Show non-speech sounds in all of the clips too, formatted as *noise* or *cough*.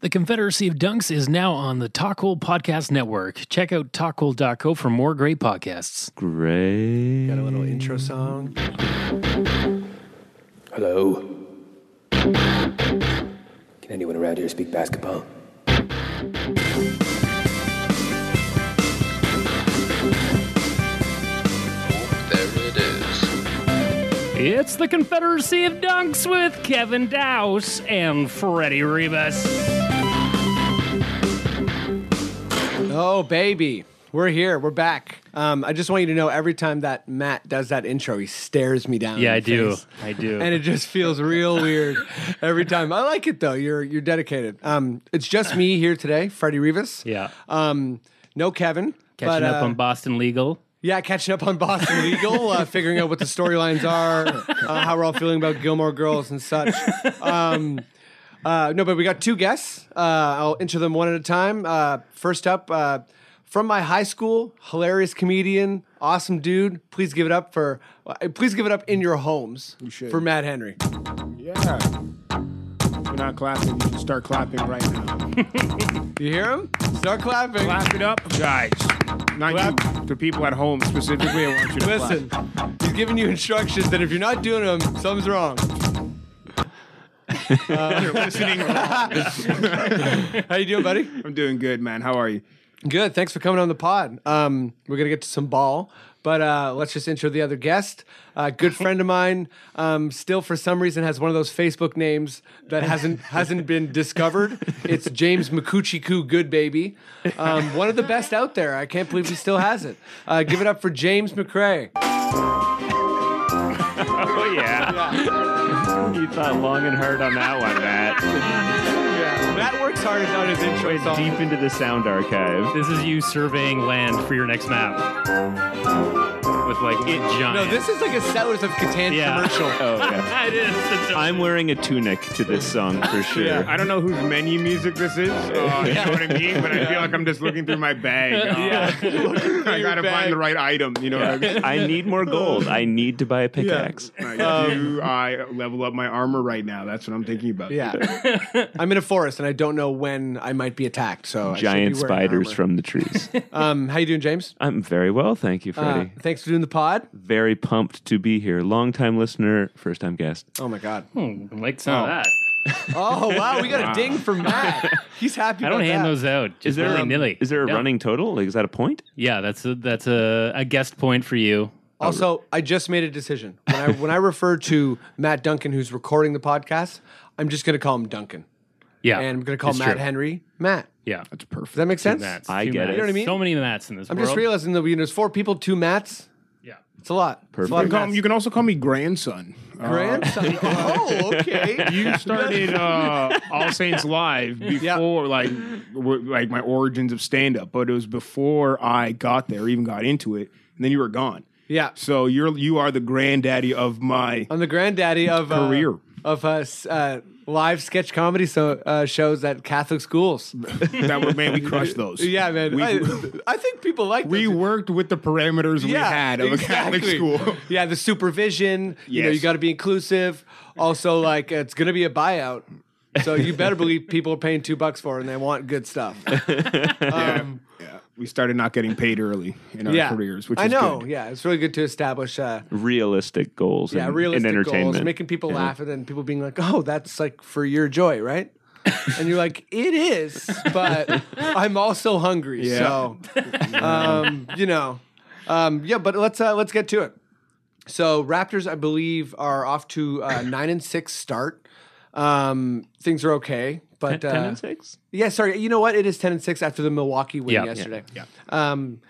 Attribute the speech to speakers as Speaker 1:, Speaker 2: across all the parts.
Speaker 1: The Confederacy of Dunks is now on the Talkhole Podcast Network. Check out talkhole.co for more great podcasts.
Speaker 2: Great.
Speaker 3: Got a little intro song.
Speaker 4: Hello. Can anyone around here speak basketball?
Speaker 5: There it is.
Speaker 1: It's the Confederacy of Dunks with Kevin Dowse and Freddie Rebus.
Speaker 3: Oh, baby. We're here. We're back. Um, I just want you to know every time that Matt does that intro, he stares me down. in
Speaker 1: Yeah, I
Speaker 3: the
Speaker 1: do.
Speaker 3: face.
Speaker 1: I do.
Speaker 3: And it just feels real weird every time. I like it though. You're you're dedicated. Um, it's just me here today, Freddie Rivas.
Speaker 1: yeah.
Speaker 3: Um, no Kevin.
Speaker 1: Catching
Speaker 3: but,
Speaker 1: up
Speaker 3: uh,
Speaker 1: on Boston Legal.
Speaker 3: Yeah, catching up on Boston Legal, uh, figuring out what the storylines are, uh, how we're all feeling about Gilmore Girls and such. Um, uh, no, but we got two guests. Uh, I'll enter them one at a time. Uh, first up, uh, from my high school, hilarious comedian, awesome dude. Please give it up for, uh, please give it up in your homes for Matt Henry.
Speaker 6: Yeah. If you're not clapping, you should start clapping right now.
Speaker 3: You hear him? Start clapping.
Speaker 6: Clap it up, guys. Not you, the people at home specifically. I want you to clap.
Speaker 3: Listen, he's giving you instructions that if you're not doing them, something's wrong.
Speaker 6: You're listening.
Speaker 3: How you doing, buddy?
Speaker 6: I'm doing good, man. How are you?
Speaker 3: Good. Thanks for coming on the pod. Um, we're gonna get to some ball, but uh, let's just intro the other guest.
Speaker 7: *laughs*
Speaker 3: A good friend of mine, um, still for some reason has one of those Facebook names
Speaker 7: *laughs*
Speaker 3: that hasn't hasn't been discovered. It's James Makuchiku Good Baby, um, one of the best out there. I can't believe he still has it. Uh, give it up for James McRae.
Speaker 7: Oh yeah. you thought long and hard on that one, Matt.
Speaker 3: Matt works hard on his intro
Speaker 7: Went deep into the sound archive.
Speaker 1: This is you surveying land for your next map. With like it giant.
Speaker 3: No, this is like a Settlers of Catan
Speaker 1: Yeah.
Speaker 3: commercial.
Speaker 7: *laughs* Oh
Speaker 1: *laughs*
Speaker 7: yeah.
Speaker 1: it is. It's a-
Speaker 7: I'm wearing a tunic to this song for sure.
Speaker 6: I don't know whose menu music this is. Uh, you know what I mean? But I feel like I'm just looking through my bag. Uh, I
Speaker 3: your
Speaker 6: gotta
Speaker 3: bag.
Speaker 6: find the right item. You know what I
Speaker 7: *laughs*
Speaker 6: mean?
Speaker 7: I need more gold. I need to buy a pickaxe.
Speaker 6: Like, do I level up my armor right now? That's what I'm thinking about.
Speaker 3: Yeah, I'm in a forest and I don't know when I might be attacked. So I should be
Speaker 7: Giant
Speaker 3: wearing
Speaker 7: spiders
Speaker 3: armor.
Speaker 7: from the
Speaker 3: *laughs*
Speaker 7: trees.
Speaker 3: Um, how you doing, James?
Speaker 7: I'm very well, thank you,
Speaker 3: Uh,
Speaker 7: Freddie.
Speaker 3: thanks for doing the pod.
Speaker 7: very pumped to be here. Long time listener, first time guest.
Speaker 3: Oh my god.
Speaker 1: Hmm, like some
Speaker 6: Oh.
Speaker 1: of that.
Speaker 3: Oh wow, we got a ding
Speaker 1: *laughs*
Speaker 3: from Matt. He's happy.
Speaker 1: I don't
Speaker 3: about
Speaker 1: hand
Speaker 3: that.
Speaker 1: those out. Just
Speaker 7: there
Speaker 1: willy
Speaker 7: um,
Speaker 1: nilly.
Speaker 7: Is there a running total? Like, is that a point?
Speaker 1: Yeah, that's a, that's a, a guest point for you.
Speaker 3: Also, I just made a decision. When I when I refer to Matt Duncan, who's recording the podcast, I'm just gonna call him Duncan,
Speaker 1: Yeah.
Speaker 3: and I'm gonna call
Speaker 1: it's
Speaker 3: Matt
Speaker 1: true.
Speaker 3: Henry Matt.
Speaker 1: Yeah.
Speaker 6: That's
Speaker 3: Does
Speaker 6: perfect.
Speaker 3: that make
Speaker 1: Two
Speaker 3: sense?
Speaker 1: Matts,
Speaker 7: I
Speaker 1: two
Speaker 7: get it.
Speaker 1: Matts.
Speaker 7: You know
Speaker 3: what I mean?
Speaker 1: So many Matts in this
Speaker 3: I'm
Speaker 1: world.
Speaker 3: just realizing that we there's four people, two Matts.
Speaker 1: Yeah.
Speaker 3: It's a lot. It's a lot
Speaker 7: Perfect.
Speaker 3: of
Speaker 6: You, can call-
Speaker 3: Matts.
Speaker 6: you can also call me grandson. Uh,
Speaker 3: grandson. oh, okay.
Speaker 6: *laughs*
Speaker 3: *laughs*
Speaker 6: you started uh, All Saints Live before, like, w- like my origins of stand up, but it was before I got there, even got into it, and then you were gone.
Speaker 3: Yeah.
Speaker 6: So you're you are the granddaddy of my.
Speaker 3: I'm the granddaddy of uh,
Speaker 6: Career.
Speaker 3: of uh, s- uh, live sketch comedy so, uh, shows at Catholic schools.
Speaker 6: that would man, we
Speaker 3: *laughs*
Speaker 6: crushed those.
Speaker 3: Yeah, man.
Speaker 6: We,
Speaker 3: I, I think people like
Speaker 6: we
Speaker 3: those.
Speaker 6: worked with the parameters we had of a
Speaker 3: exactly.
Speaker 6: Catholic school.
Speaker 3: *laughs*
Speaker 6: *laughs*
Speaker 3: Yeah, the supervision. You know,
Speaker 6: Yes.
Speaker 3: you got to be inclusive. Also, like it's going to be a buyout, so you better believe people are paying two bucks for it and they want good
Speaker 6: *laughs*
Speaker 3: stuff.
Speaker 6: yeah, we started not getting paid early in our
Speaker 3: yeah,
Speaker 6: careers, which
Speaker 3: I
Speaker 6: is
Speaker 3: know.
Speaker 6: good.
Speaker 3: Yeah, it's really good to establish. Uh,
Speaker 7: Realistic goals
Speaker 3: yeah,
Speaker 7: and,
Speaker 3: realistic
Speaker 7: and entertainment.
Speaker 3: goals, making people laugh, and then people being like, "Oh, that's like for your joy, right?"
Speaker 7: *laughs*
Speaker 3: and you're like, "It is, but I'm also hungry."
Speaker 6: Yeah.
Speaker 3: So, um, you know, um, yeah. But let's uh, let's get to it. So Raptors, I believe, are off to uh, nine and six start. Um, things are okay, but
Speaker 7: Ten
Speaker 3: uh,
Speaker 7: and six?
Speaker 3: yeah, sorry. You know what? It is ten and six after the Milwaukee win
Speaker 1: Yeah.
Speaker 3: yesterday. Yeah. Um,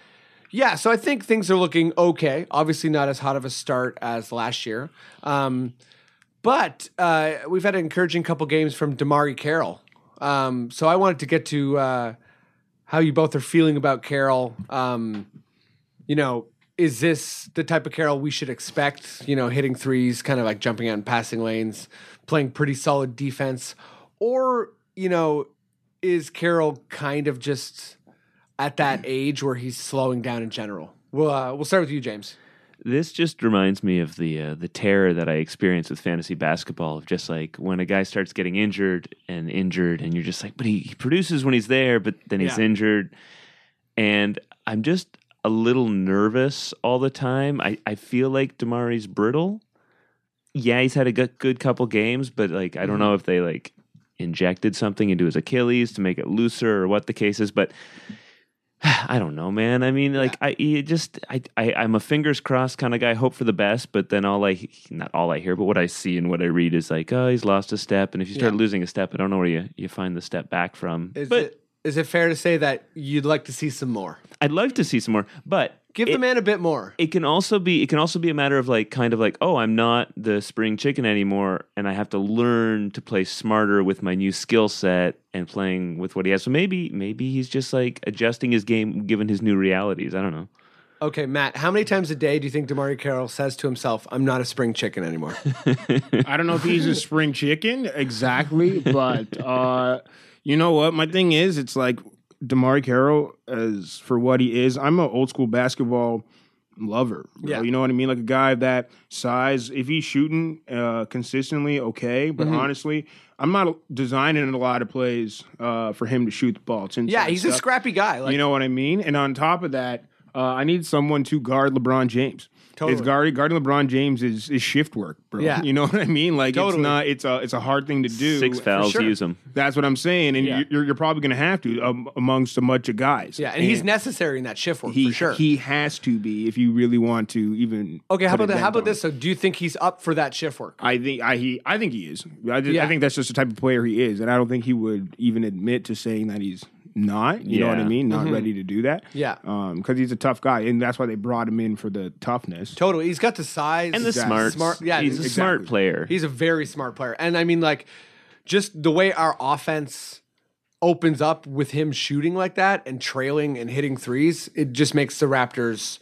Speaker 3: yeah. So I think things are looking okay. Obviously, not as hot of a start as last year, um, but uh, we've had an encouraging couple games from Damari Carroll. Um, so I wanted to get to uh, how you both are feeling about Carroll. Um, you know, is this the type of Carroll we should expect? You know, hitting threes, kind of like jumping out and passing lanes, playing pretty solid defense, or you know, is Carroll kind of just at that age where he's slowing down in general? Well, uh, we'll start with you, James.
Speaker 7: This just reminds me of the uh, the terror that I experience with fantasy basketball of just like when a guy starts getting injured and injured and you're just like, but he, he produces when he's there, but then he's
Speaker 3: Yeah.
Speaker 7: injured, and I'm just a little nervous all the time. I I feel like Damari's brittle. Yeah, he's had a good, good couple games, but like
Speaker 3: Mm-hmm.
Speaker 7: I don't know if they like injected something into his Achilles to make it looser or what the case is, but *sighs* I don't know, man. I mean, like I it just I, I I'm a fingers crossed kind of guy. Hope for the best, but then all I he- not all I hear, but what I see and what I read is like, oh, he's lost a step, and if you start
Speaker 3: Yeah.
Speaker 7: losing a step, I don't know where you you find the step back from.
Speaker 3: Is
Speaker 7: but
Speaker 3: it is it fair to say that you'd like to see some more?
Speaker 7: I'd love to see some more. But
Speaker 3: Give
Speaker 7: it,
Speaker 3: the man a bit more.
Speaker 7: it can also be it can also be a matter of like kind of like oh i'm not the spring chicken anymore and i have to learn to play smarter with my new skill set and playing with what he has so maybe maybe he's just like adjusting his game given his new realities i don't know
Speaker 3: Okay, Matt, how many times a day do you think Damari Carroll says to himself, I'm not a spring chicken
Speaker 7: *laughs*
Speaker 3: anymore?
Speaker 6: I don't know if he uses spring chicken exactly, but uh, you know what? My thing is, it's like Damari Carroll as for what he is. I'm an old school basketball lover. bro.
Speaker 3: Yeah.
Speaker 6: you know what I mean. Like a guy of that size, if he's shooting uh, consistently, okay. But
Speaker 3: Mm-hmm.
Speaker 6: honestly, I'm not designing a lot of plays uh, for him to shoot the ball. It's
Speaker 3: yeah,
Speaker 6: inside
Speaker 3: he's a
Speaker 6: stuff.
Speaker 3: scrappy guy. Like,
Speaker 6: you know what I mean? And on top of that, uh, I need someone to guard LeBron James.
Speaker 3: Totally.
Speaker 6: It's guarding, guarding LeBron James is, is shift work, bro.
Speaker 3: Yeah.
Speaker 6: You know what I mean? Like
Speaker 3: Totally.
Speaker 6: it's not it's a it's a hard thing to do.
Speaker 7: six fouls
Speaker 3: sure.
Speaker 7: use them
Speaker 6: That's what I'm saying, and
Speaker 3: Yeah.
Speaker 6: you- you're, you're probably going to have to um, amongst a bunch of guys.
Speaker 3: yeah, and he's necessary in that shift work
Speaker 6: he
Speaker 3: for sure.
Speaker 6: he has to be if you really want to even.
Speaker 3: okay, how
Speaker 6: put a
Speaker 3: about that? How
Speaker 6: dent
Speaker 3: about
Speaker 6: on
Speaker 3: this? So, do you think he's up for that shift work?
Speaker 6: I think I he I think he is. I, just,
Speaker 3: Yeah.
Speaker 6: I think that's just the type of player he is, and I don't think he would even admit to saying that he's not. You know what I
Speaker 7: Yeah.
Speaker 6: mean? Not ready to do that.
Speaker 3: Mm-hmm. Yeah.
Speaker 6: because he's a tough guy, and that's why they brought him in for the toughness.
Speaker 3: Totally. He's got the size
Speaker 7: and the
Speaker 6: Exactly.
Speaker 7: smarts.
Speaker 3: Smart- yeah,
Speaker 7: he's a
Speaker 3: exactly.
Speaker 7: smart player
Speaker 3: He's a very smart player. And I mean, like, just the way our offense opens up with him shooting like that and trailing and hitting threes, it just makes the Raptors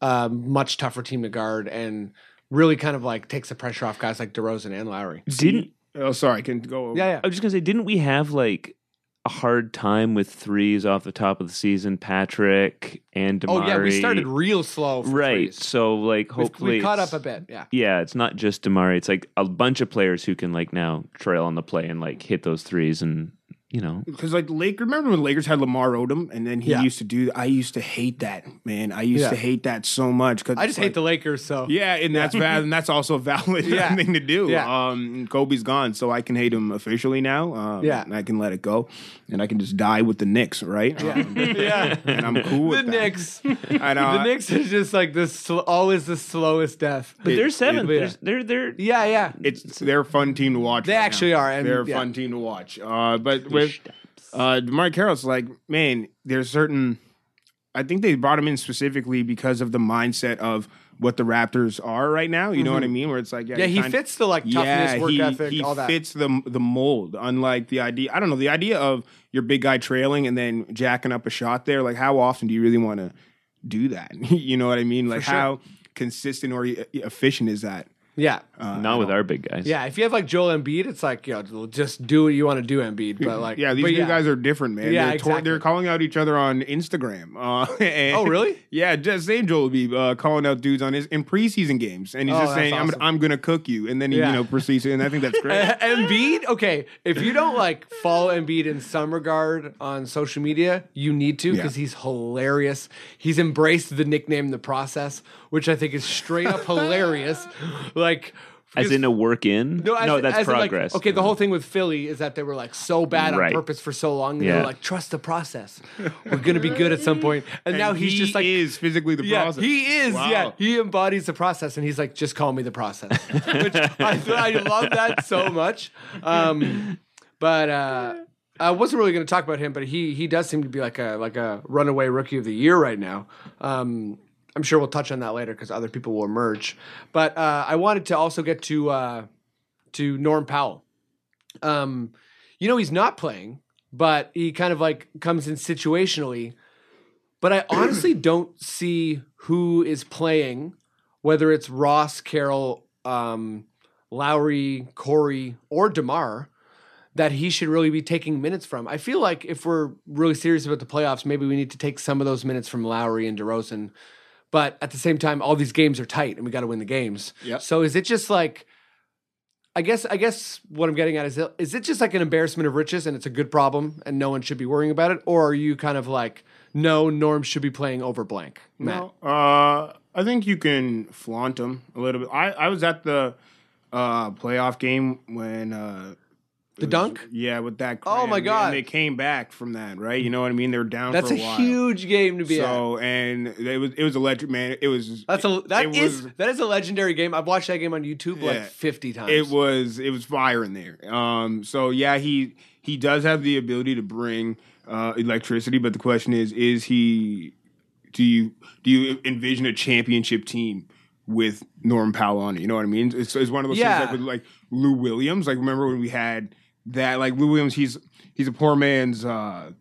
Speaker 3: a much tougher team to guard and really kind of like takes the pressure off guys like DeRozan and Lowry.
Speaker 7: didn't
Speaker 6: Oh, sorry, I can go. Over.
Speaker 3: Yeah,
Speaker 7: i was just gonna say didn't we have like a hard time with threes off the top of the season patrick and Damari.
Speaker 3: Oh, yeah. We started real slow. For
Speaker 7: right
Speaker 3: threes.
Speaker 7: so like
Speaker 3: We've-
Speaker 7: hopefully
Speaker 3: we caught up
Speaker 7: it's-
Speaker 3: a bit. Yeah.
Speaker 7: yeah, it's not just Damari. It's like a bunch of players who can like now trail on the play and like hit those threes and you know.
Speaker 6: Because like Lake, remember when Lakers had Lamar Odom, and then he
Speaker 3: Yeah.
Speaker 6: used to do. I used to hate that man. I used
Speaker 3: Yeah.
Speaker 6: to hate that so much. Cause
Speaker 3: I just
Speaker 6: it's like-
Speaker 3: hate the Lakers. So,
Speaker 6: Yeah, and that's bad, and that's also a valid
Speaker 3: Oh. *laughs*
Speaker 6: *laughs*
Speaker 3: Yeah.
Speaker 6: thing to do.
Speaker 3: Yeah.
Speaker 6: Um, Kobe's gone, so I can hate him officially now. Um,
Speaker 3: Yeah.
Speaker 6: and I can let it go, and I can just die with the Knicks, right? *laughs* Yeah,
Speaker 3: *laughs* yeah.
Speaker 6: and I'm cool
Speaker 3: The
Speaker 6: with that. *laughs*
Speaker 3: Knicks.
Speaker 6: I know.
Speaker 3: The Knicks is just like this, sl- always the slowest death.
Speaker 7: But they're seventh.
Speaker 3: yeah.
Speaker 7: There's- They're they're
Speaker 3: Yeah, yeah.
Speaker 6: It's they're a fun team to watch.
Speaker 3: They
Speaker 6: right now.
Speaker 3: actually are, and-
Speaker 6: they're a
Speaker 3: yeah.
Speaker 6: fun team to watch. Uh, but with uh, Demar Carroll's like, man, there's certain. I think they brought him in specifically because of the mindset of what the Raptors are right now. You know what I mean? Where it's like, yeah,
Speaker 3: Mm-hmm. Yeah,
Speaker 6: you
Speaker 3: he
Speaker 6: kinda-
Speaker 3: fits the like toughness, work
Speaker 6: he,
Speaker 3: ethic,
Speaker 6: he
Speaker 3: all that.
Speaker 6: fits the the mold. Unlike the idea, I don't know, the idea of your big guy trailing and then jacking up a shot there. Like, how often do you really want to do that? *laughs* you know what I mean? Like,
Speaker 3: sure.
Speaker 6: how consistent or e- efficient is that?
Speaker 3: yeah,
Speaker 6: Oh.
Speaker 7: not with our big guys.
Speaker 3: Uh, yeah. If you have like Joel Embiid, it's like you know, just do what you want to do, Embiid. But like,
Speaker 6: *laughs* Yeah, these
Speaker 3: but
Speaker 6: new guys are different, man.
Speaker 3: Yeah,
Speaker 6: they're, tor-
Speaker 3: exactly.
Speaker 6: they're calling out each other on Instagram. Uh, *laughs* and-
Speaker 3: Oh, really?
Speaker 6: Yeah, just same Joel will be uh, calling out dudes on his in preseason games, and he's
Speaker 3: Oh, that's
Speaker 6: just saying,
Speaker 3: awesome.
Speaker 6: "I'm I'm gonna cook you," and then he,
Speaker 3: Yeah.
Speaker 6: you know proceeds, and I think
Speaker 3: *laughs*
Speaker 6: that's great.
Speaker 3: *laughs* Embiid. Okay, if you don't like follow Embiid in some regard on social media, you need to because
Speaker 6: Yeah.
Speaker 3: he's hilarious. He's embraced the nickname "the process," which I think is straight
Speaker 6: *laughs*
Speaker 3: up hilarious. Like.
Speaker 7: As
Speaker 3: because-
Speaker 7: in a work in? No,
Speaker 3: as-
Speaker 7: that's
Speaker 3: as in, like,
Speaker 7: progress.
Speaker 3: okay, the whole thing with Philly is that they were like so bad on
Speaker 7: Right.
Speaker 3: purpose for so long. They were
Speaker 7: Yeah.
Speaker 3: like, trust the process. We're gonna be good at some point. And, now
Speaker 6: And
Speaker 3: he's
Speaker 6: he
Speaker 3: just like
Speaker 6: is physically the
Speaker 3: yeah,
Speaker 6: process.
Speaker 3: he is.
Speaker 6: Wow.
Speaker 3: Yeah, he embodies the process, and he's like, just call me the process,
Speaker 6: *laughs*
Speaker 3: which I, I love that so much. Um, but uh, I wasn't really going to talk about him, but he he does seem to be like a like a runaway rookie of the year right now. Um, I'm sure we'll touch on that later because other people will emerge. But uh, I wanted to also get to uh, to Norm Powell. Um, you know, he's not playing, but he kind of like comes in situationally. But I honestly don't see who is playing, whether it's Ross, Carroll, um, Lowry, Corey, or DeMar, that he should really be taking minutes from. I feel like if we're really serious about the playoffs, maybe we need to take some of those minutes from Lowry and DeRozan. But at the same time, all these games are tight, and we got to win the games.
Speaker 6: Yep.
Speaker 3: So is it just like? I guess I guess what I'm getting at is it- is it just like an embarrassment of riches and it's a good problem and no one should be worrying about it or are you kind of like no Norm should be playing over blank Matt
Speaker 6: No, uh, I think you can flaunt them a little bit. I, I was at the uh, playoff game when uh,
Speaker 3: the dunk
Speaker 6: yeah with that.
Speaker 3: Oh, my
Speaker 6: cram,
Speaker 3: God.
Speaker 6: And they came back from that, right? You know what I mean? They were down.
Speaker 3: that's
Speaker 6: for
Speaker 3: a
Speaker 6: a, while.
Speaker 3: huge game to be at
Speaker 6: So and it was it was electric, man. It was
Speaker 3: That's a that
Speaker 6: it
Speaker 3: is
Speaker 6: was-
Speaker 3: that is a legendary game. I've watched that game on YouTube like
Speaker 6: Yeah.
Speaker 3: fifty times.
Speaker 6: it was it was fire in there. Um, so yeah, he he does have the ability to bring uh, electricity, but the question is, is he? Do you do you envision a championship team with Norm Powell on it? You know what I mean? It's, it's one of those
Speaker 3: Yeah.
Speaker 6: things like with like Lou Williams. Like remember when we had that? Like Lou Williams, he's he's a poor man's uh,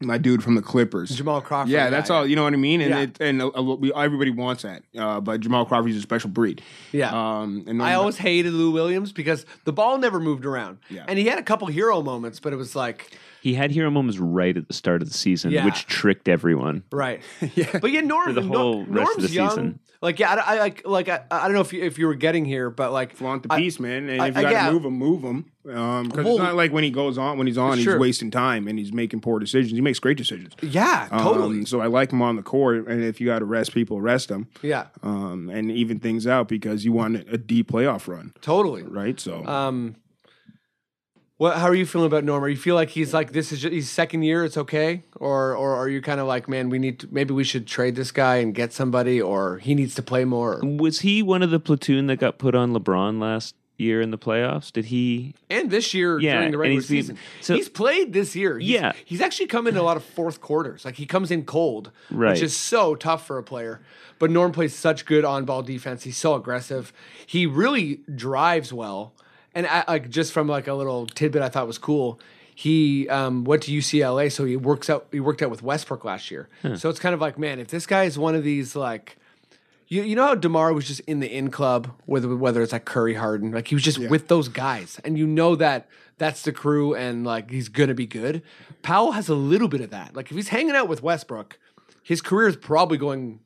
Speaker 6: my dude from the Clippers.
Speaker 3: Jamal Crawford.
Speaker 6: Yeah, that's all. You know what I mean? And
Speaker 3: Yeah.
Speaker 6: it, and uh, we, everybody wants that. Uh, but Jamal Crawford's a special breed.
Speaker 3: Yeah.
Speaker 6: Um, and
Speaker 3: I always hated Lou Williams because the ball never moved around.
Speaker 6: Yeah.
Speaker 3: And he had a couple hero moments, but it was like
Speaker 7: He had hero moments right at the start of the season,
Speaker 3: Yeah.
Speaker 7: which tricked everyone.
Speaker 6: *laughs*
Speaker 3: right. yeah. But yeah, Norm
Speaker 7: For the
Speaker 3: Nor-
Speaker 7: whole rest of
Speaker 3: Norm's
Speaker 7: the
Speaker 3: young.
Speaker 7: season.
Speaker 3: Like yeah, I, I like like I, I don't know if you, if you were getting here, but like
Speaker 6: flaunt the
Speaker 3: I-
Speaker 6: piece, man. And
Speaker 3: I-
Speaker 6: if you
Speaker 3: I-
Speaker 6: got to
Speaker 3: yeah.
Speaker 6: move him, move him. Because
Speaker 3: Well-
Speaker 6: it's not like when he goes on, when he's on, he's
Speaker 3: Sure.
Speaker 6: wasting time and he's making poor decisions. He makes great decisions.
Speaker 3: yeah, totally.
Speaker 6: Um, so I like him on the court. And if you got to rest people, rest them.
Speaker 3: yeah,
Speaker 6: Um, and even things out because you want a deep playoff run,
Speaker 3: totally.
Speaker 6: right? So
Speaker 3: Um, what? How are you feeling about Norm? Are you feel like he's like this is ju- he's second year, it's okay, or or are you kind of like, man, we need to, maybe we should trade this guy and get somebody, or he needs to play more?
Speaker 7: Was he one of the platoon that got put on LeBron last year in the playoffs? Did he?
Speaker 3: And this year
Speaker 7: Yeah,
Speaker 3: during the
Speaker 7: and
Speaker 3: regular
Speaker 7: he's been-
Speaker 3: season,
Speaker 7: so-
Speaker 3: he's played this year. He's,
Speaker 7: Yeah.
Speaker 3: he's actually come in a lot of fourth quarters. Like he comes in cold,
Speaker 7: Right.
Speaker 3: which is so tough for a player. But Norm plays such good on ball defense. He's so aggressive. He really drives well. And I, like just from like a little tidbit, I thought was cool. He um, went to UCLA, so he works out. He worked out with Westbrook last year. So it's kind of like, man, if this guy is one of these like you, you know how Demar was just in the in club, whether whether it's like Curry, Harden, like he was just with those guys, and you know that that's the crew, and like he's gonna be good. Powell has a little bit of that. Like if he's hanging out with Westbrook, his career is probably going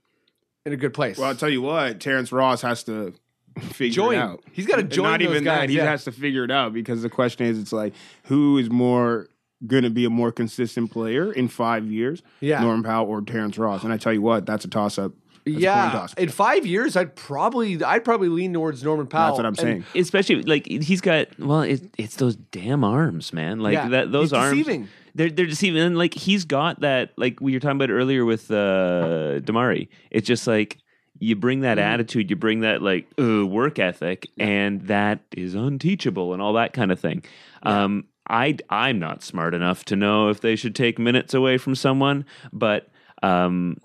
Speaker 3: in a good place.
Speaker 6: Well, I'll tell you what, Terrence Ross has to *laughs* figure
Speaker 3: Join.
Speaker 6: it out.
Speaker 3: He's gotta
Speaker 6: And
Speaker 3: join
Speaker 6: Not
Speaker 3: those
Speaker 6: even
Speaker 3: guys,
Speaker 6: that. He
Speaker 3: yeah.
Speaker 6: has to figure it out because the question is, it's like, who is more going to be a more consistent player in five years?
Speaker 3: Yeah.
Speaker 6: Norm Powell or Terrence Ross? And I tell you what, that's a toss up.
Speaker 3: yeah, in five years, I'd probably I'd probably lean towards Norman Powell.
Speaker 6: That's what I'm
Speaker 3: And
Speaker 6: saying.
Speaker 7: Especially like he's got well, it, it's those damn arms, man. Like
Speaker 3: Yeah,
Speaker 7: that, those
Speaker 3: he's
Speaker 7: arms.
Speaker 3: deceiving.
Speaker 7: They're they're deceiving. And like he's got that. Like we were talking about earlier with uh, Damari. It's just like you bring that
Speaker 3: Mm-hmm.
Speaker 7: attitude, you bring that like uh, work ethic, and that is unteachable and all that kind of thing. Um, I I'm not smart enough to know if they should take minutes away from someone, but. Um,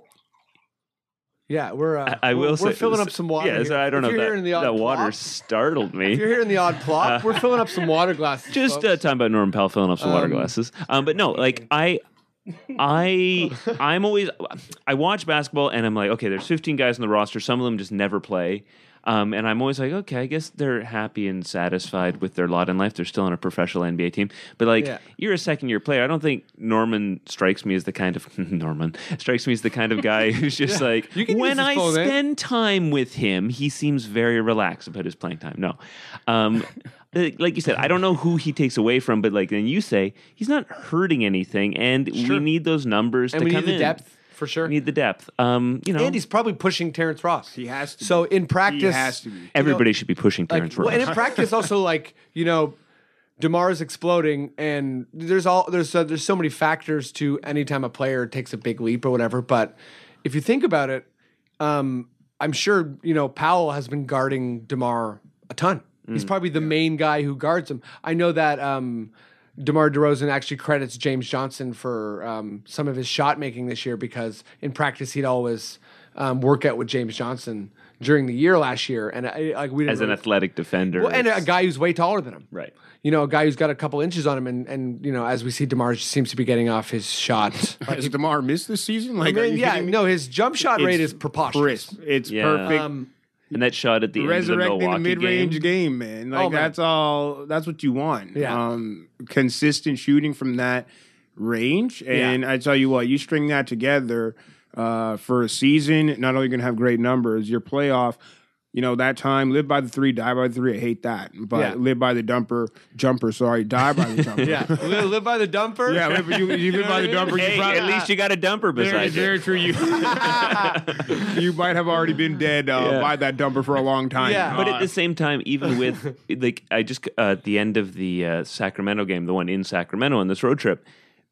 Speaker 3: Yeah, we're uh,
Speaker 7: I
Speaker 3: we're,
Speaker 7: will.
Speaker 3: we're
Speaker 7: say-
Speaker 3: filling up some water.
Speaker 7: Yeah,
Speaker 3: here.
Speaker 7: so I don't know
Speaker 3: If You're
Speaker 7: that,
Speaker 3: hearing the odd
Speaker 7: that water
Speaker 3: plop-
Speaker 7: startled me. *laughs*
Speaker 3: If *laughs* you're hearing the odd plop, we're filling up some water glasses.
Speaker 7: just
Speaker 3: folks.
Speaker 7: uh, talking about Norman Powell filling up some water glasses. Um, but no, like I,
Speaker 3: *laughs*
Speaker 7: I, I'm always I watch basketball and I'm like, okay, there's 15 guys on the roster. Some of them just never play. Um, and I'm always like, okay, I guess they're happy and satisfied with their lot in life. They're still on a professional NBA team, but like,
Speaker 3: Yeah.
Speaker 7: you're a second year player. I don't think Norman strikes me as the kind of *laughs* Norman strikes me as the kind of guy who's just like,
Speaker 3: You can use
Speaker 7: when
Speaker 3: his
Speaker 7: I
Speaker 3: full name.
Speaker 7: spend spend time with him, he seems very relaxed about his playing time. No.
Speaker 3: *laughs*
Speaker 7: Um, like like you said, I don't know who he takes away from, but like then you say, he's not hurting anything, and we
Speaker 3: Sure.
Speaker 7: need those numbers
Speaker 3: and
Speaker 7: to
Speaker 3: we
Speaker 7: come
Speaker 3: need the
Speaker 7: in.
Speaker 3: depth for sure.
Speaker 7: We need the depth. Um, you know,
Speaker 3: and he's probably pushing Terrence Ross. He
Speaker 6: has to
Speaker 3: So
Speaker 6: be.
Speaker 3: in practice,
Speaker 6: has to be.
Speaker 7: everybody should be pushing
Speaker 3: like,
Speaker 7: Terrence
Speaker 3: well, and
Speaker 7: Ross.
Speaker 3: in practice
Speaker 7: *laughs*
Speaker 3: also like you know, Demar's exploding, and there's all there's uh, there's so many factors to any time a player takes a big leap or whatever. But if you think about it, um, I'm sure you know Powell has been guarding Demar a ton.
Speaker 7: Mm,
Speaker 3: He's probably the main guy who guards him. I know that. Um, DeMar DeRozan actually credits James Johnson for um, some of his shot making this year because in practice he'd always um, work out with James Johnson during the year last year, and I, like we didn't
Speaker 7: as an
Speaker 3: really-
Speaker 7: athletic defender.
Speaker 3: well, and a
Speaker 7: it's-
Speaker 3: guy who's way taller than him,
Speaker 7: Right.
Speaker 3: You know, a guy who's got a couple inches on him, and and you know, as we see, Demar seems to be getting off his shot.
Speaker 7: *laughs*
Speaker 3: Like,
Speaker 6: Has DeMar missed this season? Like,
Speaker 3: I
Speaker 6: are
Speaker 3: mean,
Speaker 6: you
Speaker 3: yeah,
Speaker 6: kidding me?
Speaker 3: no, his jump shot rate
Speaker 6: It's
Speaker 3: is preposterous.
Speaker 6: Crisp. It's
Speaker 7: Yeah.
Speaker 6: perfect.
Speaker 3: Um,
Speaker 7: and that shot at the end of the
Speaker 6: resurrecting the,
Speaker 7: Milwaukee
Speaker 6: mid-range game,
Speaker 7: game.
Speaker 6: man. Like
Speaker 3: Oh, man.
Speaker 6: that's all. That's what you want.
Speaker 3: Yeah.
Speaker 6: Um, consistent shooting from that range, and I tell you what, you string that together. uh, for a season. Not only going to have great numbers, your playoff. You know that time, live by the three, die by the three. I hate that, but
Speaker 3: Yeah.
Speaker 6: live by the dumper, jumper. Sorry, die by
Speaker 7: *laughs*
Speaker 6: the jumper.
Speaker 3: Yeah, Li- live by the dumper.
Speaker 6: yeah. Live, you, you live by the dumper.
Speaker 7: Hey,
Speaker 6: you probably,
Speaker 7: at least you got a dumper
Speaker 6: *laughs* very,
Speaker 7: beside you.
Speaker 6: very
Speaker 7: *laughs*
Speaker 6: true. You, *laughs* you might have already been dead uh,
Speaker 7: Yeah.
Speaker 6: by that dumper for a long time.
Speaker 3: Yeah.
Speaker 7: But
Speaker 6: Uh,
Speaker 7: at the same time, even with like I just uh, at the end of the uh, Sacramento game, the one in Sacramento on this road trip,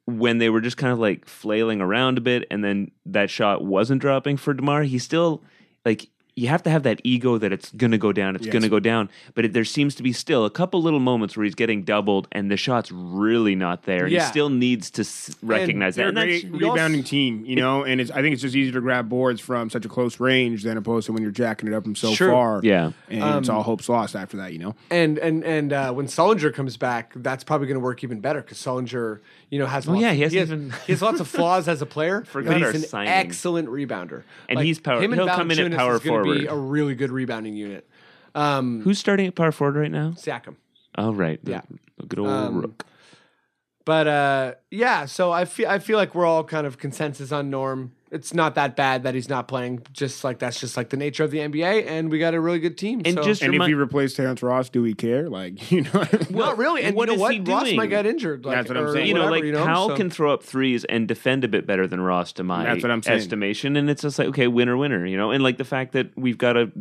Speaker 7: when they were just kind of like flailing around a bit, and then that shot wasn't dropping for Demar, he still like you have to have that ego that it's gonna go down, it's
Speaker 6: Yes.
Speaker 7: gonna go down. But it, there seems to be still a couple little moments where he's getting doubled, and the shot's really not there.
Speaker 3: Yeah.
Speaker 7: He still needs to s- recognize
Speaker 6: they're
Speaker 7: that.
Speaker 6: a
Speaker 7: And that's-
Speaker 6: great rebounding team, you know, and it's I think it's just easier to grab boards from such a close range than opposed to when you're jacking it up from so
Speaker 3: Sure.
Speaker 6: far.
Speaker 7: Yeah.
Speaker 6: and it's all hopes lost after that, you know.
Speaker 3: *laughs* And and and uh, when Solinger comes back, that's probably going to work even better because Solinger, you know, has lots,
Speaker 7: yeah, he hasn't
Speaker 3: has,
Speaker 7: even-
Speaker 3: he has lots of flaws as
Speaker 7: *laughs*
Speaker 3: a player,
Speaker 7: Forgot
Speaker 3: but he's
Speaker 7: our
Speaker 3: an
Speaker 7: signing.
Speaker 3: excellent rebounder.
Speaker 7: And he's power-
Speaker 3: Him and
Speaker 7: he'll come in at
Speaker 3: Valanciunas
Speaker 7: power
Speaker 3: is gonna Be
Speaker 7: forward.
Speaker 3: a really good rebounding unit. Um,
Speaker 7: who's starting at power forward right now?
Speaker 3: Siakam.
Speaker 7: Oh, right, the-
Speaker 3: Yeah.
Speaker 7: good old Rook.
Speaker 3: But uh, yeah, so I feel I feel like we're all kind of consensus on Norm. It's not that bad that he's not playing. Just like that's just like the nature of the NBA, and we got a really good team.
Speaker 7: And
Speaker 3: so-
Speaker 7: just
Speaker 6: And if
Speaker 7: remi-
Speaker 6: he replaced Terrence Ross, do we care? Like, *laughs* you know,
Speaker 3: not really. And
Speaker 7: what
Speaker 3: you know
Speaker 7: is
Speaker 3: what?
Speaker 7: he
Speaker 3: Ross might
Speaker 7: doing?
Speaker 3: get injured. Like,
Speaker 6: That's what I'm
Speaker 3: or
Speaker 6: saying.
Speaker 7: you know,
Speaker 3: whatever,
Speaker 7: like
Speaker 3: you know?
Speaker 7: Powell
Speaker 3: so-
Speaker 7: can throw up threes and defend a bit better than Ross, to my
Speaker 6: That's what I'm saying.
Speaker 7: estimation. And it's just like, okay, winner, winner, you know. And like the fact that we've got a,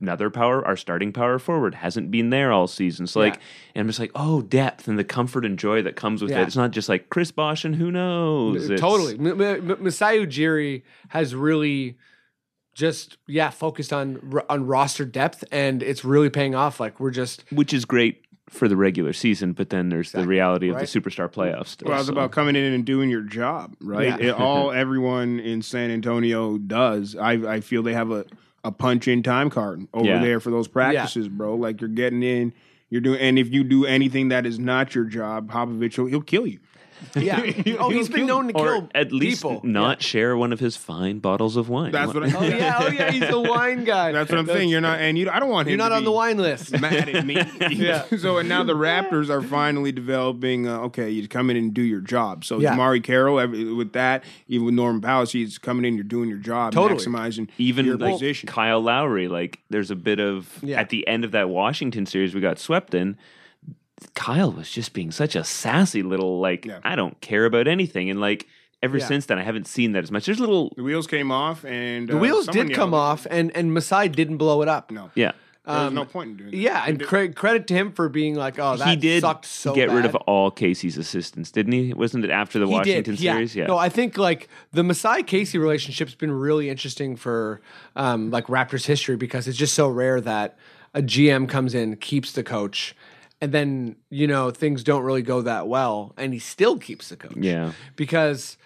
Speaker 7: another power, our starting power forward hasn't been there all season. So like,
Speaker 3: Yeah.
Speaker 7: and I'm just like, oh, depth and the comfort and joy that comes with
Speaker 3: Yeah.
Speaker 7: it. It's not just like Chris Bosh and who knows. It's-
Speaker 3: *laughs* Totally. M- M- M- Masai Ujiri has really just yeah focused on r- on roster depth, and it's really paying off. Like we're just
Speaker 7: which is great for the regular season, but then there's the reality of
Speaker 3: Right.
Speaker 7: the superstar playoffs. Still,
Speaker 6: Well, it's
Speaker 7: so.
Speaker 6: about coming in and doing your job, right?
Speaker 3: Yeah.
Speaker 6: It, all everyone in San Antonio does. I I feel they have a, a punch in time card over
Speaker 7: Yeah.
Speaker 6: there for those practices, bro. Like you're getting in, you're doing, and if you do anything that is not your job, Popovich will he'll kill you.
Speaker 3: yeah.
Speaker 7: *laughs*
Speaker 3: oh, he's been known to
Speaker 7: or
Speaker 3: kill
Speaker 7: at least
Speaker 3: people.
Speaker 7: not share one of his fine bottles of wine.
Speaker 6: That's what
Speaker 3: *laughs*
Speaker 6: I,
Speaker 3: Oh yeah, oh yeah, he's a wine guy.
Speaker 6: that's what I'm saying. You're not, and you I don't want him.
Speaker 3: You're not
Speaker 6: to
Speaker 3: on the
Speaker 6: be-
Speaker 3: wine list.
Speaker 6: *laughs* mad at me.
Speaker 3: *laughs* Yeah.
Speaker 6: *laughs* so
Speaker 3: *laughs*
Speaker 6: and now the Raptors are finally developing. Uh, okay, you come in and do your job. So
Speaker 3: Yeah.
Speaker 6: Jamari Carroll every, with that, even with Norman Powell, he's coming in. You're doing your job,
Speaker 3: Totally.
Speaker 6: maximizing
Speaker 7: even
Speaker 6: your
Speaker 7: like
Speaker 6: position.
Speaker 7: Kyle Lowry, like there's a bit of
Speaker 3: Yeah.
Speaker 7: at the end of that Washington series we got swept in. Kyle was just being such a sassy little like
Speaker 6: Yeah.
Speaker 7: I don't care about anything, and like ever
Speaker 3: Yeah.
Speaker 7: since then I haven't seen that as much. There's little
Speaker 6: the wheels came off, and uh,
Speaker 3: The wheels did come off, and and Masai didn't blow it up.
Speaker 6: No,
Speaker 7: yeah.
Speaker 6: there's no point in doing that.
Speaker 3: um, Yeah, and cre- credit to him for being like, oh, that
Speaker 7: he did
Speaker 3: sucked so
Speaker 7: get rid of
Speaker 3: bad.
Speaker 7: all Casey's assistants, didn't he? Wasn't it after the
Speaker 3: He
Speaker 7: Washington series? Yeah.
Speaker 3: No, I think like the Masai Casey relationship's been really interesting for um, like Raptors history because it's just so rare that a GM comes in, keeps the coach, and then you know things don't really go that well, and he still keeps the coach.
Speaker 7: Yeah.
Speaker 3: because.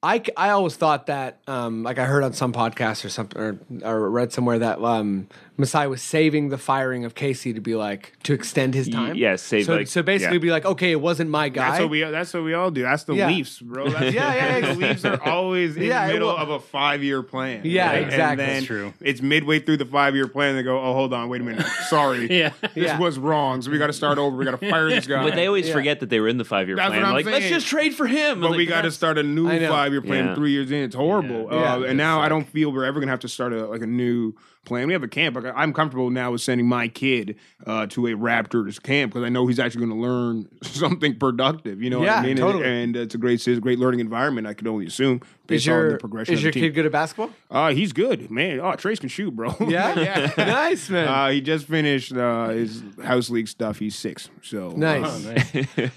Speaker 3: I, c- I always thought that um, like I heard on some podcast or something or, or read somewhere that um, Masai was saving the firing of Casey to be like to extend his time.
Speaker 7: yeah, save,
Speaker 3: so,
Speaker 7: like-
Speaker 3: so basically
Speaker 7: yeah.
Speaker 3: be like okay it wasn't my guy.
Speaker 6: That's what we. That's what we all do. That's the
Speaker 3: Yeah. *laughs*
Speaker 6: Leafs, bro. That's,
Speaker 3: Yeah, yeah,
Speaker 6: The Leafs are always
Speaker 3: *laughs*
Speaker 6: in
Speaker 3: Yeah, it
Speaker 6: the middle
Speaker 3: will-
Speaker 6: of a five-year plan.
Speaker 3: Yeah,
Speaker 6: right?
Speaker 3: exactly.
Speaker 6: And then
Speaker 3: That's
Speaker 1: true.
Speaker 6: It's midway through the five-year plan. They go, oh, hold on, wait a minute. Sorry,
Speaker 1: Yeah.
Speaker 6: this
Speaker 3: Yeah.
Speaker 6: was wrong. So we got to start over. We got to fire this guy.
Speaker 7: But they always
Speaker 3: Yeah.
Speaker 7: forget that they were in the five year
Speaker 6: That's
Speaker 7: plan.
Speaker 6: what I'm
Speaker 7: like, let's
Speaker 6: saying.
Speaker 7: just trade for him.
Speaker 6: But we got to start a new
Speaker 3: I know.
Speaker 6: five-year plan
Speaker 7: Yeah.
Speaker 6: three years in. It's horrible.
Speaker 3: Yeah.
Speaker 6: Uh,
Speaker 3: Yeah.
Speaker 6: and now I don't feel we're ever gonna have to start a, like a new plan. We have a camp. Like, I'm comfortable now with sending my kid uh, to a Raptors camp because I know he's actually going to learn *laughs* something productive. You know what
Speaker 3: Yeah,
Speaker 6: I mean? And-
Speaker 3: totally.
Speaker 6: And, it's a great, it's a great learning environment. I could only assume based
Speaker 3: is your
Speaker 6: on the progression.
Speaker 3: is
Speaker 6: of
Speaker 3: your
Speaker 6: the
Speaker 3: kid
Speaker 6: team.
Speaker 3: good at
Speaker 6: *laughs*
Speaker 3: basketball?
Speaker 6: Uh, he's good, man. Oh, Trace can shoot, bro. *laughs*
Speaker 3: Yeah, *laughs* nice man.
Speaker 6: Uh, he just finished uh, his house league stuff. He's six, so uh,
Speaker 3: nice.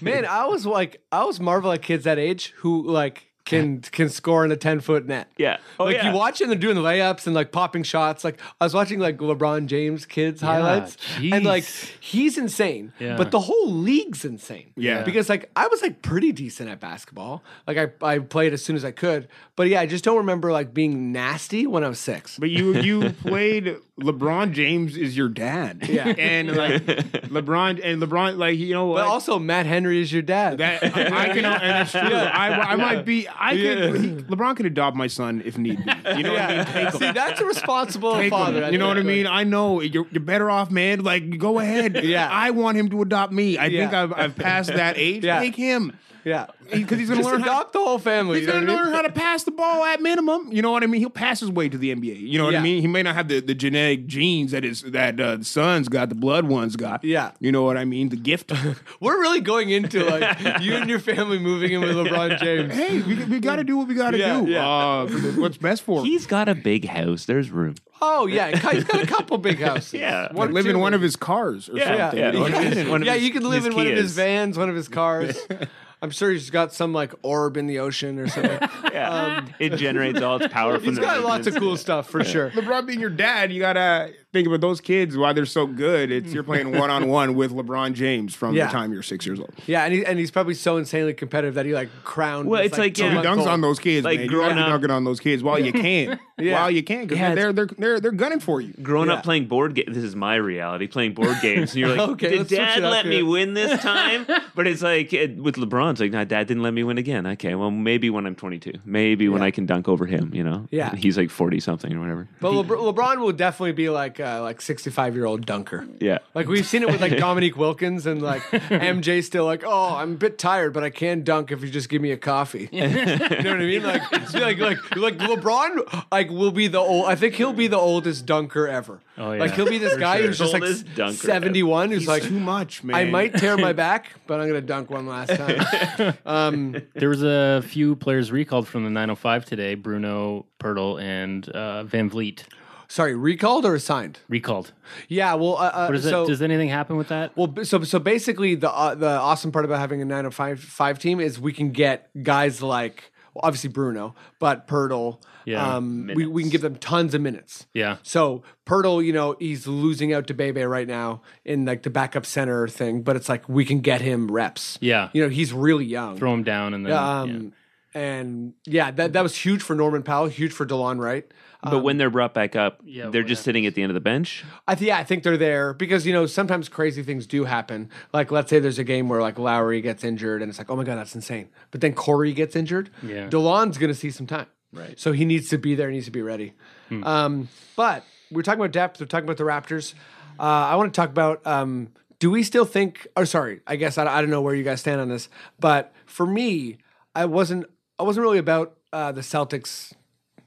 Speaker 7: *laughs*
Speaker 3: man. I was like, I was marvel at kids that age who like can can score in a ten foot net.
Speaker 7: Yeah. Oh,
Speaker 3: like
Speaker 7: yeah.
Speaker 3: you watching them doing the layups and like popping shots. Like I was watching like LeBron James kids highlights, and like
Speaker 1: jeez.
Speaker 3: he's insane.
Speaker 1: Yeah.
Speaker 3: But the whole league's insane.
Speaker 6: Yeah.
Speaker 3: because like I was like pretty decent at basketball. Like I I played as soon as I could. But yeah, I just don't remember like being nasty when I was six.
Speaker 6: But you you played LeBron James is your dad.
Speaker 3: Yeah.
Speaker 6: And like LeBron and LeBron like you know
Speaker 3: But
Speaker 6: what?
Speaker 3: also Matt Henry is your dad.
Speaker 6: that I can and that's true. I, I might be I could he, LeBron could adopt my son if need be. You know
Speaker 3: *laughs*
Speaker 6: what I mean? Take him.
Speaker 3: See, that's a responsible
Speaker 6: Take him.
Speaker 3: father.
Speaker 6: you know what I
Speaker 3: think.
Speaker 6: mean? I know you're, you're better off, man. Like, go ahead.
Speaker 3: Yeah.
Speaker 6: I want him to adopt me. I think
Speaker 3: Yeah.
Speaker 6: I've, I've passed that age.
Speaker 3: Yeah.
Speaker 6: Take him.
Speaker 3: Yeah,
Speaker 6: because he's going to
Speaker 3: just
Speaker 6: learn how
Speaker 3: adopt the whole family.
Speaker 6: He's
Speaker 3: you know
Speaker 6: gonna
Speaker 3: what I mean?
Speaker 6: learn how to pass the ball at minimum. You know what I mean? He'll pass his way to the NBA. You know what I
Speaker 3: Yeah.
Speaker 6: mean? He may not have the, the genetic genes that his that uh, the son's got, the blood one's got.
Speaker 3: Yeah.
Speaker 6: you know what I mean? The
Speaker 3: *laughs*
Speaker 6: gift.
Speaker 3: *laughs* We're really going into
Speaker 6: *laughs*
Speaker 3: like you and your family moving in with LeBron James.
Speaker 6: hey, we, we got to do what we got to
Speaker 3: Yeah,
Speaker 6: do.
Speaker 3: yeah.
Speaker 6: Uh, for the- what's best for. him.
Speaker 7: He's got a big house. There's room.
Speaker 3: Oh yeah, and Kai's got a couple
Speaker 6: *laughs*
Speaker 3: big houses.
Speaker 7: Yeah.
Speaker 6: Like
Speaker 3: or
Speaker 6: live in
Speaker 3: two
Speaker 6: one of his cars or
Speaker 7: Yeah,
Speaker 6: something.
Speaker 7: yeah.
Speaker 6: You know what I mean? *laughs*
Speaker 7: his- one of
Speaker 3: yeah,
Speaker 7: his-
Speaker 3: you could live
Speaker 7: his
Speaker 3: in one of his
Speaker 7: Kias.
Speaker 3: vans, one of his cars.
Speaker 7: *laughs*
Speaker 3: I'm sure he's got some like orb in the ocean or
Speaker 7: *laughs*
Speaker 3: something.
Speaker 7: Yeah. it generates all its power from
Speaker 3: Um, *laughs* he's
Speaker 7: the
Speaker 3: got lots of
Speaker 7: movements.
Speaker 3: cool stuff for sure.
Speaker 6: LeBron being your dad, you gotta think about those kids why they're so good. It's
Speaker 3: *laughs*
Speaker 6: you're playing one on one with LeBron James from
Speaker 3: Yeah.
Speaker 6: the time you're six years old.
Speaker 3: Yeah, and, he, and he's probably so insanely competitive that he like crowned.
Speaker 7: Well,
Speaker 3: his,
Speaker 7: it's like,
Speaker 3: two
Speaker 7: yeah.
Speaker 6: He
Speaker 3: month
Speaker 6: dunks
Speaker 3: old.
Speaker 6: on those kids,
Speaker 7: Like,
Speaker 6: man.
Speaker 7: growing
Speaker 6: you gotta
Speaker 7: up-
Speaker 6: dunk it on those kids while you can,
Speaker 3: Yeah.
Speaker 6: while you can,
Speaker 7: *laughs*
Speaker 6: because
Speaker 7: Yeah,
Speaker 6: they're they're they're they're gunning for you.
Speaker 7: Growing
Speaker 3: Yeah.
Speaker 7: up playing board games, this is my reality. Playing board games, and you're like,
Speaker 3: *laughs* Okay,
Speaker 7: "Did
Speaker 3: let's switch
Speaker 7: Dad
Speaker 3: it up
Speaker 7: let me
Speaker 3: here."
Speaker 7: win this
Speaker 3: *laughs*
Speaker 7: time?" But it's like it, with LeBron, it's like, "No, Dad didn't let me win again." Okay, well, maybe when I'm 22, maybe when I can dunk over him, you know?
Speaker 3: Yeah.
Speaker 7: he's like 40 something or whatever.
Speaker 3: But Lebr- LeBron will definitely be like uh, like 65 year old dunker.
Speaker 7: Yeah,
Speaker 3: Like we've seen it with like Dominique Wilkins and like MJ still like, oh, I'm a bit tired, but I can dunk if you just give me a coffee. *laughs* you know what I mean? Like, it's like like like LeBron like will be the old. I think he'll be the oldest dunker ever.
Speaker 1: Oh, yeah.
Speaker 3: Like he'll be this guy who's just like
Speaker 7: Oldest dunker ever.
Speaker 3: 71 who's
Speaker 6: It's
Speaker 3: like.
Speaker 6: too much, man.
Speaker 3: I might tear my back, but I'm gonna dunk one last time.
Speaker 1: There was a few players recalled from the 905 today: Bruno, Pirtle, and uh, Van Vliet
Speaker 3: Sorry, recalled or assigned?
Speaker 1: recalled.
Speaker 3: Yeah, well, uh, uh,
Speaker 1: What is
Speaker 3: so
Speaker 1: that? Does anything happen with that?
Speaker 3: Well, b- so so basically, the uh, the awesome part about having a 905 five team is we can get guys like well, obviously Bruno, but Pirtle.
Speaker 1: Yeah.
Speaker 3: um, we, we can give them tons of minutes.
Speaker 1: yeah.
Speaker 3: So Pirtle, you know, he's losing out to Bebe right now in like the backup center thing, but it's like we can get him reps.
Speaker 1: Yeah.
Speaker 3: you know, he's really young.
Speaker 1: Throw him down and then. yeah.
Speaker 3: um, and yeah, that that was huge for Norman Powell, huge for DeLon Wright.
Speaker 7: but
Speaker 3: um,
Speaker 7: when they're brought back up,
Speaker 1: Yeah,
Speaker 7: they're
Speaker 1: what
Speaker 7: just sitting at the end of the bench.
Speaker 3: I th- yeah, I think they're there because you know sometimes crazy things do happen. Like let's say there's a game where like Lowry gets injured and it's like, oh my god, that's insane. But then Corey gets injured.
Speaker 1: Yeah.
Speaker 3: DeLon's gonna see some time. Right. So he needs to be there. He needs to be ready. Um, but we're talking about depth. We're talking about the Raptors. Uh, I want to talk about. Um, do we still think? Or sorry, I guess I, I don't know where you guys stand on this. But for me, I wasn't. I wasn't really about uh, the Celtics.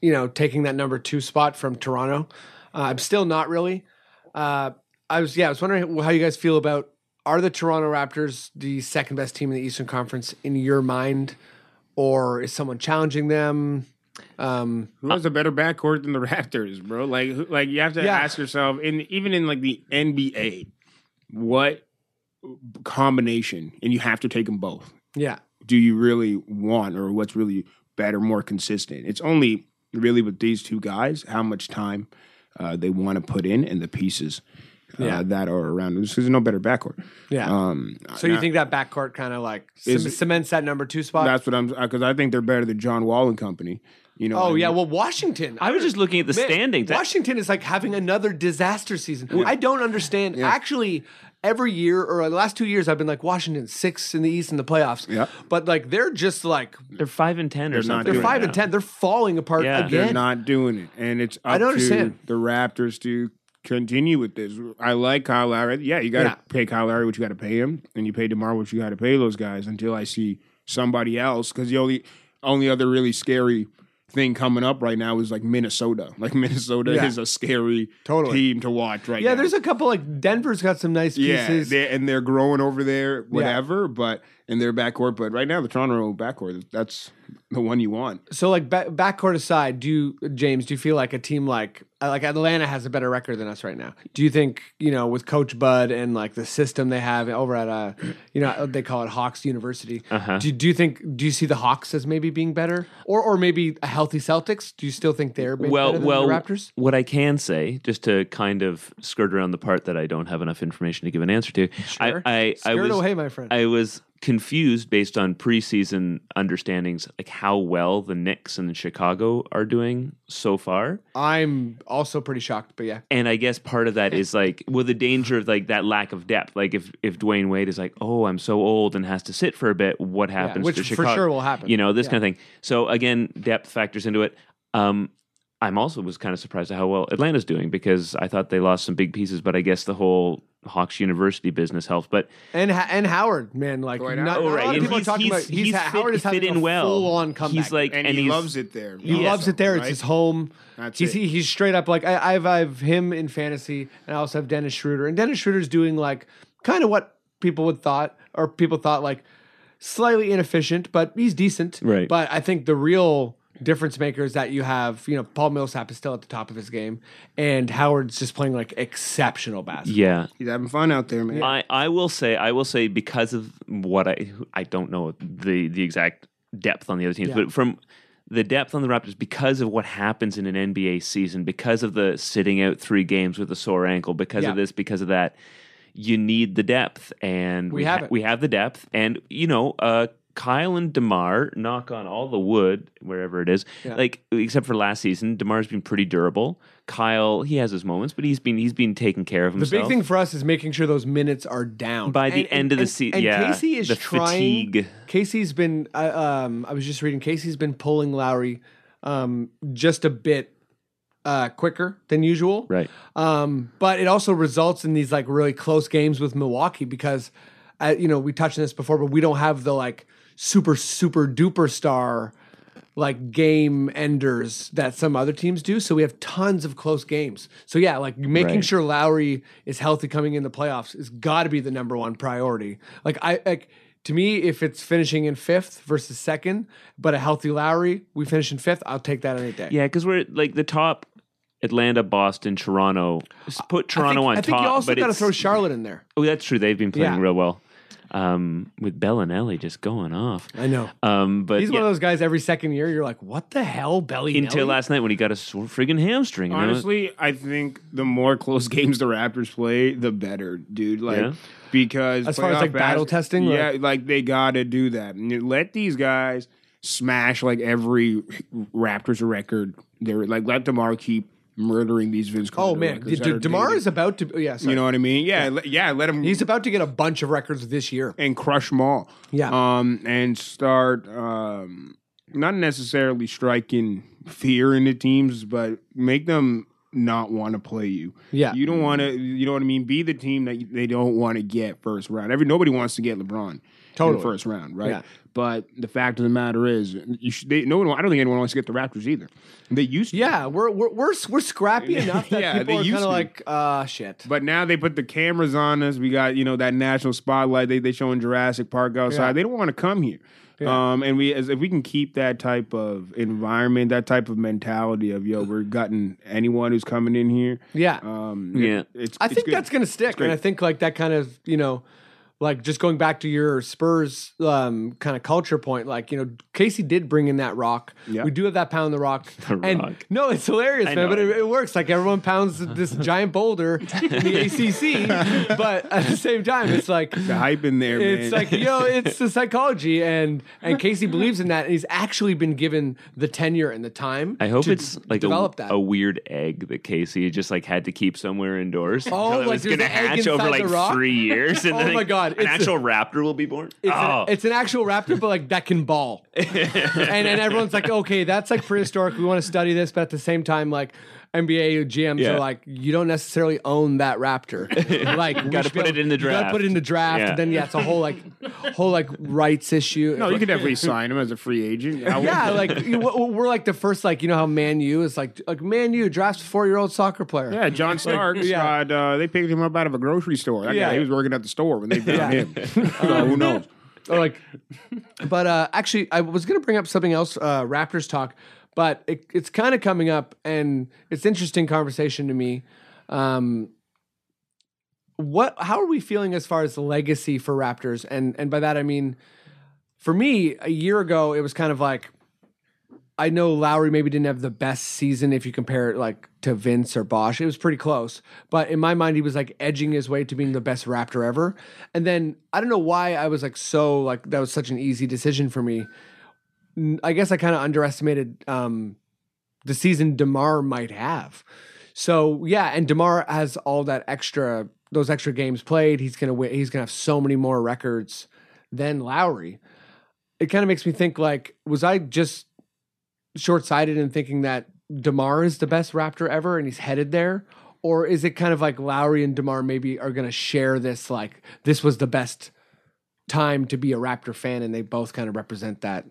Speaker 3: You know, taking that number two spot from Toronto. Uh, I'm still not really. Uh, I was yeah, I was wondering how you guys feel about are the Toronto Raptors the second best team in the Eastern Conference in your mind, or is someone challenging them? Um,
Speaker 6: Who has a better backcourt than the *laughs* Raptors, bro? Like, who- like you have to
Speaker 3: Yeah.
Speaker 6: ask yourself, and even in like the NBA, what combination? And you have to take them both.
Speaker 3: yeah,
Speaker 6: do you really want or what's really better, more consistent? It's only really with these two guys how much time uh, they want to put in and the pieces uh,
Speaker 3: Yeah.
Speaker 6: that are around. Because there's no better backcourt.
Speaker 3: yeah.
Speaker 6: Um,
Speaker 3: so you think that backcourt kind of like cem-
Speaker 6: Is-
Speaker 3: cements that number two spot?
Speaker 6: that's what I'm because I think they're better than John Wall and company. You know. what I
Speaker 3: oh
Speaker 6: mean?
Speaker 3: yeah, well Washington.
Speaker 7: I was just looking at the
Speaker 3: Man,
Speaker 7: standings.
Speaker 3: Washington is like having another disaster season. I don't understand. Actually, every year or the last two years, I've been like Washington six in the East in the playoffs.
Speaker 6: Yeah.
Speaker 3: But like they're just like
Speaker 7: They're five and ten or
Speaker 6: They're not
Speaker 7: something.
Speaker 3: they're
Speaker 6: doing
Speaker 7: right
Speaker 3: five and
Speaker 7: now.
Speaker 3: ten. They're falling apart
Speaker 7: Yeah. They're
Speaker 6: they're
Speaker 3: again.
Speaker 6: not doing it, and it's up
Speaker 3: I don't
Speaker 6: to
Speaker 3: understand.
Speaker 6: the Raptors to continue with this. I like Kyle Lowry. Yeah, you got to
Speaker 3: Yeah.
Speaker 6: pay Kyle Lowry what you got to pay him, and you pay Demar what you got to pay those guys until I see somebody else. Because the only only other really scary thing coming up right now is like Minnesota. Like *laughs* Minnesota
Speaker 3: Yeah.
Speaker 6: is a scary
Speaker 3: Totally.
Speaker 6: team to watch right now.
Speaker 3: Yeah, there's a couple like Denver's got some nice
Speaker 6: yeah,
Speaker 3: pieces.
Speaker 6: they and they're growing over there, whatever. But in their backcourt, but right now the Toronto backcourt, that's the one you want.
Speaker 3: so like ba- backcourt aside, do you, James? Do you feel like a team like uh, like Atlanta has a better record than us right now? Do you think you know with Coach Bud and like the system they have over at uh you know they call it Hawks University?
Speaker 7: Uh-huh.
Speaker 3: Do you- do you think do you see the Hawks as maybe being better or or maybe a healthy Celtics? Do you still think they're maybe
Speaker 7: well,
Speaker 3: better than
Speaker 7: well,
Speaker 3: the Raptors?
Speaker 7: what I can say, just to kind of skirt around the part that I don't have enough information to give an answer to,
Speaker 3: Sure.
Speaker 7: I, I, I
Speaker 3: Skirt
Speaker 7: was,
Speaker 3: away, my friend.
Speaker 7: I was confused based on preseason understandings, like how well the Knicks and Chicago are doing so far.
Speaker 3: I'm also pretty shocked, but yeah,
Speaker 7: And I guess part of that is like, well, the danger of like that lack of depth. Like if if Dwayne Wade is like, oh, I'm so old and has to sit for a bit, what happens
Speaker 3: which
Speaker 7: to
Speaker 3: for
Speaker 7: Chicago?
Speaker 3: sure will happen.
Speaker 7: You know, this
Speaker 3: Yeah.
Speaker 7: kind of thing. So again, depth factors into it. Um, I'm also was kind of surprised at how well Atlanta's doing because I thought they lost some big pieces, but I guess the whole Hawks University business helps, but
Speaker 3: And Ha- and Howard, man, like
Speaker 6: Dwight
Speaker 3: not, not
Speaker 6: Howard.
Speaker 7: Oh,
Speaker 3: a
Speaker 7: right.
Speaker 3: lot of
Speaker 7: And
Speaker 3: people
Speaker 7: he's-
Speaker 3: are talking
Speaker 7: he's-
Speaker 3: about he's,
Speaker 7: he's
Speaker 3: ha-
Speaker 7: fit-
Speaker 3: Howard is having
Speaker 7: fit in
Speaker 3: a
Speaker 7: well.
Speaker 3: full on comeback.
Speaker 7: he's like,
Speaker 6: and, he
Speaker 7: he's-
Speaker 6: loves it there.
Speaker 3: He
Speaker 7: Yes.
Speaker 3: loves it there. It's his home.
Speaker 6: That's
Speaker 3: he's
Speaker 6: it.
Speaker 3: he- he's straight up like I, I've I've him in fantasy, and I also have Dennis Schroeder. And Dennis Schroeder's doing like kind of what people would thought or people thought like slightly inefficient, but he's decent.
Speaker 7: Right.
Speaker 3: But I think the real difference maker is that you have you know Paul Millsap is still at the top of his game, and Howard's just playing like exceptional basketball.
Speaker 7: yeah.
Speaker 6: He's having fun out there, man.
Speaker 7: I, I will say I will say because of what I I don't know the the exact depth on the other teams, but from the depth on the Raptors because of what happens in an NBA season, because of the sitting out three games with a sore ankle, because
Speaker 3: Yeah.
Speaker 7: of this, because of that, you need the depth, and
Speaker 3: We have it.
Speaker 7: we have the depth, and you know. Uh, Kyle and Demar knock on all the wood wherever it is. Like except for last season, Demar's been pretty durable. Kyle, he has his moments, but he's been he's been taking care of
Speaker 3: The
Speaker 7: himself.
Speaker 3: big thing for us is making sure those minutes are down
Speaker 7: By the end of the sea-
Speaker 3: And
Speaker 7: yeah,
Speaker 3: Casey is
Speaker 7: the
Speaker 3: trying.
Speaker 7: fatigue.
Speaker 3: Casey's been. I um, I was just reading. Casey's been pulling Lowry, um, just a bit, uh, quicker than usual.
Speaker 7: Right.
Speaker 3: Um, but it also results in these like really close games with Milwaukee because, uh, you know, we touched on this before, but we don't have the like super super duper star like game enders that some other teams do. So we have tons of close games. So yeah, like making
Speaker 7: Right.
Speaker 3: sure Lowry is healthy coming in the playoffs is got to be the number one priority. Like I like to me, if it's finishing in fifth versus second, but a healthy Lowry, we finish in fifth. I'll take that any day.
Speaker 7: Yeah, because we're like the top Atlanta, Boston, Toronto. S- Put Toronto
Speaker 3: I
Speaker 7: on
Speaker 3: think, I
Speaker 7: top.
Speaker 3: think you also
Speaker 7: but
Speaker 3: got to
Speaker 7: it's-
Speaker 3: throw Charlotte in there.
Speaker 7: Oh, that's true. They've been playing
Speaker 3: Yeah.
Speaker 7: real well. Um, with Bellinelli just going off.
Speaker 3: I know.
Speaker 7: Um, but
Speaker 3: He's
Speaker 7: yeah,
Speaker 3: one of those guys every second year you're like, what the hell, Belly?
Speaker 7: until last night when he got a sore friggin' hamstring. you know?
Speaker 6: Honestly, I think the more close *laughs* games the Raptors play, the better, dude. Like
Speaker 7: Yeah.
Speaker 6: because
Speaker 3: As far as,
Speaker 6: playoff
Speaker 3: like, battle testing,
Speaker 6: yeah,
Speaker 3: like-
Speaker 6: like, they gotta do that. And you Let these guys smash like every Raptors record. They're like let Demar keep murdering these Vince. Carter
Speaker 3: Oh man, dude,
Speaker 6: records that are
Speaker 3: Demar
Speaker 6: dated.
Speaker 3: is about to. Yeah, sorry.
Speaker 6: You know what I mean? Yeah, le- yeah. Let him
Speaker 3: he's about to get a bunch of records this year.
Speaker 6: and crush them all.
Speaker 3: Yeah.
Speaker 6: Um, and start um, not necessarily striking fear into teams, but make them not want to play you.
Speaker 3: Yeah.
Speaker 6: You don't want to. You know what I mean? Be the team that they don't want to get first round. Every nobody wants to get LeBron. In
Speaker 3: Totally.
Speaker 6: the first round, right?
Speaker 3: Yeah.
Speaker 6: But the fact of the matter is, you should, they, no one. I don't think anyone wants to get the Raptors either. They used to.
Speaker 3: Yeah, we're we're we're, we're scrappy enough that
Speaker 6: *laughs* Yeah, they
Speaker 3: people are kind
Speaker 6: used
Speaker 3: of
Speaker 6: to.
Speaker 3: like, uh, shit.
Speaker 6: But now they put the cameras on us. We got you know that national spotlight. They they showing Jurassic Park outside.
Speaker 3: Yeah.
Speaker 6: They don't want to come here. Um, and we as if we can keep that type of environment, that type of mentality of yo, we're gutting anyone who's coming in here.
Speaker 3: Yeah.
Speaker 6: Um,
Speaker 7: Yeah.
Speaker 6: it- it's,
Speaker 3: I
Speaker 6: it's
Speaker 3: think
Speaker 6: good.
Speaker 3: that's going to stick. And I think like that kind of, you know, like just going back to your Spurs um, kind of culture point, like, you know, Casey did bring in that rock.
Speaker 6: Yeah.
Speaker 3: We do have that pound the rock.
Speaker 7: *laughs* The
Speaker 3: and
Speaker 7: rock.
Speaker 3: no, it's hilarious,
Speaker 7: I
Speaker 3: man,
Speaker 7: know.
Speaker 3: but it, it works. Like everyone
Speaker 7: *laughs*
Speaker 3: pounds this giant boulder in the ACC, but at the same time, it's like,
Speaker 6: the hype in there.
Speaker 3: *laughs* it's
Speaker 6: man.
Speaker 7: *laughs*
Speaker 3: like yo it's the psychology and and casey believes in that and he's actually been given the tenure and the time
Speaker 7: I hope
Speaker 3: to
Speaker 7: it's like a,
Speaker 3: develop that
Speaker 7: a weird egg that Casey just like had to keep somewhere indoors.
Speaker 3: Oh,
Speaker 7: until it
Speaker 3: like
Speaker 7: was
Speaker 3: there's
Speaker 7: gonna
Speaker 3: an egg
Speaker 7: hatch
Speaker 3: inside
Speaker 7: over
Speaker 3: the
Speaker 7: like
Speaker 3: rock?
Speaker 7: three years. And
Speaker 3: *laughs* Oh
Speaker 7: then,
Speaker 3: my
Speaker 7: like,
Speaker 3: God,
Speaker 7: an
Speaker 3: it's a-
Speaker 7: actual raptor will be born.
Speaker 3: It's,
Speaker 7: oh,
Speaker 3: an, it's an actual raptor, but like that can
Speaker 7: *laughs*
Speaker 3: ball. and and everyone's like, okay, that's like prehistoric. We want to study this, but at the same time, like NBA GMs
Speaker 7: Yeah.
Speaker 3: are like, you don't necessarily own
Speaker 7: *laughs*
Speaker 3: that raptor. Like, you
Speaker 7: Gotta put it in the
Speaker 3: You gotta
Speaker 7: draft.
Speaker 3: put it in the draft.
Speaker 7: Yeah.
Speaker 3: And then yeah, it's a whole like whole like rights issue.
Speaker 6: *laughs* no, you could definitely sign him as a free agent. I
Speaker 3: *laughs*
Speaker 6: would- *laughs*
Speaker 3: yeah, like you, we're we're like the first, like you know how Man U is like, like Man U drafts four year old soccer player. *laughs*
Speaker 6: Yeah, John Starks.
Speaker 3: yeah.
Speaker 6: got, uh, they picked him up out of a grocery store. That
Speaker 3: Yeah.
Speaker 6: guy, he was working at the
Speaker 3: *laughs*
Speaker 6: store when they found
Speaker 3: Yeah.
Speaker 6: him. So who knows?
Speaker 3: Or, like, *laughs* but uh, actually, I was going to bring up something else, uh, Raptors talk, but it, it's kind of coming up, and it's interesting conversation to me. Um, what? How are we feeling as far as legacy for Raptors? And and by that I mean, for me, a year ago, it was kind of like. I know Lowry maybe didn't have the best season if you compare it like to Vince or Bosch. It was pretty close, but in my mind, he was like edging his way to being the best Raptor ever. And then I don't know why I was like so like that was such an easy decision for me. N- I guess I kind of underestimated um, the season Demar might have. So yeah, and Demar has all that extra those extra games played. He's gonna win. He's gonna have so many more records than Lowry. It kind of makes me think like, was I just short sighted in thinking that Demar is the best Raptor ever and he's headed there, Or is it kind of like Lowry and DeMar maybe are going to share this, like, this was the best time to be a Raptor fan, and they both kind of represent that?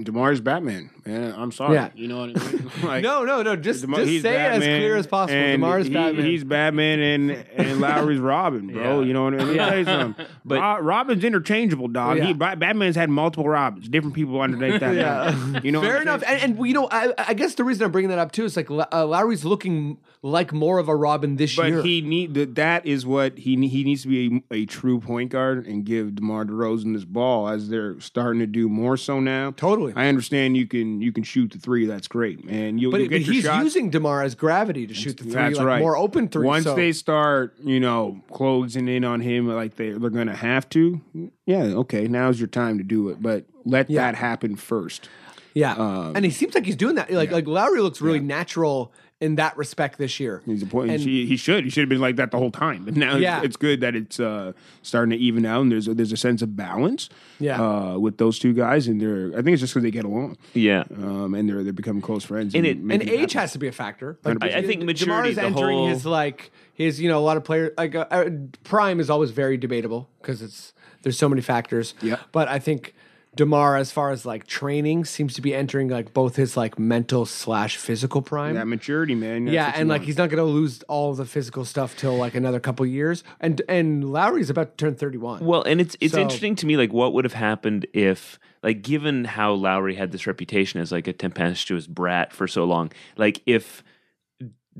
Speaker 6: Demar's Batman, man. I'm sorry.
Speaker 3: Yeah.
Speaker 6: You know what I
Speaker 7: *laughs*
Speaker 6: mean? *laughs* Like,
Speaker 3: No, no, no. Just,
Speaker 6: DeMar-
Speaker 3: just
Speaker 6: he's
Speaker 3: say it as
Speaker 6: Batman,
Speaker 3: clear as possible.
Speaker 6: and
Speaker 3: DeMar's
Speaker 6: he-
Speaker 3: Batman.
Speaker 6: He's Batman and
Speaker 3: *laughs*
Speaker 6: and Lowry's Robin, bro.
Speaker 7: Yeah.
Speaker 6: You know what I mean? Let me tell you something.
Speaker 7: But-
Speaker 6: Ro- Robin's interchangeable, dog.
Speaker 3: Yeah.
Speaker 6: He, Ba- Batman's had multiple Robins, different people underneath that. yeah. You know. what
Speaker 3: Fair
Speaker 6: I'm
Speaker 3: enough.
Speaker 6: saying?
Speaker 3: And, and, you know, I, I guess the reason I'm bringing that up too is like L- uh, Lowry's looking like more of a Robin this
Speaker 6: But
Speaker 3: year.
Speaker 6: he need that. That is what he ne- he needs to be a, a true point guard and give Demar Derozan this ball as they're starting to do more so now.
Speaker 3: Totally.
Speaker 6: I understand you can you can shoot the three. That's great, man. You'll,
Speaker 3: but
Speaker 6: you'll
Speaker 3: but
Speaker 6: get your
Speaker 3: he's
Speaker 6: shots.
Speaker 3: using Demar as gravity to shoot the three,
Speaker 6: That's
Speaker 3: like
Speaker 6: right.
Speaker 3: more open three.
Speaker 6: Once
Speaker 3: so-
Speaker 6: they start, you know, closing in on him like they they're gonna have to. Yeah, okay, now's your time to do it, but let
Speaker 3: Yeah.
Speaker 6: that happen first.
Speaker 3: yeah,
Speaker 6: um,
Speaker 3: and he seems like he's doing that. Like like Lowry looks really natural in that respect this year.
Speaker 6: He's a point.
Speaker 3: And-
Speaker 6: he, he should. He should have been like that the whole time. But now
Speaker 3: Yeah.
Speaker 6: it's, it's good that it's uh, starting to even out, and there's a, there's a sense of balance.
Speaker 3: Yeah.
Speaker 6: uh, with those two guys, and they're I think it's just because they get along,
Speaker 7: Yeah.
Speaker 6: um, and they're they're becoming close friends.
Speaker 7: And it-
Speaker 6: make
Speaker 3: and
Speaker 6: it
Speaker 3: age
Speaker 6: happen.
Speaker 3: has to be a factor. Like,
Speaker 7: I- I think
Speaker 3: Demar
Speaker 7: maturity,
Speaker 3: is
Speaker 7: the
Speaker 3: entering
Speaker 7: whole-
Speaker 3: his like his you know a lot of players like uh, uh, prime is always very debatable because it's there's so many factors.
Speaker 6: Yeah.
Speaker 3: but I think Demar, as far as like training, seems to be entering like both his like mental slash physical prime.
Speaker 6: that maturity, man. That's
Speaker 3: yeah,
Speaker 6: what you
Speaker 3: and like
Speaker 6: want.
Speaker 3: he's not going to lose all the physical stuff till like another couple years, and and Lowry's about to turn thirty one.
Speaker 7: Well, and it's it's
Speaker 3: So-
Speaker 7: interesting to me, like what would have happened if, like, given how Lowry had this reputation as like a tempestuous brat for so long, like if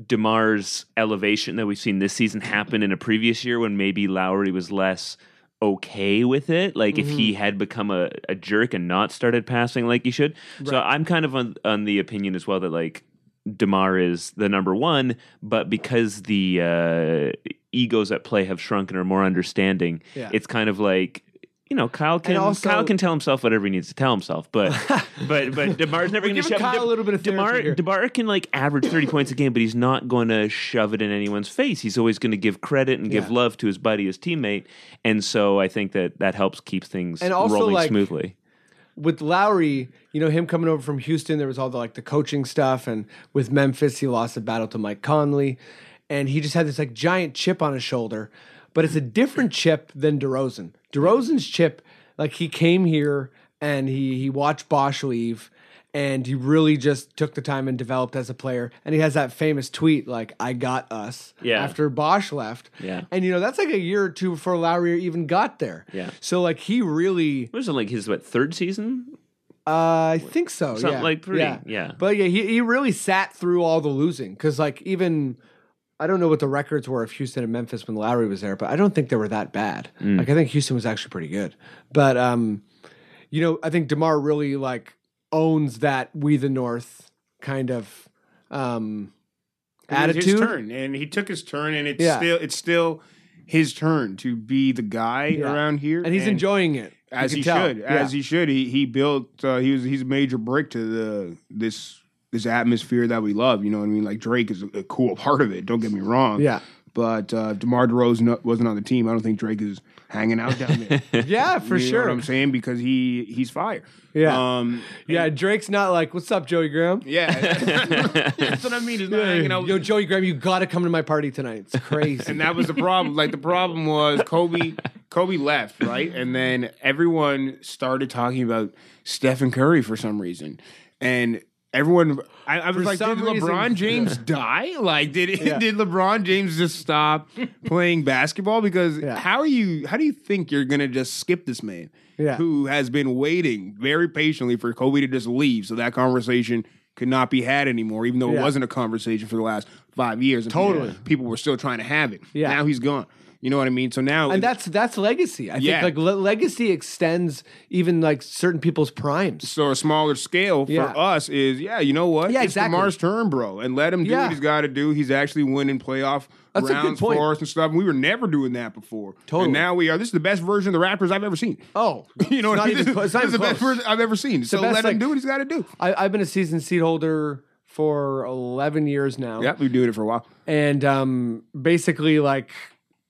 Speaker 7: Demar's elevation that we've seen this season happen in a previous year when maybe Lowry was less okay with it, like if
Speaker 3: Mm-hmm.
Speaker 7: he had become a, a jerk and not started passing like he should. So I'm kind of on on the opinion as well that like Demar is the number one, but because the uh, egos at play have shrunk and are more understanding,
Speaker 3: Yeah.
Speaker 7: it's kind of like you know Kyle can
Speaker 3: also-
Speaker 7: Kyle can tell himself whatever he needs to tell himself,
Speaker 3: *laughs*
Speaker 7: but but but Demar's never going to
Speaker 3: giving
Speaker 7: shove
Speaker 3: Kyle a little bit of therapy
Speaker 7: Demar
Speaker 3: here.
Speaker 7: Demar can like average thirty points a game, but he's not going to shove it in anyone's face. He's always going to give credit and give
Speaker 3: Yeah.
Speaker 7: love to his buddy, his teammate, and so I think that that helps keep things
Speaker 3: And also,
Speaker 7: rolling
Speaker 3: like,
Speaker 7: smoothly.
Speaker 3: with Lowry, you know, him coming over from Houston, there was all the like the coaching stuff, and with Memphis, he lost the battle to Mike Conley, and he just had this like giant chip on his shoulder, but it's a different chip than DeRozan. DeRozan's chip, like he came here and he he watched Bosch leave. And he really just took the time and developed as a player. And he has that famous tweet, like, I got us
Speaker 7: Yeah.
Speaker 3: after Bosch left.
Speaker 7: Yeah.
Speaker 3: And, you know, that's like a year or two before Lowry even got there.
Speaker 7: Yeah.
Speaker 3: So, like, he really.
Speaker 7: What was it like his what third season
Speaker 3: Uh, I think so.
Speaker 7: Something
Speaker 3: yeah.
Speaker 7: like pretty,
Speaker 3: Yeah.
Speaker 7: yeah.
Speaker 3: But yeah, he, he really sat through all the losing because like even I don't know what the records were of Houston and Memphis when Lowry was there, but I don't think they were that bad.
Speaker 6: Mm.
Speaker 3: Like I think Houston was actually pretty good. But um, you know, I think Demar really like owns that we the North kind of um
Speaker 6: It was
Speaker 3: attitude.
Speaker 6: His turn, and he took his turn, and it's
Speaker 3: Yeah.
Speaker 6: still it's still his turn to be the guy
Speaker 3: Yeah.
Speaker 6: around here,
Speaker 3: And he's enjoying
Speaker 6: *laughs*
Speaker 3: it. You
Speaker 6: as
Speaker 3: can
Speaker 6: he
Speaker 3: tell.
Speaker 6: should,
Speaker 3: Yeah.
Speaker 6: as he should. He he built. Uh, he was he's a major brick to the this this atmosphere that we love. You know what I mean? Like Drake is a, a cool part of it. Don't get me wrong.
Speaker 3: Yeah.
Speaker 6: But uh, if Demar Derozan wasn't on the team, I don't think Drake is hanging out down
Speaker 3: *laughs*
Speaker 6: there.
Speaker 3: Yeah, for
Speaker 6: You know
Speaker 3: sure.
Speaker 6: what I'm saying because he he's fire.
Speaker 3: Yeah.
Speaker 6: Um.
Speaker 3: yeah, Drake's not like, "What's up, Joey Graham?" *laughs*
Speaker 6: Yeah. *laughs* That's what I mean. He's not hanging out.
Speaker 3: Yo, Joey Graham, you got to come to my party tonight. It's crazy.
Speaker 6: *laughs* and that was the problem. Like the problem was Kobe. Kobe left, right, and then everyone started talking about Stephen Curry for some reason, and everyone. I, I was
Speaker 3: For
Speaker 6: like, did
Speaker 3: some
Speaker 6: LeBron
Speaker 3: reason- *laughs*
Speaker 6: James die? Like, did
Speaker 3: Yeah.
Speaker 6: *laughs* did LeBron James just stop playing basketball? Because
Speaker 3: Yeah.
Speaker 6: how are you? How do you think you're gonna just skip this man?
Speaker 3: Yeah.
Speaker 6: who has been waiting very patiently for Kobe to just leave, so that conversation. Could not be had anymore, even though
Speaker 3: Yeah.
Speaker 6: it wasn't a conversation for the last five years. and people-
Speaker 3: Totally.
Speaker 6: people were still trying to have it.
Speaker 3: Yeah.
Speaker 6: Now he's gone. You know what I mean? So now
Speaker 3: and that's that's legacy. I
Speaker 6: Yeah.
Speaker 3: think like le- legacy extends even like certain people's primes.
Speaker 6: so a smaller scale for
Speaker 3: Yeah.
Speaker 6: us is yeah. You know what?
Speaker 3: Yeah,
Speaker 6: it's
Speaker 3: exactly.
Speaker 6: Demar's turn, bro, and let him do
Speaker 3: Yeah.
Speaker 6: what he's got to do. He's actually winning playoff
Speaker 3: That's a good
Speaker 6: rounds
Speaker 3: point.
Speaker 6: for us and stuff. We were never doing that before.
Speaker 3: Totally.
Speaker 6: And now we are. This is the best version of the Raptors I've ever seen.
Speaker 3: Oh,
Speaker 6: You
Speaker 3: *laughs*
Speaker 6: know
Speaker 3: it's
Speaker 6: what
Speaker 3: not
Speaker 6: I mean?
Speaker 3: even
Speaker 6: This-
Speaker 3: clo- it's not
Speaker 6: this is
Speaker 3: even
Speaker 6: the best
Speaker 3: close.
Speaker 6: version I've ever seen. So
Speaker 3: best,
Speaker 6: let
Speaker 3: like-
Speaker 6: him do what he's got to do.
Speaker 3: I, I've been a season seat holder for eleven years now.
Speaker 6: Yep, we've been doing it for a while.
Speaker 3: and um, basically like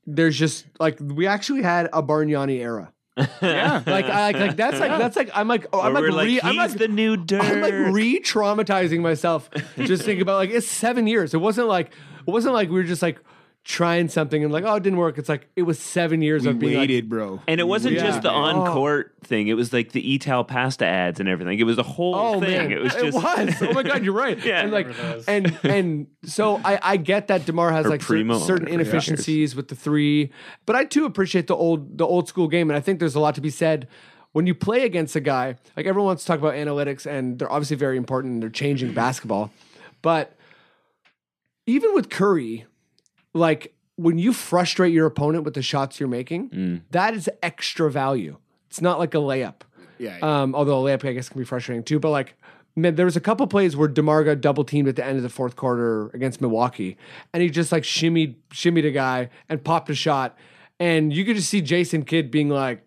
Speaker 3: there's just like we actually had a Bargnani era.
Speaker 6: Yeah.
Speaker 3: Like I like, like that's like
Speaker 6: *laughs*
Speaker 3: that's like I'm like oh, I'm
Speaker 7: Where
Speaker 3: like,
Speaker 7: we're like,
Speaker 3: re- I'm
Speaker 7: he's
Speaker 3: like
Speaker 7: the new dirt.
Speaker 3: I'm like re-traumatizing myself just thinking about like it's seven years. It wasn't like It wasn't like we were just like trying something and like, oh, it didn't work. It's like it was seven years
Speaker 6: We
Speaker 3: of being like,
Speaker 6: waited, bro.
Speaker 7: And it wasn't
Speaker 3: Yeah.
Speaker 7: just the
Speaker 3: Oh.
Speaker 7: on court thing. It was like the Etal pasta ads and everything. It was the whole
Speaker 3: Oh
Speaker 7: thing.
Speaker 3: man,
Speaker 7: It was just
Speaker 3: was. Oh my god, you're right.
Speaker 7: Yeah.
Speaker 3: and like,
Speaker 1: Remember those. *laughs*
Speaker 3: and and so I I get that Demar has
Speaker 7: Or
Speaker 3: like cer-
Speaker 7: Primo,
Speaker 3: certain
Speaker 7: whatever, yeah.
Speaker 3: inefficiencies with the three, but I too appreciate the old the old school game, and I think there's a lot to be said. When you play against a guy, like everyone wants to talk about analytics, and they're obviously very important and they're changing
Speaker 1: Mm-hmm.
Speaker 3: basketball. But even with Curry, like when you frustrate your opponent with the shots you're making,
Speaker 7: Mm.
Speaker 3: that is extra value. It's not like a layup.
Speaker 6: Yeah, yeah.
Speaker 3: Um, although a layup, I guess, can be frustrating too. But like, man, there was a couple plays where Demar got double teamed at the end of the fourth quarter against Milwaukee, and he just like shimmied, shimmied a guy and popped a shot, and you could just see Jason Kidd being like,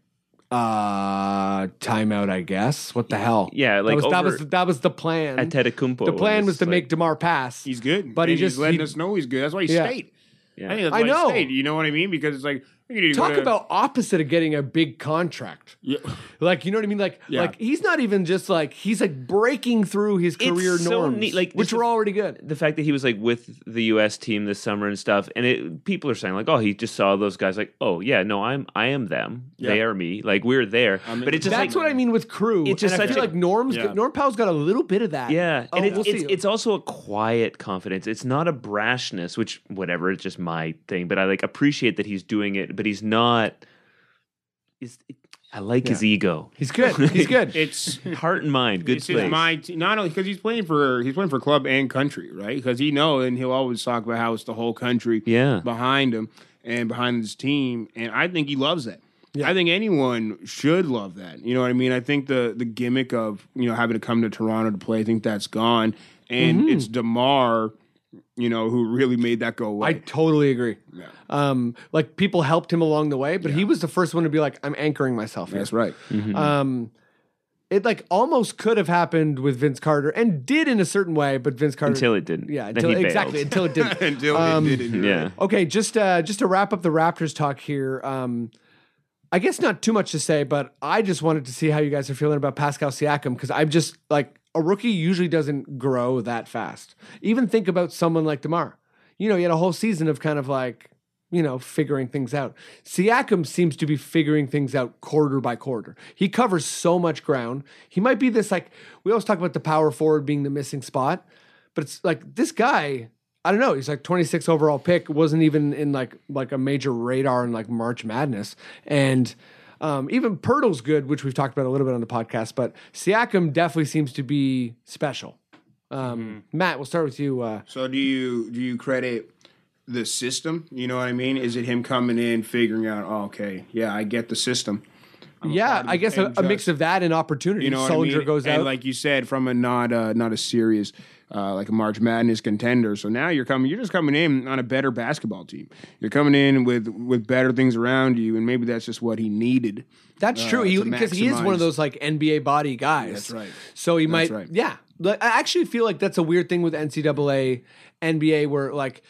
Speaker 3: "Uh, timeout, I guess. What the hell?
Speaker 7: *laughs* Yeah,
Speaker 3: That
Speaker 7: like
Speaker 3: was- that
Speaker 7: over
Speaker 3: was that was the plan.
Speaker 7: Antetokounpo
Speaker 3: the plan
Speaker 7: was,
Speaker 3: was to
Speaker 7: like-
Speaker 3: make Demar pass.
Speaker 6: He's good,
Speaker 3: but he
Speaker 6: And he's
Speaker 3: just-
Speaker 6: letting
Speaker 3: he-
Speaker 6: us know he's good. That's why he
Speaker 3: Yeah.
Speaker 6: stayed.
Speaker 7: Yeah.
Speaker 6: I, think that's
Speaker 3: I
Speaker 6: why he
Speaker 3: know.
Speaker 6: stayed. You know what I mean? Because it's like you need to go
Speaker 3: Talk
Speaker 6: to-
Speaker 3: about opposite of getting a big contract.
Speaker 6: Yeah.
Speaker 3: Like you know what I mean? Like
Speaker 6: Yeah.
Speaker 3: like he's not even just like he's like breaking through his
Speaker 7: It's
Speaker 3: career
Speaker 7: so
Speaker 3: norms,
Speaker 7: neat, like,
Speaker 3: which
Speaker 7: this
Speaker 3: were
Speaker 7: is-
Speaker 3: already good.
Speaker 7: the fact that he was like with the U.S. team this summer and stuff, and it, people are saying like, "Oh, he just saw those guys." Like, "Oh yeah, no, I'm I am them. They
Speaker 6: Yeah.
Speaker 7: are me. Like we're there."
Speaker 6: I mean,
Speaker 7: but it's just
Speaker 3: That's
Speaker 7: like,
Speaker 3: what I mean with crew.
Speaker 7: It's just
Speaker 3: and I
Speaker 7: such
Speaker 3: feel
Speaker 7: a-
Speaker 3: like Norm's
Speaker 6: Yeah.
Speaker 3: Norm Powell's got a little bit of that.
Speaker 7: Yeah,
Speaker 3: Oh,
Speaker 7: and it's
Speaker 3: we'll
Speaker 7: it's,
Speaker 3: see.
Speaker 7: it's also a quiet confidence. It's not a brashness, which whatever, it's just my thing. But I like appreciate that he's doing it, but he's not. Is I like his ego,
Speaker 3: he's good. He's good. *laughs*
Speaker 6: it's
Speaker 7: *laughs* heart and mind, good
Speaker 6: it's
Speaker 7: place.
Speaker 6: his mind. Not only because he's playing for he's playing for club and country, right? Because he know and he'll always talk about how it's the whole country
Speaker 7: Yeah.
Speaker 6: behind him and behind his team, and I think he loves that. I think anyone should love that. You know what I mean? I think the the gimmick of you know having to come to Toronto to play, I think that's gone, and
Speaker 7: Mm-hmm.
Speaker 6: it's Demar, you know, who really made that go away.
Speaker 3: I totally agree. Um, like people helped him along the way, but he was the first one to be like, "I'm anchoring myself." Here.
Speaker 6: that's right.
Speaker 3: Um, it like almost could have happened with Vince Carter and did in a certain way, but Vince Carter
Speaker 7: Until it didn't.
Speaker 3: Yeah,
Speaker 7: Then
Speaker 3: until
Speaker 7: he bailed.
Speaker 3: exactly until it didn't.
Speaker 6: *laughs* Until it didn't.
Speaker 7: *laughs* Mm-hmm. yeah,
Speaker 3: Okay, just uh, just to wrap up the Raptors talk here. Um, I guess not too much to say, but I just wanted to see how you guys are feeling about Pascal Siakam because I'm just like a rookie usually doesn't grow that fast. Even think about someone like Demar. You know, he had a whole season of kind of like you know figuring things out. Siakam seems to be figuring things out quarter by quarter. He covers so much ground. He might be this like we always talk about the power forward being the missing spot, but it's like this guy I don't know. He's like 26 overall pick, wasn't even in like like a major radar in like March Madness, and um, even Pirtle's good, which we've talked about a little bit on the podcast. But Siakam definitely seems to be special. Um,
Speaker 6: Mm-hmm.
Speaker 3: Matt, we'll start with you. Uh,
Speaker 6: So do you do you credit the system? You know what I mean? Is it him coming in, figuring out, oh, okay, yeah, I get the system.
Speaker 3: yeah, I guess a,
Speaker 6: and
Speaker 3: a mix
Speaker 6: just-
Speaker 3: of that and opportunity.
Speaker 6: You know what
Speaker 3: Solinger
Speaker 6: I mean?
Speaker 3: goes
Speaker 6: and
Speaker 3: out.
Speaker 6: like you said, from a not uh, not a serious uh, like a March Madness contender. So now you're coming, you're just coming in on a better basketball team. You're coming in with with better things around you, and maybe that's just what he needed.
Speaker 3: That's
Speaker 6: uh,
Speaker 3: true. He
Speaker 6: to
Speaker 3: because he is one of
Speaker 6: maximize-
Speaker 3: those like NBA body guys.
Speaker 6: That's right.
Speaker 3: So he might.
Speaker 6: right.
Speaker 3: Yeah. Like, I actually feel like that's a weird thing with NCAA, NBA, where like,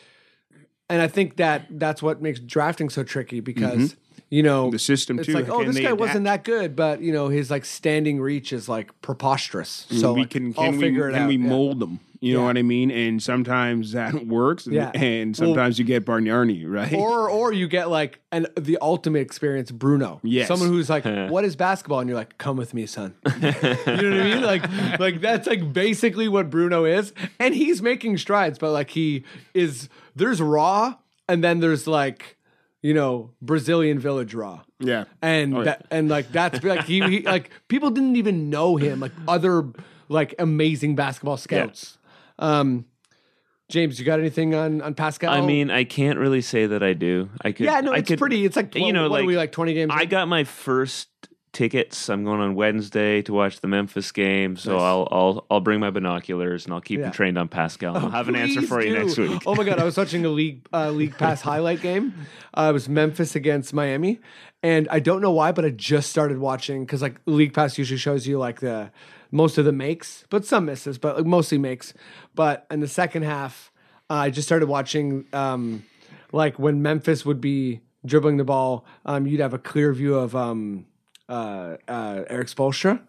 Speaker 3: and I think that that's what makes drafting so tricky because you know
Speaker 6: Mm-hmm. The system
Speaker 3: It's
Speaker 6: too.
Speaker 3: like, oh,
Speaker 6: Can
Speaker 3: this
Speaker 6: they
Speaker 3: guy wasn't that good, but you know his like standing reach is like preposterous. So
Speaker 6: Mm-hmm. we
Speaker 3: like,
Speaker 6: can
Speaker 3: I'll
Speaker 6: can we
Speaker 3: figure it
Speaker 6: can
Speaker 3: out.
Speaker 6: we
Speaker 3: Yeah.
Speaker 6: mold them? You know
Speaker 3: Yeah.
Speaker 6: what I mean? And sometimes that *laughs* works, and,
Speaker 3: Yeah.
Speaker 6: and
Speaker 3: Well-
Speaker 6: sometimes you get Bargnani, *laughs* right?
Speaker 3: Or or you get like an the ultimate experience, Bruno.
Speaker 6: Yes.
Speaker 3: Someone who's
Speaker 6: *laughs*
Speaker 3: like, what is basketball? And you're like, come with me, son. *laughs* you know what I mean? Like like that's like basically what Bruno is. And he's making strides, but like he is there's raw and then there's like, you know, Brazilian village raw.
Speaker 6: yeah,
Speaker 3: And
Speaker 6: Oh, yeah.
Speaker 3: that, and like that's like he, he like people didn't even know him, like other like amazing basketball scouts. Um James, you got anything on on Pascal?
Speaker 7: I mean, I can't really say that I do. I could.
Speaker 3: Yeah, no,
Speaker 7: I
Speaker 3: it's
Speaker 7: could-
Speaker 3: pretty. It's like
Speaker 7: you know,
Speaker 3: what
Speaker 7: like
Speaker 3: are we like twenty games?
Speaker 7: I
Speaker 3: in?
Speaker 7: got my first tickets. I'm going on Wednesday to watch the Memphis game, so I'll I'll I'll bring my binoculars and I'll keep
Speaker 3: Yeah. Oh,
Speaker 7: them trained on Pascal. I'll have an answer
Speaker 3: Please
Speaker 7: for you
Speaker 3: do.
Speaker 7: next week.
Speaker 3: Oh my god, I was watching a league uh, league pass highlight game. Uh, it was Memphis against Miami, and I don't know why, but I just started watching because like league pass usually shows you like the most of the makes, but some misses, but like, mostly makes. But in the second half, uh, I just started watching um, like when Memphis would be dribbling the
Speaker 7: Uh-huh.
Speaker 3: ball, um, you'd have a clear view of um, uh, uh, Eric Spolstra.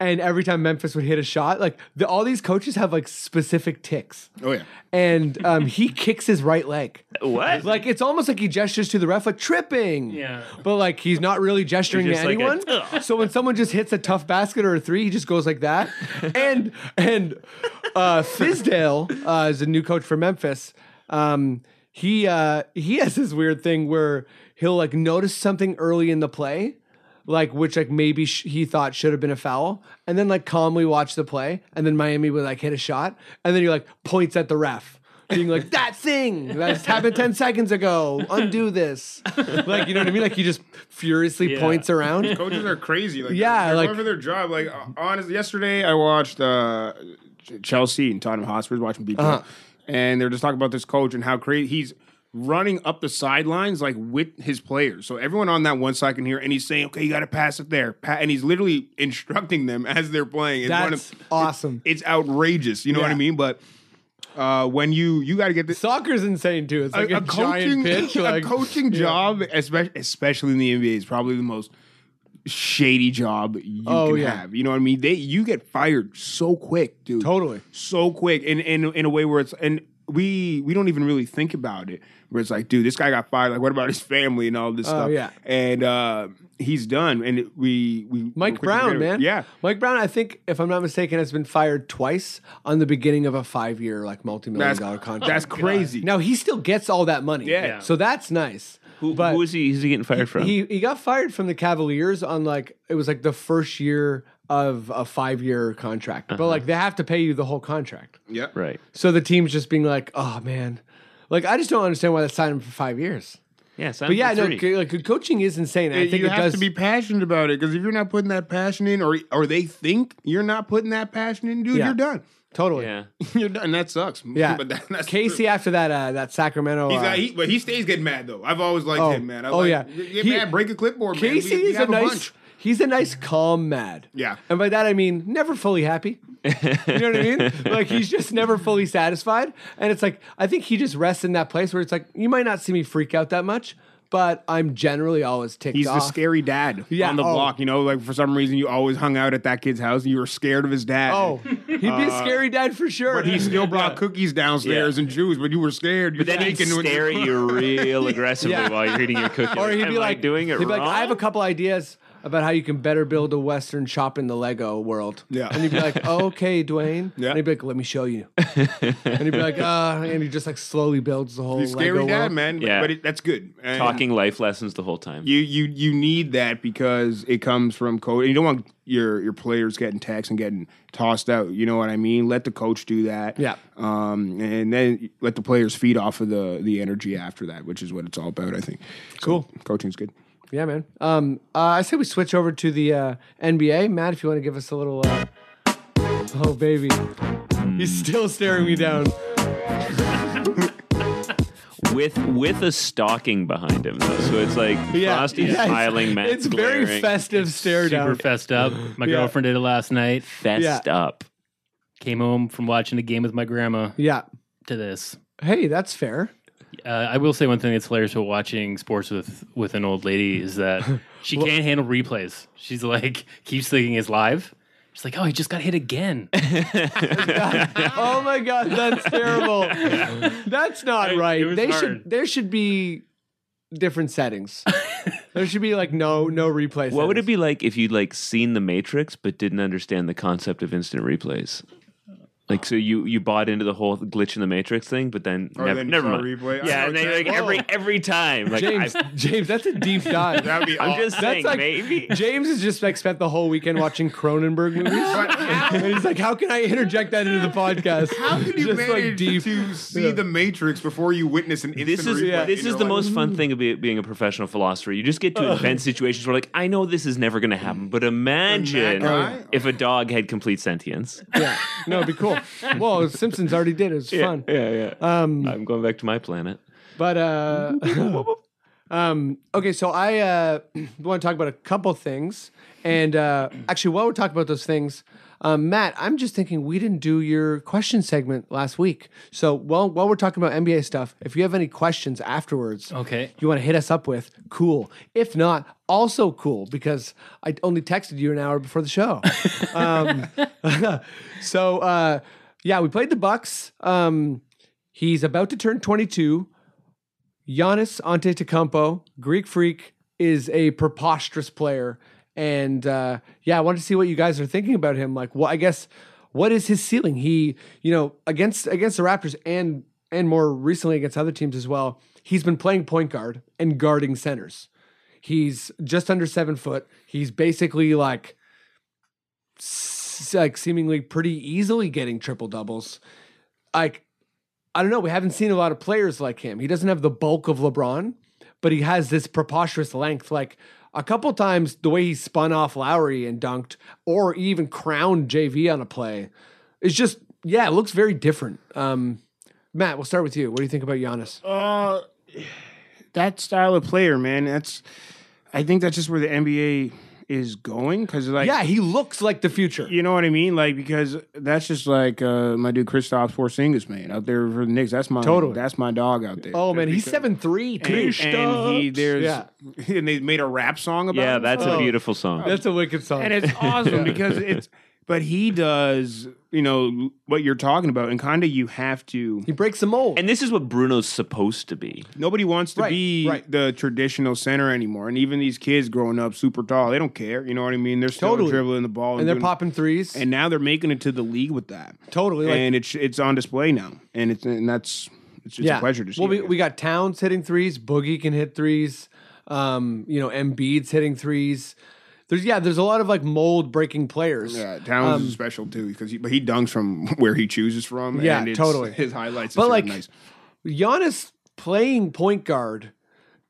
Speaker 3: and every time Memphis would hit a shot, like the, all these coaches have like specific ticks.
Speaker 6: Oh yeah.
Speaker 3: And um, he kicks his right leg.
Speaker 7: What?
Speaker 3: Like it's almost like he gestures to the ref like tripping.
Speaker 1: Yeah.
Speaker 3: But like he's not really gesturing
Speaker 7: He's
Speaker 3: to
Speaker 7: just like
Speaker 3: anyone.
Speaker 7: a, *laughs* "Ugh."
Speaker 3: so when someone just hits a tough basket or a three, he just goes
Speaker 7: *laughs*
Speaker 3: like that. and and uh Fizdale uh, is a new coach for Memphis. Um he uh he has this weird thing where he'll like notice something early in the play. Like which like maybe sh- he thought should have been a foul, and then like calmly watch the play, and then Miami would like hit a shot, and then he like points at the ref, being like *laughs* that thing that just happened 10 seconds ago undo this *laughs* like you know what i mean like he just furiously
Speaker 1: Yeah.
Speaker 3: points around
Speaker 6: Coaches are crazy. Like,
Speaker 3: Yeah,
Speaker 6: they're
Speaker 3: like-
Speaker 6: going for their job. Like uh, honestly, yesterday I watched uh, Ch- Chelsea and Tottenham Hotspurs watching BK,
Speaker 3: Uh-huh.
Speaker 6: and they're just talking about this coach and how crazy he's running up the sidelines like with his players. So everyone on that one side can hear, and he's saying, "Okay, you got to pass it there," pa-, and he's literally instructing them as they're playing. It's one *laughs*
Speaker 3: that's
Speaker 6: of-
Speaker 3: awesome
Speaker 6: it's outrageous. You know what I
Speaker 3: Yeah.
Speaker 6: mean? But uh, when you you got to get this.
Speaker 3: soccer's insane too it's like a, giant pitch like
Speaker 6: *laughs* a coaching job, especially especially in the NBA, is probably the most shady job you
Speaker 3: Oh,
Speaker 6: can
Speaker 3: yeah.
Speaker 6: have. You know what I mean? They you get fired so quick, dude.
Speaker 3: Totally.
Speaker 6: so quick, and in, in a way where it's and we we don't even really think about it. Where it's like, dude, this guy got fired. Like, what about his family and all this stuff?
Speaker 3: Oh, yeah.
Speaker 6: and uh, he's done. And we we
Speaker 3: mike
Speaker 6: quickly
Speaker 3: brown
Speaker 6: figured-
Speaker 3: man
Speaker 6: yeah.
Speaker 3: mike brown i think if i'm not mistaken has been fired twice on the beginning of a five-year like multi-million
Speaker 6: That's,
Speaker 3: dollar contract
Speaker 6: that's crazy.
Speaker 3: now he still gets all that money
Speaker 6: Yeah.
Speaker 3: so that's nice
Speaker 7: Who,
Speaker 3: but-
Speaker 7: who is he? Who's he getting fired from?
Speaker 3: He he got fired from the Cavaliers on like it was like the first year of a five year contract,
Speaker 6: Uh-huh.
Speaker 3: but like they have to pay you the whole contract.
Speaker 6: yeah,
Speaker 7: right.
Speaker 3: So the team's just being like, oh man, like I just don't understand why they signed him for five years.
Speaker 7: Yeah. Sign
Speaker 3: But yeah,
Speaker 7: for
Speaker 3: no,
Speaker 7: three.
Speaker 3: co- like co- coaching is insane. and I think
Speaker 6: you
Speaker 3: it
Speaker 6: have
Speaker 3: does.
Speaker 6: to be passionate about it because if you're not putting that passion in, or or they think you're not putting that passion in, dude,
Speaker 3: Yeah.
Speaker 6: you're done.
Speaker 3: totally.
Speaker 7: yeah.
Speaker 6: *laughs* You're done. That sucks.
Speaker 3: Yeah.
Speaker 6: *laughs* but that, that's
Speaker 3: Casey
Speaker 6: true.
Speaker 3: after that uh, that Sacramento.
Speaker 6: He's
Speaker 3: uh,
Speaker 6: got- he, but he stays getting mad though. I've always liked
Speaker 3: Oh.
Speaker 6: him, man. I
Speaker 3: Oh,
Speaker 6: like,
Speaker 3: yeah.
Speaker 6: get
Speaker 3: He-
Speaker 6: mad, break a clipboard. man.
Speaker 3: Casey
Speaker 6: We- we
Speaker 3: is a
Speaker 6: have
Speaker 3: nice.
Speaker 6: bunch.
Speaker 3: He's a nice, calm mad.
Speaker 6: Yeah.
Speaker 3: and by that I mean never fully happy. you know what I mean? Like he's just never fully satisfied, and it's like I think he just rests in that place where it's like you might not see me freak out that much, but I'm generally always ticked
Speaker 6: He's the
Speaker 3: off.
Speaker 6: scary dad
Speaker 3: Yeah,
Speaker 6: on the
Speaker 3: oh.
Speaker 6: block. You know, like for some reason you always hung out at that kid's house. and You were scared of his dad. Uh,
Speaker 3: oh, he'd be a scary dad for sure.
Speaker 6: But he still brought cookies downstairs
Speaker 7: Yeah.
Speaker 6: and juice, but you were scared. You're
Speaker 7: But then he'd
Speaker 6: shaking when-
Speaker 7: stare at you
Speaker 6: *laughs*
Speaker 7: real aggressively
Speaker 3: Yeah.
Speaker 7: while you're eating your cookie.
Speaker 3: or he'd
Speaker 7: Am
Speaker 3: be
Speaker 7: I
Speaker 3: like
Speaker 7: doing it
Speaker 3: He'd be
Speaker 7: wrong.
Speaker 3: like, I have a couple ideas about how you can better build a Western shop in the Lego world.
Speaker 6: Yeah.
Speaker 3: and he'd be
Speaker 6: *laughs*
Speaker 3: like, okay, Dwayne.
Speaker 6: Yeah.
Speaker 3: and he'd be like, let me show you. and he'd be like, uh, and he just like slowly builds the whole
Speaker 6: He's a
Speaker 3: Lego
Speaker 6: scary dad,
Speaker 3: world.
Speaker 6: man.
Speaker 7: Yeah.
Speaker 6: But it, that's good. And-
Speaker 7: talking life lessons the whole time.
Speaker 6: You you you need that because it comes from coach. You don't want your your players getting taxed and getting tossed out. You know what I mean? Let the coach do that.
Speaker 3: Yeah.
Speaker 6: Um, and then let the players feed off of the the energy after that, which is what it's all about. I think. Cool. Coaching's good.
Speaker 3: Yeah, man. Um, uh, I say we switch over to the uh, NBA. Matt, if you want to give us a little. Uh... Oh, baby.
Speaker 7: Hmm.
Speaker 3: He's still staring me down.
Speaker 7: with with a stocking behind him though. So it's like
Speaker 3: Yeah.
Speaker 7: Frosty
Speaker 3: yeah, it's-
Speaker 7: smiling, Matt
Speaker 3: It's very
Speaker 7: glaring,
Speaker 3: festive stare
Speaker 1: Super
Speaker 3: down.
Speaker 1: fessed up. My
Speaker 3: Yeah.
Speaker 1: girlfriend did it last night.
Speaker 7: fessed up.
Speaker 1: Came home from watching a game with my grandma
Speaker 3: yeah.
Speaker 1: to this.
Speaker 3: Hey, that's fair.
Speaker 1: Uh, I will say one thing that's hilarious about watching sports with with an old lady
Speaker 3: *laughs*
Speaker 1: is that she can't handle replays. She's like keeps thinking it's live. She's like, oh, he just got
Speaker 3: *laughs*
Speaker 1: hit again.
Speaker 3: oh my god, that's terrible. That's not
Speaker 1: It-
Speaker 3: right.
Speaker 1: it was
Speaker 3: they
Speaker 1: hard.
Speaker 3: should there should be different settings. there should be like no no replay.
Speaker 7: What would it be like if you'd like seen The Matrix but didn't understand the concept of instant replays? Like so you you bought into the whole glitch in the Matrix thing, but then,
Speaker 6: Or
Speaker 7: nev-
Speaker 6: then
Speaker 7: never
Speaker 6: saw a
Speaker 7: mind.
Speaker 6: replay. I
Speaker 7: Yeah,
Speaker 6: know
Speaker 7: and then you're
Speaker 6: exactly-
Speaker 7: like every every time. Like
Speaker 3: James,
Speaker 7: I,
Speaker 3: James, that's a deep dive.
Speaker 6: That would *laughs* be.
Speaker 7: I'm
Speaker 6: aw-
Speaker 7: just
Speaker 3: That's
Speaker 7: saying,
Speaker 3: like-
Speaker 7: maybe.
Speaker 3: James has just like spent the whole weekend watching Cronenberg movies. and he's like, how can I interject that into the podcast?
Speaker 6: How *laughs* can you
Speaker 3: just
Speaker 6: manage
Speaker 3: like deep.
Speaker 6: to see
Speaker 3: Yeah.
Speaker 6: the Matrix before you witness an instant
Speaker 7: This is
Speaker 6: replay in
Speaker 7: this
Speaker 6: your
Speaker 7: is the
Speaker 6: life?
Speaker 7: most fun thing about being a professional philosopher. You just get to invent situations where, like, I know this is never going to happen, but imagine
Speaker 6: guy?
Speaker 7: if a dog had complete sentience.
Speaker 3: Yeah. No, it'd be cool. Well, Simpsons already did. It was fun.
Speaker 7: yeah, yeah. Um, I'm going back to my planet.
Speaker 3: But uh *laughs* um okay, so I *clears throat* uh want to talk about a couple things and uh actually while we're talking about those things, Um, Matt, I'm just thinking we didn't do your question segment last week. So while while we're talking about NBA stuff, if you have any questions afterwards,
Speaker 1: Okay.
Speaker 3: you want to hit us up with, cool. If not, also cool because I only texted you an hour before the show. um, *laughs* so uh, yeah, we played the Bucks. Um, he's about to turn 22. Giannis Antetokounmpo, Greek freak, is a preposterous player, and uh, yeah, I wanted to see what you guys are thinking about him. Like, well, I guess what is his ceiling? He, you know, against against the Raptors and and more recently against other teams as well, he's been playing point guard and guarding centers. He's just under seven foot. He's basically like, s- like seemingly pretty easily getting triple doubles. Like I don't know. We haven't seen a lot of players like him. He doesn't have the bulk of LeBron, but he has this preposterous length. Like a couple times, the way he spun off Lowry and dunked, or even crowned JV on a play, it's just yeah, it looks very different. Um, Matt, we'll start with you. What do you think about Giannis?
Speaker 6: Uh, that style of player, man. That's I think that's just where the NBA is going because like
Speaker 3: yeah, he looks like the future.
Speaker 6: You know what I mean? Like because that's just like uh, my dude Kristaps Porzingis, man, out there for the Knicks. That's my
Speaker 3: Totally.
Speaker 6: That's my dog out there.
Speaker 3: oh man, he's seven three too.
Speaker 6: and, and he there's
Speaker 3: Yeah.
Speaker 6: *laughs* and they made a rap song about.
Speaker 7: Yeah,
Speaker 6: him.
Speaker 7: that's
Speaker 3: Oh.
Speaker 7: a beautiful song.
Speaker 3: That's a wicked song.
Speaker 7: *laughs*
Speaker 6: and it's awesome because it's. But he does, you know, what you're talking about, and kind of you have to.
Speaker 3: he breaks the mold.
Speaker 7: and this is what Bruno's supposed to be.
Speaker 6: Nobody wants to
Speaker 3: Right,
Speaker 6: be
Speaker 3: right.
Speaker 6: the traditional center anymore. And even these kids growing up super tall, they don't care. You know what I mean? They're still
Speaker 3: Totally.
Speaker 6: dribbling the ball.
Speaker 3: and they're
Speaker 6: doing-
Speaker 3: popping threes.
Speaker 6: And now they're making it to the league with that.
Speaker 3: totally. Like,
Speaker 6: and it's it's on display now. And it's and that's it's just a pleasure to see.
Speaker 3: Well, we,
Speaker 6: it.
Speaker 3: we got Towns hitting threes. Boogie can hit threes. Um, you know, Embiid's hitting threes. There's yeah, there's a lot of like mold breaking players.
Speaker 6: yeah, Uh, Towns
Speaker 3: Um,
Speaker 6: is special too because he, but he dunks from *laughs* where he chooses from.
Speaker 3: Yeah,
Speaker 6: and it's,
Speaker 3: totally.
Speaker 6: His highlights,
Speaker 3: But,
Speaker 6: but
Speaker 3: like,
Speaker 6: like, nice.
Speaker 3: Giannis playing point guard.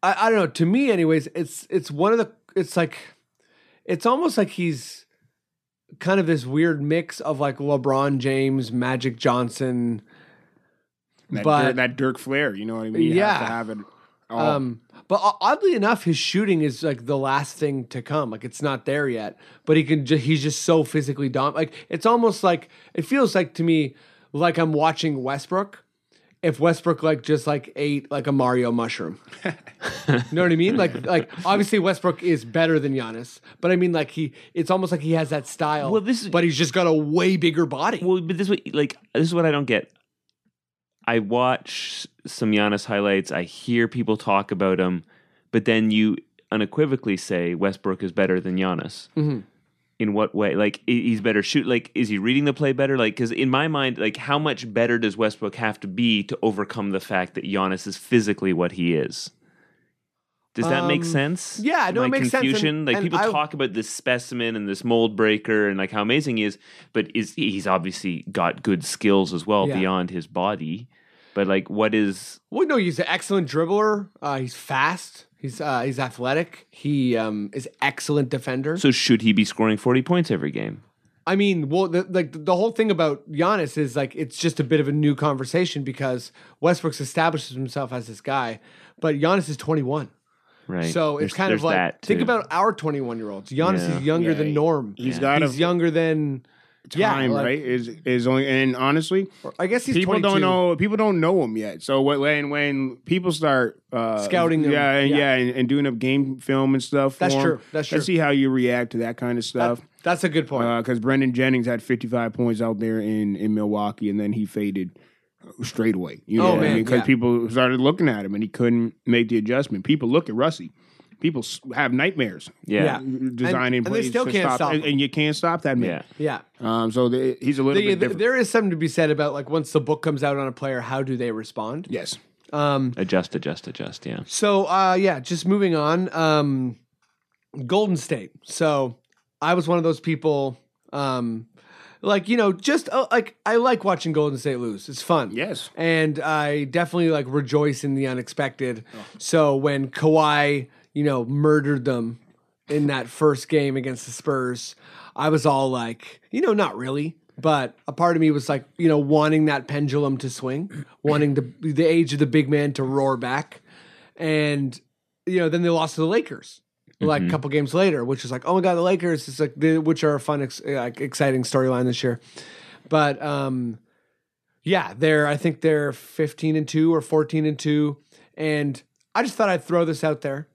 Speaker 3: I, I don't know. To me, anyways, it's it's one of the it's like it's almost like he's kind of this weird mix of like LeBron James, Magic Johnson.
Speaker 6: That,
Speaker 3: but-
Speaker 6: Dirk, that Dirk Flair, you know what I mean? You have
Speaker 3: Yeah.
Speaker 6: to have it. All.
Speaker 7: Oh.
Speaker 3: Um, but o- oddly enough, his shooting is like the last thing to come. Like it's not there yet, but he can. Ju- he's just so physically dom. Like it's almost like it feels like to me like I'm watching Westbrook. If Westbrook like just like ate like a
Speaker 7: *laughs*
Speaker 3: Mario mushroom, you know what I mean? Like like obviously Westbrook is better than Giannis, but I mean like he. It's almost like he has that style.
Speaker 7: Well, this is-
Speaker 3: but he's just got a way bigger body.
Speaker 7: Well, but this way, like this is what I don't get. I watch some Giannis highlights. I hear people talk about him, but then you unequivocally say Westbrook is better than Giannis.
Speaker 3: Mm-hmm.
Speaker 7: In what way? Like i- he's better shoot. Like is he reading the play better? Like because in my mind, like how much better does Westbrook have to be to overcome the fact that Giannis is physically what he is? Does that make
Speaker 3: Um,
Speaker 7: sense?
Speaker 3: yeah, no, it
Speaker 7: My
Speaker 3: makes sense, and-
Speaker 7: confusion. like
Speaker 3: and
Speaker 7: people
Speaker 3: I-
Speaker 7: talk talk about this specimen and this mold breaker and like how amazing he is, but is he's obviously got good skills as well
Speaker 3: Yeah.
Speaker 7: beyond his body. But like, what is?
Speaker 3: Well, no, he's an excellent dribbler. Uh, he's fast. He's uh, he's athletic. He um, is excellent defender.
Speaker 7: So should he be scoring forty points every game?
Speaker 3: I mean, well, the, like the whole thing about Giannis is like it's just a bit of a new conversation because Westbrook's establishes himself as this guy, but Giannis is 21,
Speaker 7: Right.
Speaker 3: so
Speaker 7: There's-
Speaker 3: it's kind of
Speaker 7: there's
Speaker 3: like
Speaker 7: that
Speaker 3: think
Speaker 7: too.
Speaker 3: about our 21 year olds. Giannis
Speaker 7: Yeah.
Speaker 3: is younger
Speaker 6: Yeah,
Speaker 3: than
Speaker 6: he-
Speaker 3: Norm.
Speaker 6: he's
Speaker 3: He's,
Speaker 6: got a
Speaker 3: younger than yeah,
Speaker 6: time,
Speaker 3: like-
Speaker 6: right? Is is only and honestly,
Speaker 3: I guess he's
Speaker 6: people
Speaker 3: 22.
Speaker 6: don't know people don't know him yet. So what when when people start uh,
Speaker 3: Scouting him,
Speaker 6: yeah, and,
Speaker 3: yeah.
Speaker 6: yeah, and, and doing up game film and stuff.
Speaker 3: That's
Speaker 6: for him,
Speaker 3: true, that's true.
Speaker 6: Let's see how you react to that kind
Speaker 3: That-
Speaker 6: of stuff.
Speaker 3: that's a good point.
Speaker 6: Because Brendan Uh, Jennings had 55 points out there in in Milwaukee, and then he faded straight away. You
Speaker 3: Oh,
Speaker 6: know,
Speaker 3: man,
Speaker 6: because
Speaker 3: yeah.
Speaker 6: people started looking at him, and he couldn't make the adjustment. People look at Russie. People s- have nightmares Mm-hmm.
Speaker 7: yeah,
Speaker 6: designing
Speaker 3: and they
Speaker 6: plays
Speaker 3: still
Speaker 6: to
Speaker 3: can't stop
Speaker 6: and,
Speaker 3: him.
Speaker 6: and you can't stop that
Speaker 7: yeah.
Speaker 6: man.
Speaker 3: yeah.
Speaker 6: Um, so the, he's a little
Speaker 3: They-
Speaker 6: bit different.
Speaker 3: there is something to be said about like once the book comes out on a player, how do they respond?
Speaker 6: yes.
Speaker 7: Adjust, adjust, adjust. Yeah.
Speaker 3: So uh, yeah, just moving on. Um, Golden State. So I was one of those people. Um, like you know, just uh, like I like watching Golden State lose. It's fun.
Speaker 6: Yes.
Speaker 3: And I definitely like rejoice in the unexpected. So when Kawhi, you know, murdered them in that first game against the Spurs, I was all like, you know, not really, but a part of me was like, you know, wanting that pendulum to swing, *clears throat* wanting the the age of the big man to roar back. And you know, then they lost to the Lakers. like a couple games later, which is like, oh my god, the Lakers is like, the, which are a fun, ex- like exciting storyline this year. But um, yeah, they're I think they're fifteen and two or fourteen and two, and I just thought I'd throw this out there.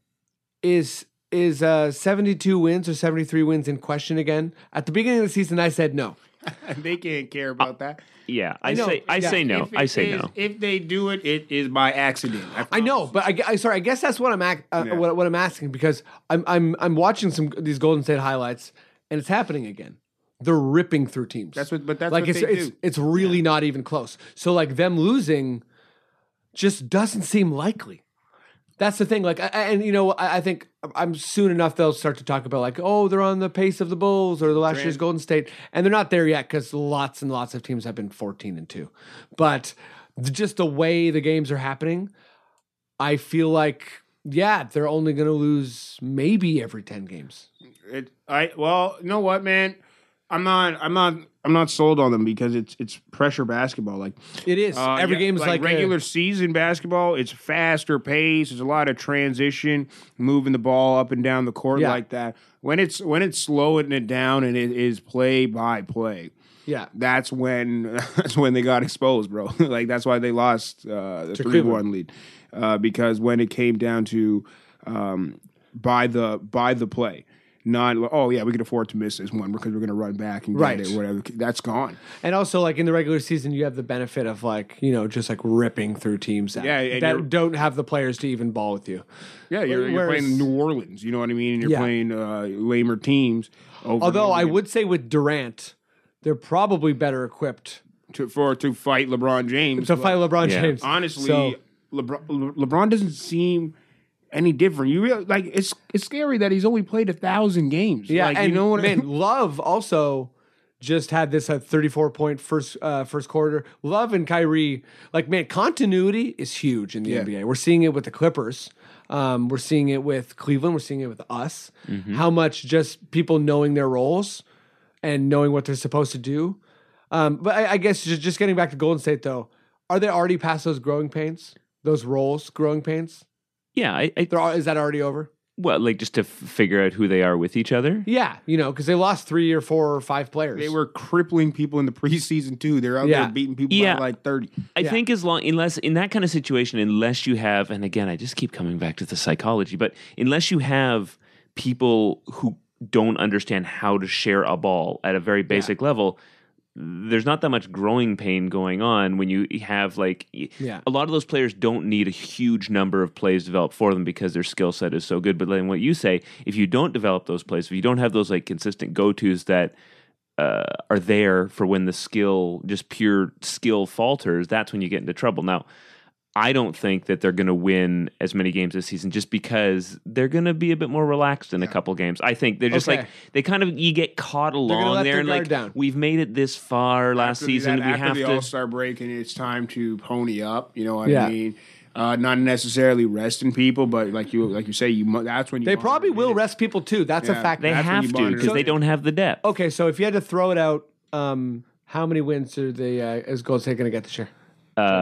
Speaker 3: Is is uh, seventy two wins or seventy three wins in question again? At the beginning of the season, I said no.
Speaker 6: *laughs* they can't care about that.
Speaker 7: Yeah, I,
Speaker 3: know,
Speaker 7: say I
Speaker 3: yeah,
Speaker 7: say no.
Speaker 6: If it
Speaker 7: I say
Speaker 6: is-
Speaker 7: no.
Speaker 6: If they do it, it is by accident.
Speaker 3: I know, but I, gue- I sorry. I guess that's what I'm ac- uh,
Speaker 6: Oh, Yeah.
Speaker 3: what, what I'm asking because I'm I'm I'm watching some these Golden State highlights and it's happening again. They're ripping through teams.
Speaker 6: That's what- but that's
Speaker 3: like
Speaker 6: what
Speaker 3: it's
Speaker 6: they
Speaker 3: it's
Speaker 6: do.
Speaker 3: it's really not even close. So like them losing just doesn't seem likely. That's the thing. Like, I, I- and you know, I, I think I'm soon enough they'll start to talk about like, oh, they're on the pace of the Bulls or the last year's Golden State, and they're not there yet because lots and lots of teams have been 14 and two, but th- just the way the games are happening, I feel like yeah, they're only going to lose maybe every 10 games.
Speaker 6: It, I well, you know what, man? I'm not. I'm not. I'm not sold on them because it's it's pressure basketball. Like
Speaker 3: It is
Speaker 6: uh,
Speaker 3: every
Speaker 6: yeah,
Speaker 3: game is like, a-
Speaker 6: regular season basketball. It's faster pace. There's a lot of transition, moving the ball up and down the court
Speaker 3: Yeah.
Speaker 6: like that. When it's when it's slowing it down and it is play by play.
Speaker 3: yeah.
Speaker 6: That's when *laughs* that's when they got exposed, bro. *laughs* like that's why they lost uh, the three one
Speaker 3: Cleveland.
Speaker 6: lead uh, because when it came down to um, by the by the play, not oh yeah we can afford to miss this one because we're going to run back and get
Speaker 3: Right.
Speaker 6: it whatever. That's gone.
Speaker 3: And also, like in the regular season, you have the benefit of like you know just like ripping through teams that,
Speaker 6: Yeah, and you're-
Speaker 3: that don't have the players to even ball with you.
Speaker 6: Yeah, you're, you're
Speaker 3: Whereas-
Speaker 6: playing New Orleans. You know what I mean? And you're
Speaker 3: Yeah.
Speaker 6: playing uh, lamer teams. Over and
Speaker 3: Although
Speaker 6: over
Speaker 3: I
Speaker 6: again
Speaker 3: would say with Durant, they're probably better equipped
Speaker 6: to, for to fight LeBron James.
Speaker 3: to
Speaker 6: but
Speaker 3: fight LeBron
Speaker 7: yeah.
Speaker 3: James.
Speaker 6: honestly,
Speaker 3: So-
Speaker 6: LeBron, Le- LeBron doesn't seem any different. You real like it's it's scary that he's only played a thousand games.
Speaker 3: yeah,
Speaker 6: like,
Speaker 3: and
Speaker 6: you know what
Speaker 3: man,
Speaker 6: I mean? *laughs*
Speaker 3: Love also just had this at 34 point first uh, first quarter. Love and Kyrie, like man, continuity is huge in the
Speaker 6: Yeah.
Speaker 3: NBA. We're seeing it with the Clippers. Um, we're seeing it with Cleveland. We're seeing it with us.
Speaker 6: Mm-hmm.
Speaker 7: Mm-hmm.
Speaker 3: How much just people knowing their roles and knowing what they're supposed to do. Um, but I, I guess just, just getting back to Golden State though, are they already past those growing pains? Those roles, growing pains.
Speaker 7: Yeah, I, I
Speaker 3: They're, al- is that already over?
Speaker 7: well, like just to f- figure out who they are with each other.
Speaker 3: Yeah, you know, because they lost three or four or five players.
Speaker 6: They were crippling people in the preseason too. They're out
Speaker 3: Yeah.
Speaker 6: there beating people
Speaker 7: Yeah.
Speaker 6: by like thirty.
Speaker 7: I
Speaker 3: Yeah.
Speaker 7: think as long unless in that kind of situation, unless you have, and again, I just keep coming back to the psychology, but unless you have people who don't understand how to share a ball at a very basic level, there's not that much growing pain going on when you have like y-
Speaker 3: Yeah.
Speaker 7: a lot of those players don't need a huge number of plays developed for them because their skill set is so good. But then what you say, if you don't develop those plays, if you don't have those like consistent go tos that uh, are there for when the skill, just pure skill falters, that's when you get into trouble. Now, I don't think that they're going to win as many games this season just because they're going to be a bit more relaxed in a couple games. I think they're just
Speaker 3: Okay.
Speaker 7: like, they kind of, you get caught
Speaker 3: gonna
Speaker 7: along
Speaker 3: let
Speaker 7: there
Speaker 3: their
Speaker 7: and
Speaker 3: guard
Speaker 7: like,
Speaker 3: down.
Speaker 7: we've made it this far last
Speaker 6: After
Speaker 7: season.
Speaker 6: that,
Speaker 7: we
Speaker 6: after
Speaker 7: have
Speaker 6: the
Speaker 7: to.
Speaker 6: All Star break, and it's time to pony up. You know what
Speaker 3: Yeah.
Speaker 6: I mean? Uh, not necessarily resting people, but like you like you say, you mu- that's when you
Speaker 3: They
Speaker 6: monitor
Speaker 3: probably will
Speaker 6: it.
Speaker 3: rest people too. That's
Speaker 6: Yeah.
Speaker 3: a fact.
Speaker 7: They
Speaker 6: That's when
Speaker 7: have
Speaker 6: you
Speaker 7: to
Speaker 6: monitor
Speaker 7: because they
Speaker 6: it.
Speaker 7: don't have the depth.
Speaker 3: okay, so if you had to throw it out, um, how many wins are they, uh, is Golden State going to get this year?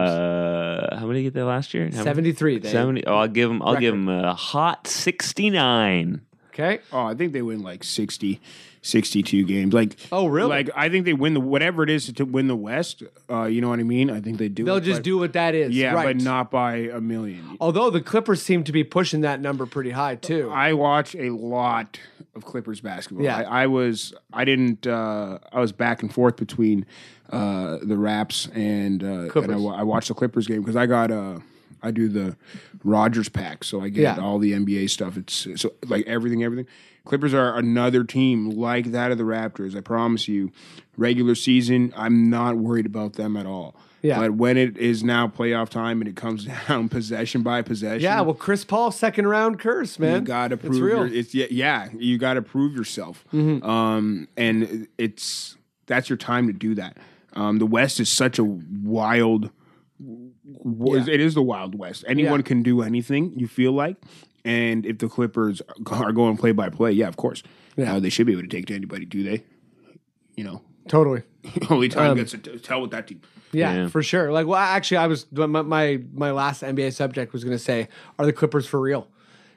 Speaker 7: Uh, how many did they last year? How many-
Speaker 3: 73. They,
Speaker 7: 70. Oh, I'll give them. I'll give them a hot sixty-nine.
Speaker 3: Okay.
Speaker 6: Oh, I think they win like 60, 62 games. Like
Speaker 3: Oh, really?
Speaker 6: Like I think they win the whatever it is to win the West. Uh, you know what I mean? I think they do.
Speaker 3: They'll
Speaker 6: it,
Speaker 3: just
Speaker 6: but-
Speaker 3: do what that is.
Speaker 6: yeah,
Speaker 3: right.
Speaker 6: but not by a million.
Speaker 3: Although the Clippers seem to be pushing that number pretty high too.
Speaker 6: I watch a lot of Clippers basketball.
Speaker 3: Yeah.
Speaker 6: I, I was I didn't uh, I was back and forth between uh, the Raps and, uh, and I,
Speaker 3: Clippers.
Speaker 6: wa- I watched the Clippers game because I got uh, I do the Rogers pack, so I get
Speaker 3: Yeah.
Speaker 6: all the NBA stuff. It's so like everything, everything. Clippers are another team like that of the Raptors. I promise you, regular season, I'm not worried about them at all.
Speaker 3: Yeah.
Speaker 6: But when it is now playoff time and it comes *laughs* down possession by possession,
Speaker 3: yeah, well, Chris Paul, second round curse, man.
Speaker 6: you gotta prove
Speaker 3: It's real. Mm-hmm.
Speaker 6: Your, it's yeah, yeah, you gotta prove yourself. Um, and it's that's your time to do that. Um, the West is such a wild. w- It is the Wild West. Anyone
Speaker 3: Yeah.
Speaker 6: can do anything. You feel like, and if the Clippers *laughs* are going play by play, yeah, of course, yeah, they should be able to take to anybody. Do they? You know, *laughs*
Speaker 3: totally.
Speaker 6: only
Speaker 3: Um,
Speaker 6: time gets to t- tell with that team.
Speaker 3: Yeah,
Speaker 7: Yeah.
Speaker 3: for sure. Like, well, actually, I was my my, my last NBA subject was going to say, are the Clippers for real?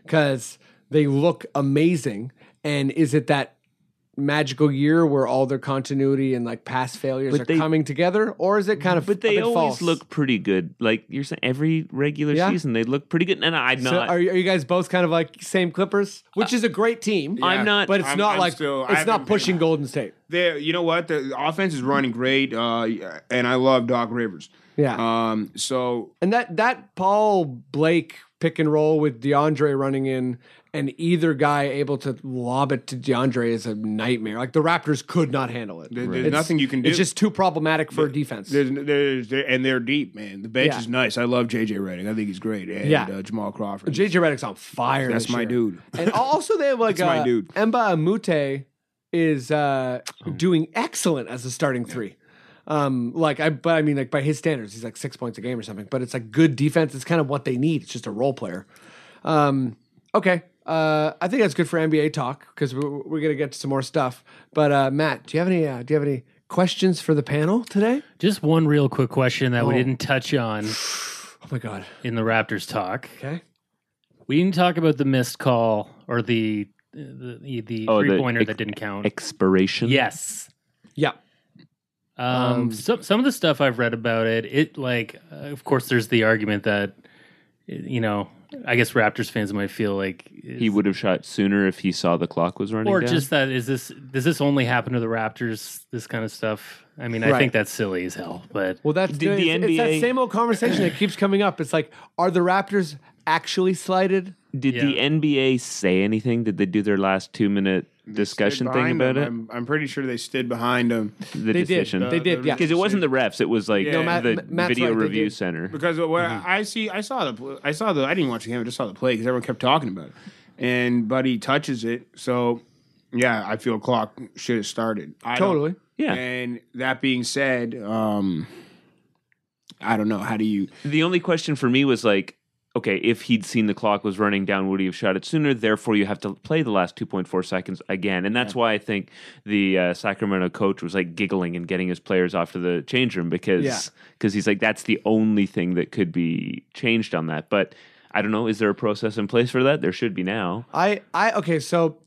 Speaker 3: Because they look amazing. And is it that magical year where all their continuity and like past failures
Speaker 7: But
Speaker 3: are
Speaker 7: they-
Speaker 3: coming together, or is it kind of
Speaker 7: But they
Speaker 3: a bit
Speaker 7: always
Speaker 3: false?
Speaker 7: look pretty good. Like you're saying, every regular
Speaker 3: Yeah.
Speaker 7: season they look pretty good. And I'm
Speaker 3: So
Speaker 7: not. Uh,
Speaker 3: are, you- are you guys both kind of like same Clippers, which is a great team?
Speaker 7: I'm not.
Speaker 3: but it's
Speaker 6: I'm-
Speaker 3: not
Speaker 6: I'm
Speaker 3: like
Speaker 6: still- I
Speaker 3: it's
Speaker 6: haven't
Speaker 3: not
Speaker 6: been-
Speaker 3: pushing Golden State.
Speaker 6: There, you know what? The offense is running great, uh, and I love Doc Rivers.
Speaker 3: Yeah,
Speaker 6: Um, so
Speaker 3: and that that Paul Blake pick and roll with DeAndre running in, and either guy able to lob it to DeAndre is a nightmare. Like the Raptors could not handle it.
Speaker 6: there- there's
Speaker 3: It's-
Speaker 6: nothing you can do.
Speaker 3: It's just too problematic for defense.
Speaker 6: There's, there's, there, and they're deep, man. The bench
Speaker 3: Yeah.
Speaker 6: is nice. I love JJ Redick. I think he's great. And
Speaker 3: Yeah.
Speaker 6: uh, Jamal Crawford.
Speaker 3: JJ Redick's on fire.
Speaker 6: That's
Speaker 3: this
Speaker 6: my
Speaker 3: year.
Speaker 6: dude.
Speaker 3: And also they have like
Speaker 6: That's my
Speaker 3: uh,
Speaker 6: dude. Hmm.
Speaker 3: Emba Amute is uh, doing excellent as a starting three. Um, like I, but I mean, like by his standards, he's like six points a game or something. But it's like good defense. It's kind of what they need. It's just a role player. Um, okay, uh, I think that's good for NBA talk because we're, we're gonna get to some more stuff. But uh, Matt, do you have any? Uh, do you have any questions for the panel today?
Speaker 1: Just one real quick question that we
Speaker 3: Oh.
Speaker 1: didn't touch on
Speaker 3: Oh my god.
Speaker 1: in the Raptors talk.
Speaker 3: Okay.
Speaker 1: We didn't talk about the missed call or the the the, the
Speaker 7: Oh, the
Speaker 1: three pointer
Speaker 7: ex-
Speaker 1: that didn't count.
Speaker 7: expiration.
Speaker 1: yes.
Speaker 3: Yeah.
Speaker 1: Um,
Speaker 3: Um,
Speaker 1: some some of the stuff I've read about it, it like, uh, of course, there's the argument that, you know, I guess Raptors fans might feel like
Speaker 7: He would have shot sooner if he saw the clock was running.
Speaker 1: or
Speaker 7: down.
Speaker 1: just that is this does this only happen to the Raptors? This kind of stuff. I mean, I
Speaker 3: Right.
Speaker 1: think that's silly as hell, but
Speaker 3: Well, that's
Speaker 7: Did the
Speaker 3: it's- it's that
Speaker 7: NBA
Speaker 3: same old conversation that keeps coming up. It's like, are the Raptors actually slighted?
Speaker 7: Did the
Speaker 1: Yeah.
Speaker 7: NBA say anything? Did they do their last two minute discussion thing about it?
Speaker 6: I'm, I'm pretty sure they stood behind him
Speaker 7: The
Speaker 3: They
Speaker 7: decision.
Speaker 3: did. They did. Yeah.
Speaker 7: Because it wasn't the refs. It was like
Speaker 6: Yeah. No, Matt-
Speaker 7: the
Speaker 3: Matt's
Speaker 7: video
Speaker 3: right, they
Speaker 7: review
Speaker 3: did.
Speaker 7: center.
Speaker 6: because where
Speaker 7: Mm-hmm.
Speaker 6: I see, I saw the, pl- I saw the, I didn't watch the game. I just saw the play because everyone kept talking about it, and Buddy touches it. So yeah, I feel clock should have started. I don't-
Speaker 3: Totally.
Speaker 7: Yeah.
Speaker 6: And that being said, um, I don't know. How do you?
Speaker 7: the only question for me was like, okay, if he'd seen the clock was running down, would he have shot it sooner? Therefore, you have to play the last 2.4 seconds again. And that's why I think the uh, Sacramento coach was like giggling and getting his players off to the change room because
Speaker 3: Yeah.
Speaker 7: cause he's like, that's the only thing that could be changed on that. But I don't know. Is there a process in place for that? There should be now.
Speaker 3: I, I, okay, so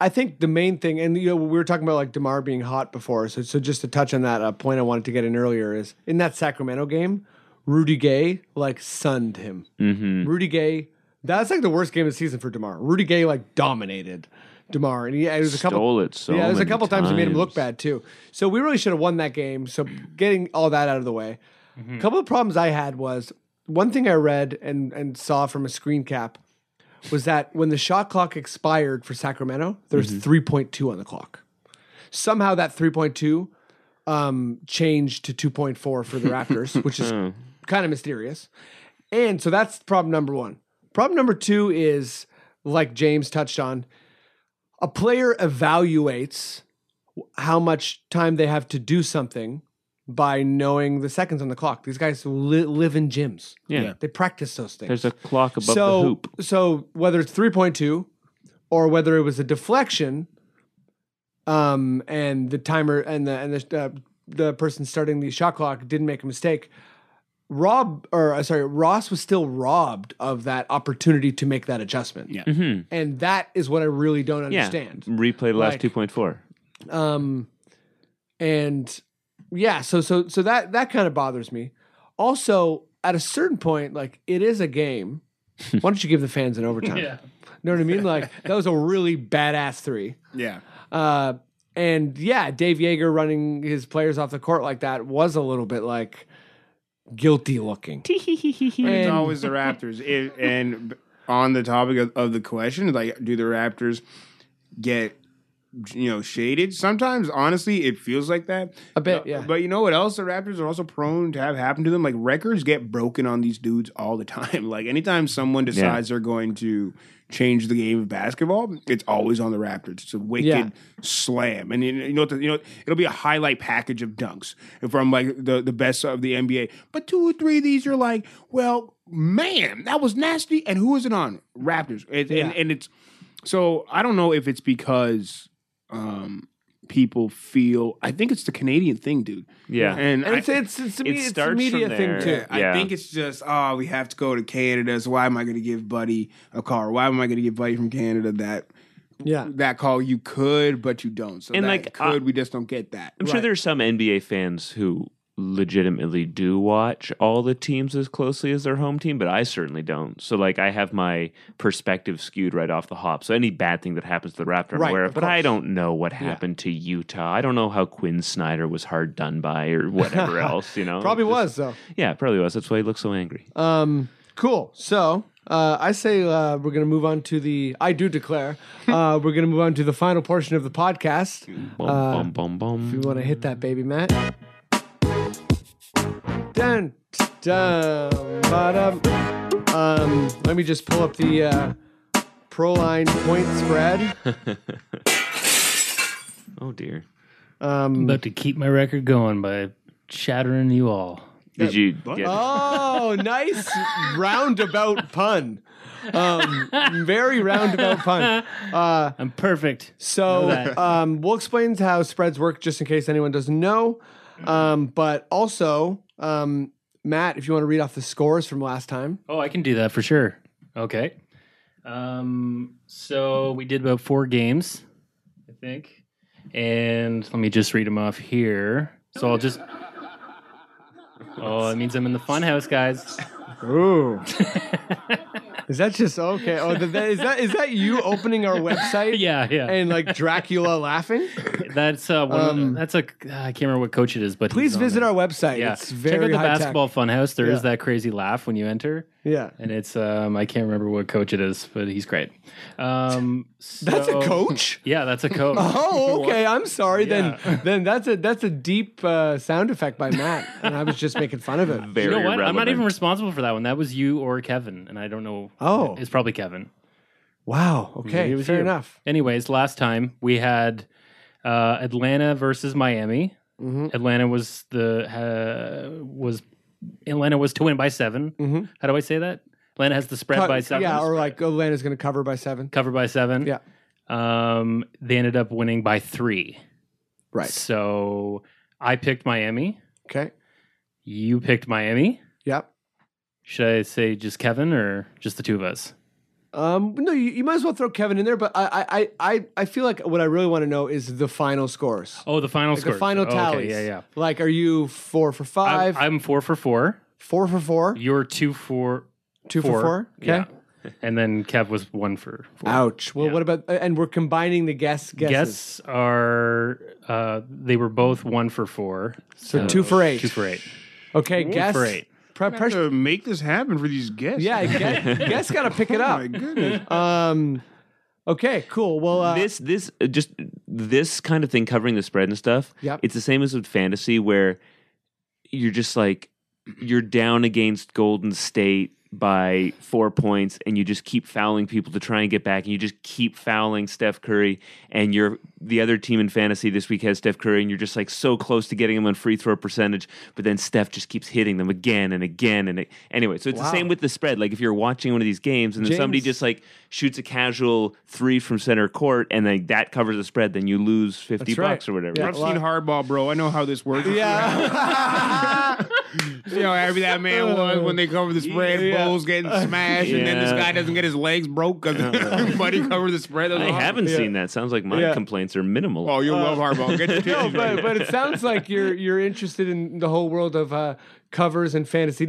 Speaker 3: I think the main thing, and you know, we were talking about like Demar being hot before, so so just to touch on that uh, point I wanted to get in earlier is in that Sacramento game, Rudy Gay like sunned him.
Speaker 7: Mm-hmm.
Speaker 3: Rudy Gay, that's like the worst game of the season for Demar. Rudy Gay like dominated Demar, and he it was a couple
Speaker 7: Stole it so
Speaker 3: yeah, there's a
Speaker 7: many
Speaker 3: couple times. he made him look
Speaker 7: times.
Speaker 3: bad too. So we really should have won that game. So getting all that out of the way.
Speaker 7: Mm-hmm.
Speaker 3: A couple of problems I had was one thing I read and and saw from a screen cap was that when the shot clock expired for Sacramento, there's
Speaker 7: Mm-hmm.
Speaker 3: 3.2 on the clock. Somehow that 3.2 um, changed to 2.4 for
Speaker 7: *laughs*
Speaker 3: the Raptors, which is
Speaker 7: Oh.
Speaker 3: kind of mysterious. And so that's problem number one. Problem number two is like James touched on, a player evaluates how much time they have to do something by knowing the seconds on the clock. These guys li- live in gyms.
Speaker 7: Yeah.
Speaker 3: They practice those things.
Speaker 7: There's a clock above
Speaker 3: so,
Speaker 7: the hoop.
Speaker 3: So whether it's 3.2 or whether it was a deflection um, and the timer and the and the, uh, the person starting the shot clock didn't make a mistake, Rob or uh, sorry, Ross was still robbed of that opportunity to make that adjustment.
Speaker 6: Yeah.
Speaker 7: Mm-hmm.
Speaker 3: And that is what I really don't
Speaker 7: Yeah.
Speaker 3: understand.
Speaker 7: Replay the last
Speaker 3: Like-
Speaker 7: 2.4.
Speaker 3: Um, and yeah, so so so that that kind of bothers me. Also, at a certain point, like it is
Speaker 7: *laughs*
Speaker 3: a game. Why don't you give the fans an overtime?
Speaker 1: Yeah.
Speaker 3: Know what I mean?
Speaker 6: *laughs*
Speaker 3: Like that was a really badass three.
Speaker 6: Yeah.
Speaker 3: Uh, and yeah, Dave Yeager running his players off the court like that was a little bit like guilty looking.
Speaker 6: It's
Speaker 3: And-
Speaker 6: always the Raptors. It, and b- on the topic of, of the question, like, do the Raptors get you know shaded? Sometimes, honestly, it feels like that
Speaker 3: A bit,
Speaker 6: But-
Speaker 3: yeah.
Speaker 6: But you know what else? The Raptors are also prone to have happen to them. Like records get broken on these dudes all the time. *laughs* Like anytime someone decides they're going to change the game of basketball, it's always on the Raptors. It's a wicked
Speaker 3: Yeah.
Speaker 6: slam, and you you know what the, you know it'll be a highlight package of dunks from like the the best of the NBA. But two or three of these, you're like, well, man, that was nasty. And who is it on? Raptors. It,
Speaker 3: Yeah.
Speaker 6: and, and it's so I don't know if it's because um, people feel. I think it's the Canadian thing, dude.
Speaker 7: Yeah.
Speaker 6: and,
Speaker 3: And
Speaker 6: I,
Speaker 3: it's it's it's, a me-
Speaker 7: it
Speaker 3: it's a
Speaker 7: starts
Speaker 3: media
Speaker 7: from
Speaker 3: thing
Speaker 7: there.
Speaker 3: too.
Speaker 7: Yeah.
Speaker 6: I think it's just oh, we have to go to Canada. So why am I going to give Buddy a call? Why am I going to give Buddy from Canada that
Speaker 3: Yeah.
Speaker 6: that call? You could, but you don't. So
Speaker 7: And,
Speaker 6: that
Speaker 7: like, uh,
Speaker 6: could
Speaker 7: I-
Speaker 6: we just don't get that?
Speaker 7: I'm sure there's some NBA fans who legitimately do watch all the teams as closely as their home team, but I certainly don't. So like I have my perspective skewed right off the hop. So any bad thing that happens to the Raptor I'm
Speaker 3: Right,
Speaker 7: aware
Speaker 3: of
Speaker 7: of, but I don't know what happened to Utah. I don't know how Quinn Snyder was hard done by or
Speaker 1: *laughs*
Speaker 7: whatever else, you know.
Speaker 3: Probably
Speaker 7: Just-
Speaker 3: was though.
Speaker 7: Yeah, probably was. That's why he looked so angry.
Speaker 1: Uh,
Speaker 3: Um, cool. So uh, I say uh, we're going to move on to the. I do declare uh, *laughs* we're going to move on to the final portion of the podcast.
Speaker 7: Bum, bum, bum,
Speaker 1: uh,
Speaker 7: bum.
Speaker 3: You want to hit that baby, Matt? Dun dun. Bottom. Um, let me just pull up the uh, Proline point spread. *laughs*
Speaker 7: oh dear.
Speaker 1: I'm about to keep my record going by shattering you all.
Speaker 7: Did you get
Speaker 1: Uh,
Speaker 3: Oh, nice roundabout pun. Um, very roundabout pun. Uh,
Speaker 1: I'm perfect.
Speaker 3: So
Speaker 1: Know
Speaker 3: *laughs*
Speaker 1: that.
Speaker 3: um, we'll explain how spreads work just in case anyone doesn't know. Um, but also, um, Matt, if you want to read off the scores from last time.
Speaker 1: Oh, I can do that for sure. Okay. Um, so we did about four games, I think. And let me just read them off here. So I'll just. Oh, it means I'm in the fun house, guys. *laughs*
Speaker 3: Ooh. is that just okay? Oh, th- that, is that is that you opening our website?
Speaker 1: *laughs* Yeah, yeah.
Speaker 3: And like Dracula laughing.
Speaker 1: That's uh, one.
Speaker 3: Um,
Speaker 1: of the, that's a. I can't remember what coach it is, but
Speaker 3: Please
Speaker 1: he's on
Speaker 3: visit
Speaker 1: there.
Speaker 3: our website.
Speaker 1: Yeah,
Speaker 3: It's very
Speaker 1: check out the
Speaker 3: high tech.
Speaker 1: basketball fun house. There is
Speaker 3: Yeah.
Speaker 1: that crazy laugh when you enter,
Speaker 3: Yeah,
Speaker 1: and it's um I can't remember what coach it is, but he's great. Um,
Speaker 3: *laughs* that's
Speaker 1: so-
Speaker 3: a coach.
Speaker 1: *laughs* Yeah, that's a coach. *laughs*
Speaker 3: Oh, okay. I'm sorry.
Speaker 1: Yeah. *laughs*
Speaker 3: Then, then that's a that's a deep uh, sound effect by Matt, and I was just making fun of it.
Speaker 1: *laughs*
Speaker 7: very
Speaker 1: You know what? I'm not
Speaker 7: relevant?
Speaker 1: even responsible for that one. That was you or Kevin, and I don't know.
Speaker 3: Oh.
Speaker 1: it's probably Kevin.
Speaker 3: Wow. Okay.
Speaker 1: Maybe it was
Speaker 3: Fair
Speaker 1: you.
Speaker 3: enough.
Speaker 1: Anyways, last time we had uh, Atlanta versus Miami.
Speaker 3: Mhm.
Speaker 1: Atlanta was the uh, was Atlanta was to win by 7
Speaker 3: Mhm.
Speaker 1: How do I say that? Atlanta has the spread by
Speaker 3: Co-
Speaker 1: seven.
Speaker 3: Yeah, or like Atlanta's going to cover by seven.
Speaker 1: cover by seven.
Speaker 3: Yeah.
Speaker 1: Um, they ended up winning by three.
Speaker 3: Right.
Speaker 1: So I picked Miami.
Speaker 3: Okay.
Speaker 1: You picked Miami.
Speaker 3: Yep.
Speaker 1: Should I say just Kevin or just the two of us?
Speaker 3: Um, no, you, you might as well throw Kevin in there, but I, I, I, I feel like what I really want to know is the final scores.
Speaker 1: Oh, the final
Speaker 3: like
Speaker 1: score.
Speaker 3: the final
Speaker 1: tally.
Speaker 3: tallies.
Speaker 1: yeah, yeah.
Speaker 3: Like, are you four for
Speaker 1: I'm-
Speaker 3: five,
Speaker 1: I'm, four for four.
Speaker 3: four for four,
Speaker 1: You're two for
Speaker 3: two for four? Okay.
Speaker 1: Yeah. and then Kev was one for four.
Speaker 3: Ouch. Well,
Speaker 1: Yeah.
Speaker 3: what about? And we're combining the guess guesses.
Speaker 1: Guess are uh, they were both one for four. So,
Speaker 3: two for eight.
Speaker 1: Two for eight.
Speaker 3: Okay. guess.
Speaker 1: for eight.
Speaker 3: Pre-
Speaker 6: Have
Speaker 3: pressure.
Speaker 6: to make this happen for these guests.
Speaker 3: *laughs*
Speaker 1: *laughs*
Speaker 3: Yeah. Guess, guess got to pick it
Speaker 6: Oh
Speaker 3: up.
Speaker 6: my goodness.
Speaker 3: Um. Okay. Cool. Well. Uh,
Speaker 7: this this uh, just this kind of thing covering the spread and stuff.
Speaker 3: Yep.
Speaker 7: It's the same as with fantasy where you're just like you're down against Golden State by four points and you just keep fouling people to try and get back and you just keep fouling Steph Curry and you're the other team in fantasy this week has Steph Curry and you're just like so close to getting him on free throw percentage but then Steph just keeps hitting them again and again and it- anyway so it's
Speaker 3: Wow.
Speaker 7: the same with the spread like if you're watching one of these games and then somebody
Speaker 3: James-
Speaker 7: just like shoots a casual three from center court and then that covers the spread then you lose 50
Speaker 3: That's right.
Speaker 7: bucks or whatever
Speaker 3: Yeah.
Speaker 6: *laughs* I've seen Hardball, bro. I know how this works. *laughs*
Speaker 3: yeah.
Speaker 6: You know, every that man was
Speaker 3: *laughs*
Speaker 6: when they cover the spread,
Speaker 3: Yeah.
Speaker 6: Bulls getting smashed, and then this
Speaker 7: Yeah.
Speaker 6: guy doesn't get his legs
Speaker 7: *laughs*
Speaker 6: broke because Buddy covered the spread.
Speaker 7: i haven't seen that sounds like my
Speaker 3: Yeah.
Speaker 7: complaints are minimal
Speaker 6: Oh, you love
Speaker 3: *laughs*
Speaker 6: Hardball. Get your
Speaker 7: *laughs*
Speaker 3: Uh, no,
Speaker 6: titties
Speaker 3: but
Speaker 6: ready.
Speaker 3: but it sounds like you're you're interested in the whole world of uh, covers and fantasy
Speaker 7: Uh,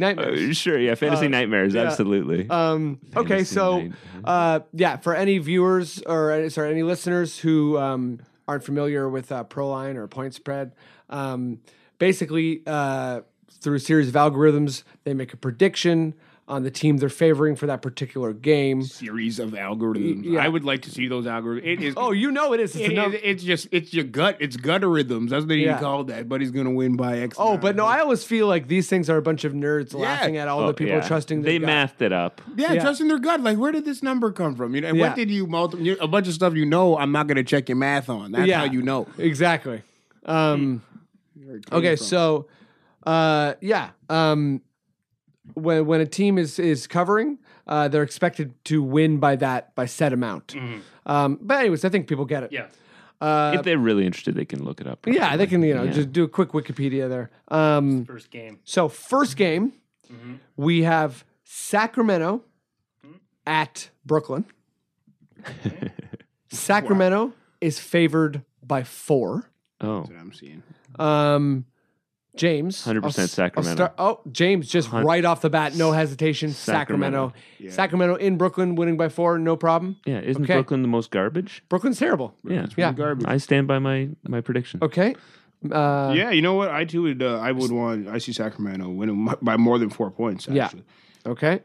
Speaker 7: *laughs*
Speaker 3: nightmares.
Speaker 7: sure yeah fantasy
Speaker 3: Uh,
Speaker 7: nightmares absolutely
Speaker 3: Um, okay,
Speaker 7: Fantasy
Speaker 3: so
Speaker 7: night, mhm.
Speaker 3: uh, yeah, for any viewers or uh, sorry, any listeners who um, aren't familiar with uh, Proline or Point Spread, um, basically uh, through a series of algorithms, they make a prediction on the team they're favoring for that particular game.
Speaker 6: series of algorithms.
Speaker 3: Yeah.
Speaker 6: I would like to see those algorithms. It is.
Speaker 3: Oh, you know it is. It's a
Speaker 6: It is-
Speaker 3: num-
Speaker 6: it's just it's your gut. It's gutter rhythms. That's what he
Speaker 3: Yeah.
Speaker 6: called that. But he's gonna win by X.
Speaker 3: Oh,
Speaker 6: amount.
Speaker 3: but no, I always feel like these things are a bunch of nerds laughing at all
Speaker 7: Oh,
Speaker 3: the people
Speaker 7: yeah.
Speaker 3: trusting their
Speaker 7: they
Speaker 3: gut.
Speaker 7: mathed it up
Speaker 6: yeah,
Speaker 3: yeah.
Speaker 6: trusting their gut. Like, where did this number come from? You know, and
Speaker 3: Yeah.
Speaker 6: what did you multiple? you- A bunch of stuff you know. I'm not gonna check your math on. That's
Speaker 3: Yeah.
Speaker 6: how you know.
Speaker 3: Exactly. Um, okay, so uh, yeah, um, when when a team is is covering, uh, they're expected to win by that by set amount. Um, but anyways, I think people get it.
Speaker 1: Yeah.
Speaker 3: Uh,
Speaker 7: if they're really interested, they can look it up.
Speaker 3: yeah, they can you know
Speaker 7: Yeah.
Speaker 3: just do a quick Wikipedia there. Um,
Speaker 1: First game.
Speaker 3: so first game, we have Sacramento at Brooklyn. Sacramento is favored by four.
Speaker 7: Oh,
Speaker 6: That's what I'm seeing.
Speaker 3: Um, James,
Speaker 7: 100%
Speaker 3: I'll s- I'll
Speaker 7: Sacramento.
Speaker 3: start- oh, James, just
Speaker 7: Hun-
Speaker 3: right off the bat, no hesitation. Sacramento,
Speaker 7: Sacramento.
Speaker 3: Sacramento, in Brooklyn, winning by four, no problem.
Speaker 7: yeah. Isn't
Speaker 3: Okay.
Speaker 7: Brooklyn the most garbage?
Speaker 3: Brooklyn's terrible.
Speaker 7: Yeah,
Speaker 3: Yeah.
Speaker 6: Garbage.
Speaker 7: I stand by my my prediction.
Speaker 3: Okay. Uh,
Speaker 6: yeah, you know what? I too would. Uh, I would want. I see Sacramento winning m- by more than four points.
Speaker 3: Yeah.
Speaker 6: Actually.
Speaker 3: Okay.